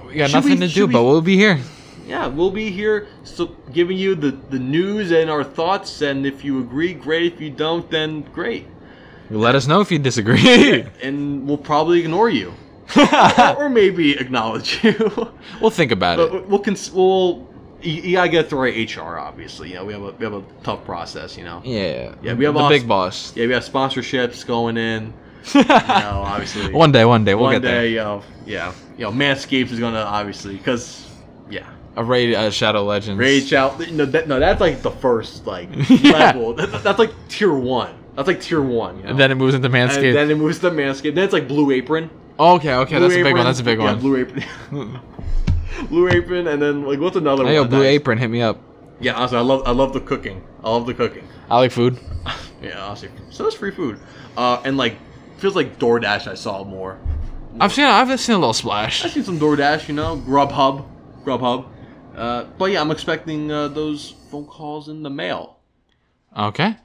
Speaker 3: we got
Speaker 2: should we-
Speaker 3: nothing to do,
Speaker 2: should we-
Speaker 3: but we'll be here.
Speaker 2: yeah, we'll be here so giving you the, the news and our thoughts. And if you agree, great. If you don't, then great.
Speaker 3: Let us know if you disagree.
Speaker 2: And we'll probably ignore you, or maybe acknowledge you.
Speaker 3: we'll think about it.
Speaker 2: but we'll cons- we'll you, you gotta get through our HR, obviously. You know, we have a we have a tough process. You know,
Speaker 3: Yeah.
Speaker 2: Yeah, we have
Speaker 3: the
Speaker 2: all-
Speaker 3: big boss.
Speaker 2: yeah, we have sponsorships going in. You know, obviously,
Speaker 3: one day, one day, we'll
Speaker 2: one
Speaker 3: get
Speaker 2: day,
Speaker 3: there.
Speaker 2: you know, yeah, you know, Manscaped is gonna obviously because yeah,
Speaker 3: A raid uh, Shadow Legends.
Speaker 2: Rage out. No, that, no, that's like the first like
Speaker 3: Yeah.
Speaker 2: level. That, that's like tier one. That's like tier one. You know?
Speaker 3: And then it moves into
Speaker 2: And
Speaker 3: Manscaped.
Speaker 2: then it moves to Manscaped. Then it's like Blue Apron.
Speaker 3: okay, okay,
Speaker 2: Blue
Speaker 3: that's a big
Speaker 2: Apron-
Speaker 3: one. That's a big
Speaker 2: yeah,
Speaker 3: one.
Speaker 2: Blue Apron. Blue Apron, and then like what's another
Speaker 3: hey,
Speaker 2: one?
Speaker 3: yo, Blue
Speaker 2: that-
Speaker 3: Apron, hit me up.
Speaker 2: Yeah, honestly, I love I love the cooking. I love the cooking.
Speaker 3: I like food.
Speaker 2: Yeah, honestly, so that's free food. Uh, and like feels like DoorDash I saw more.
Speaker 3: I've seen, I've seen a little
Speaker 2: I
Speaker 3: splash.
Speaker 2: seen some DoorDash, you know, Grubhub, Grubhub. Uh, but yeah, I'm expecting uh, those phone calls in the mail
Speaker 3: Okay.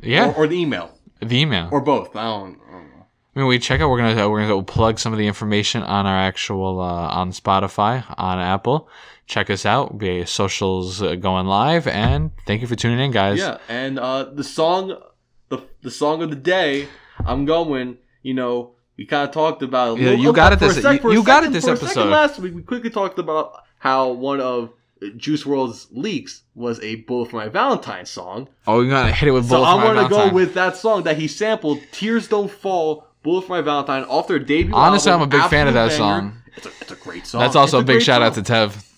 Speaker 3: Yeah,
Speaker 2: or, or the email
Speaker 3: the email.
Speaker 2: or both. I don't, I don't know.
Speaker 3: I mean, we check out. We're gonna we're gonna plug some of the information on our actual uh, on Spotify, on Apple. Check us out. Be socials uh, going live, and thank you for tuning in, guys.
Speaker 2: Yeah, and uh, the song, the the song of the day, I'm going. You know, we kind of talked about. a
Speaker 3: Yeah,
Speaker 2: little-
Speaker 3: you got it
Speaker 2: for a
Speaker 3: this- you-
Speaker 2: for a
Speaker 3: you got it
Speaker 2: second-
Speaker 3: this
Speaker 2: for a second
Speaker 3: episode.
Speaker 2: Last week, we quickly talked about how one of Juice World's leaks was a "Bullet for My Valentine" song.
Speaker 3: Oh, you're gonna hit it with
Speaker 2: So
Speaker 3: bullets.
Speaker 2: I'm gonna
Speaker 3: going to
Speaker 2: go with that song that he sampled, "Tears Don't Fall." Bullet for My Valentine off their debut.
Speaker 3: Honestly,
Speaker 2: album,
Speaker 3: I'm a big fan of
Speaker 2: absolute
Speaker 3: that
Speaker 2: banger.
Speaker 3: song.
Speaker 2: It's a, it's a great song.
Speaker 3: That's also
Speaker 2: Oh, It's
Speaker 3: a big
Speaker 2: great
Speaker 3: shout out to
Speaker 2: song.
Speaker 3: Tev.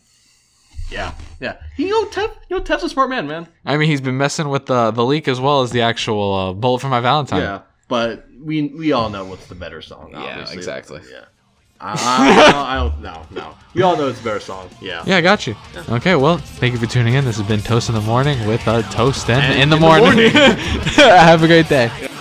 Speaker 2: yeah, yeah. You know, Tev, you know, Tev's a smart man, man.
Speaker 3: I mean, he's been messing with the the leak as well as the actual uh, bullet for my Valentine.
Speaker 2: Yeah, but we we all know what's the better song.
Speaker 3: Yeah,
Speaker 2: obviously.
Speaker 3: exactly.
Speaker 2: Yeah, I, I, I don't know. No, we all know it's a better song. Yeah.
Speaker 3: Yeah, I got you. Okay, well, thank you for tuning in. This has been Toast in the Morning with uh, Toast and, in, the
Speaker 2: in the
Speaker 3: morning.
Speaker 2: morning.
Speaker 3: Have a great day.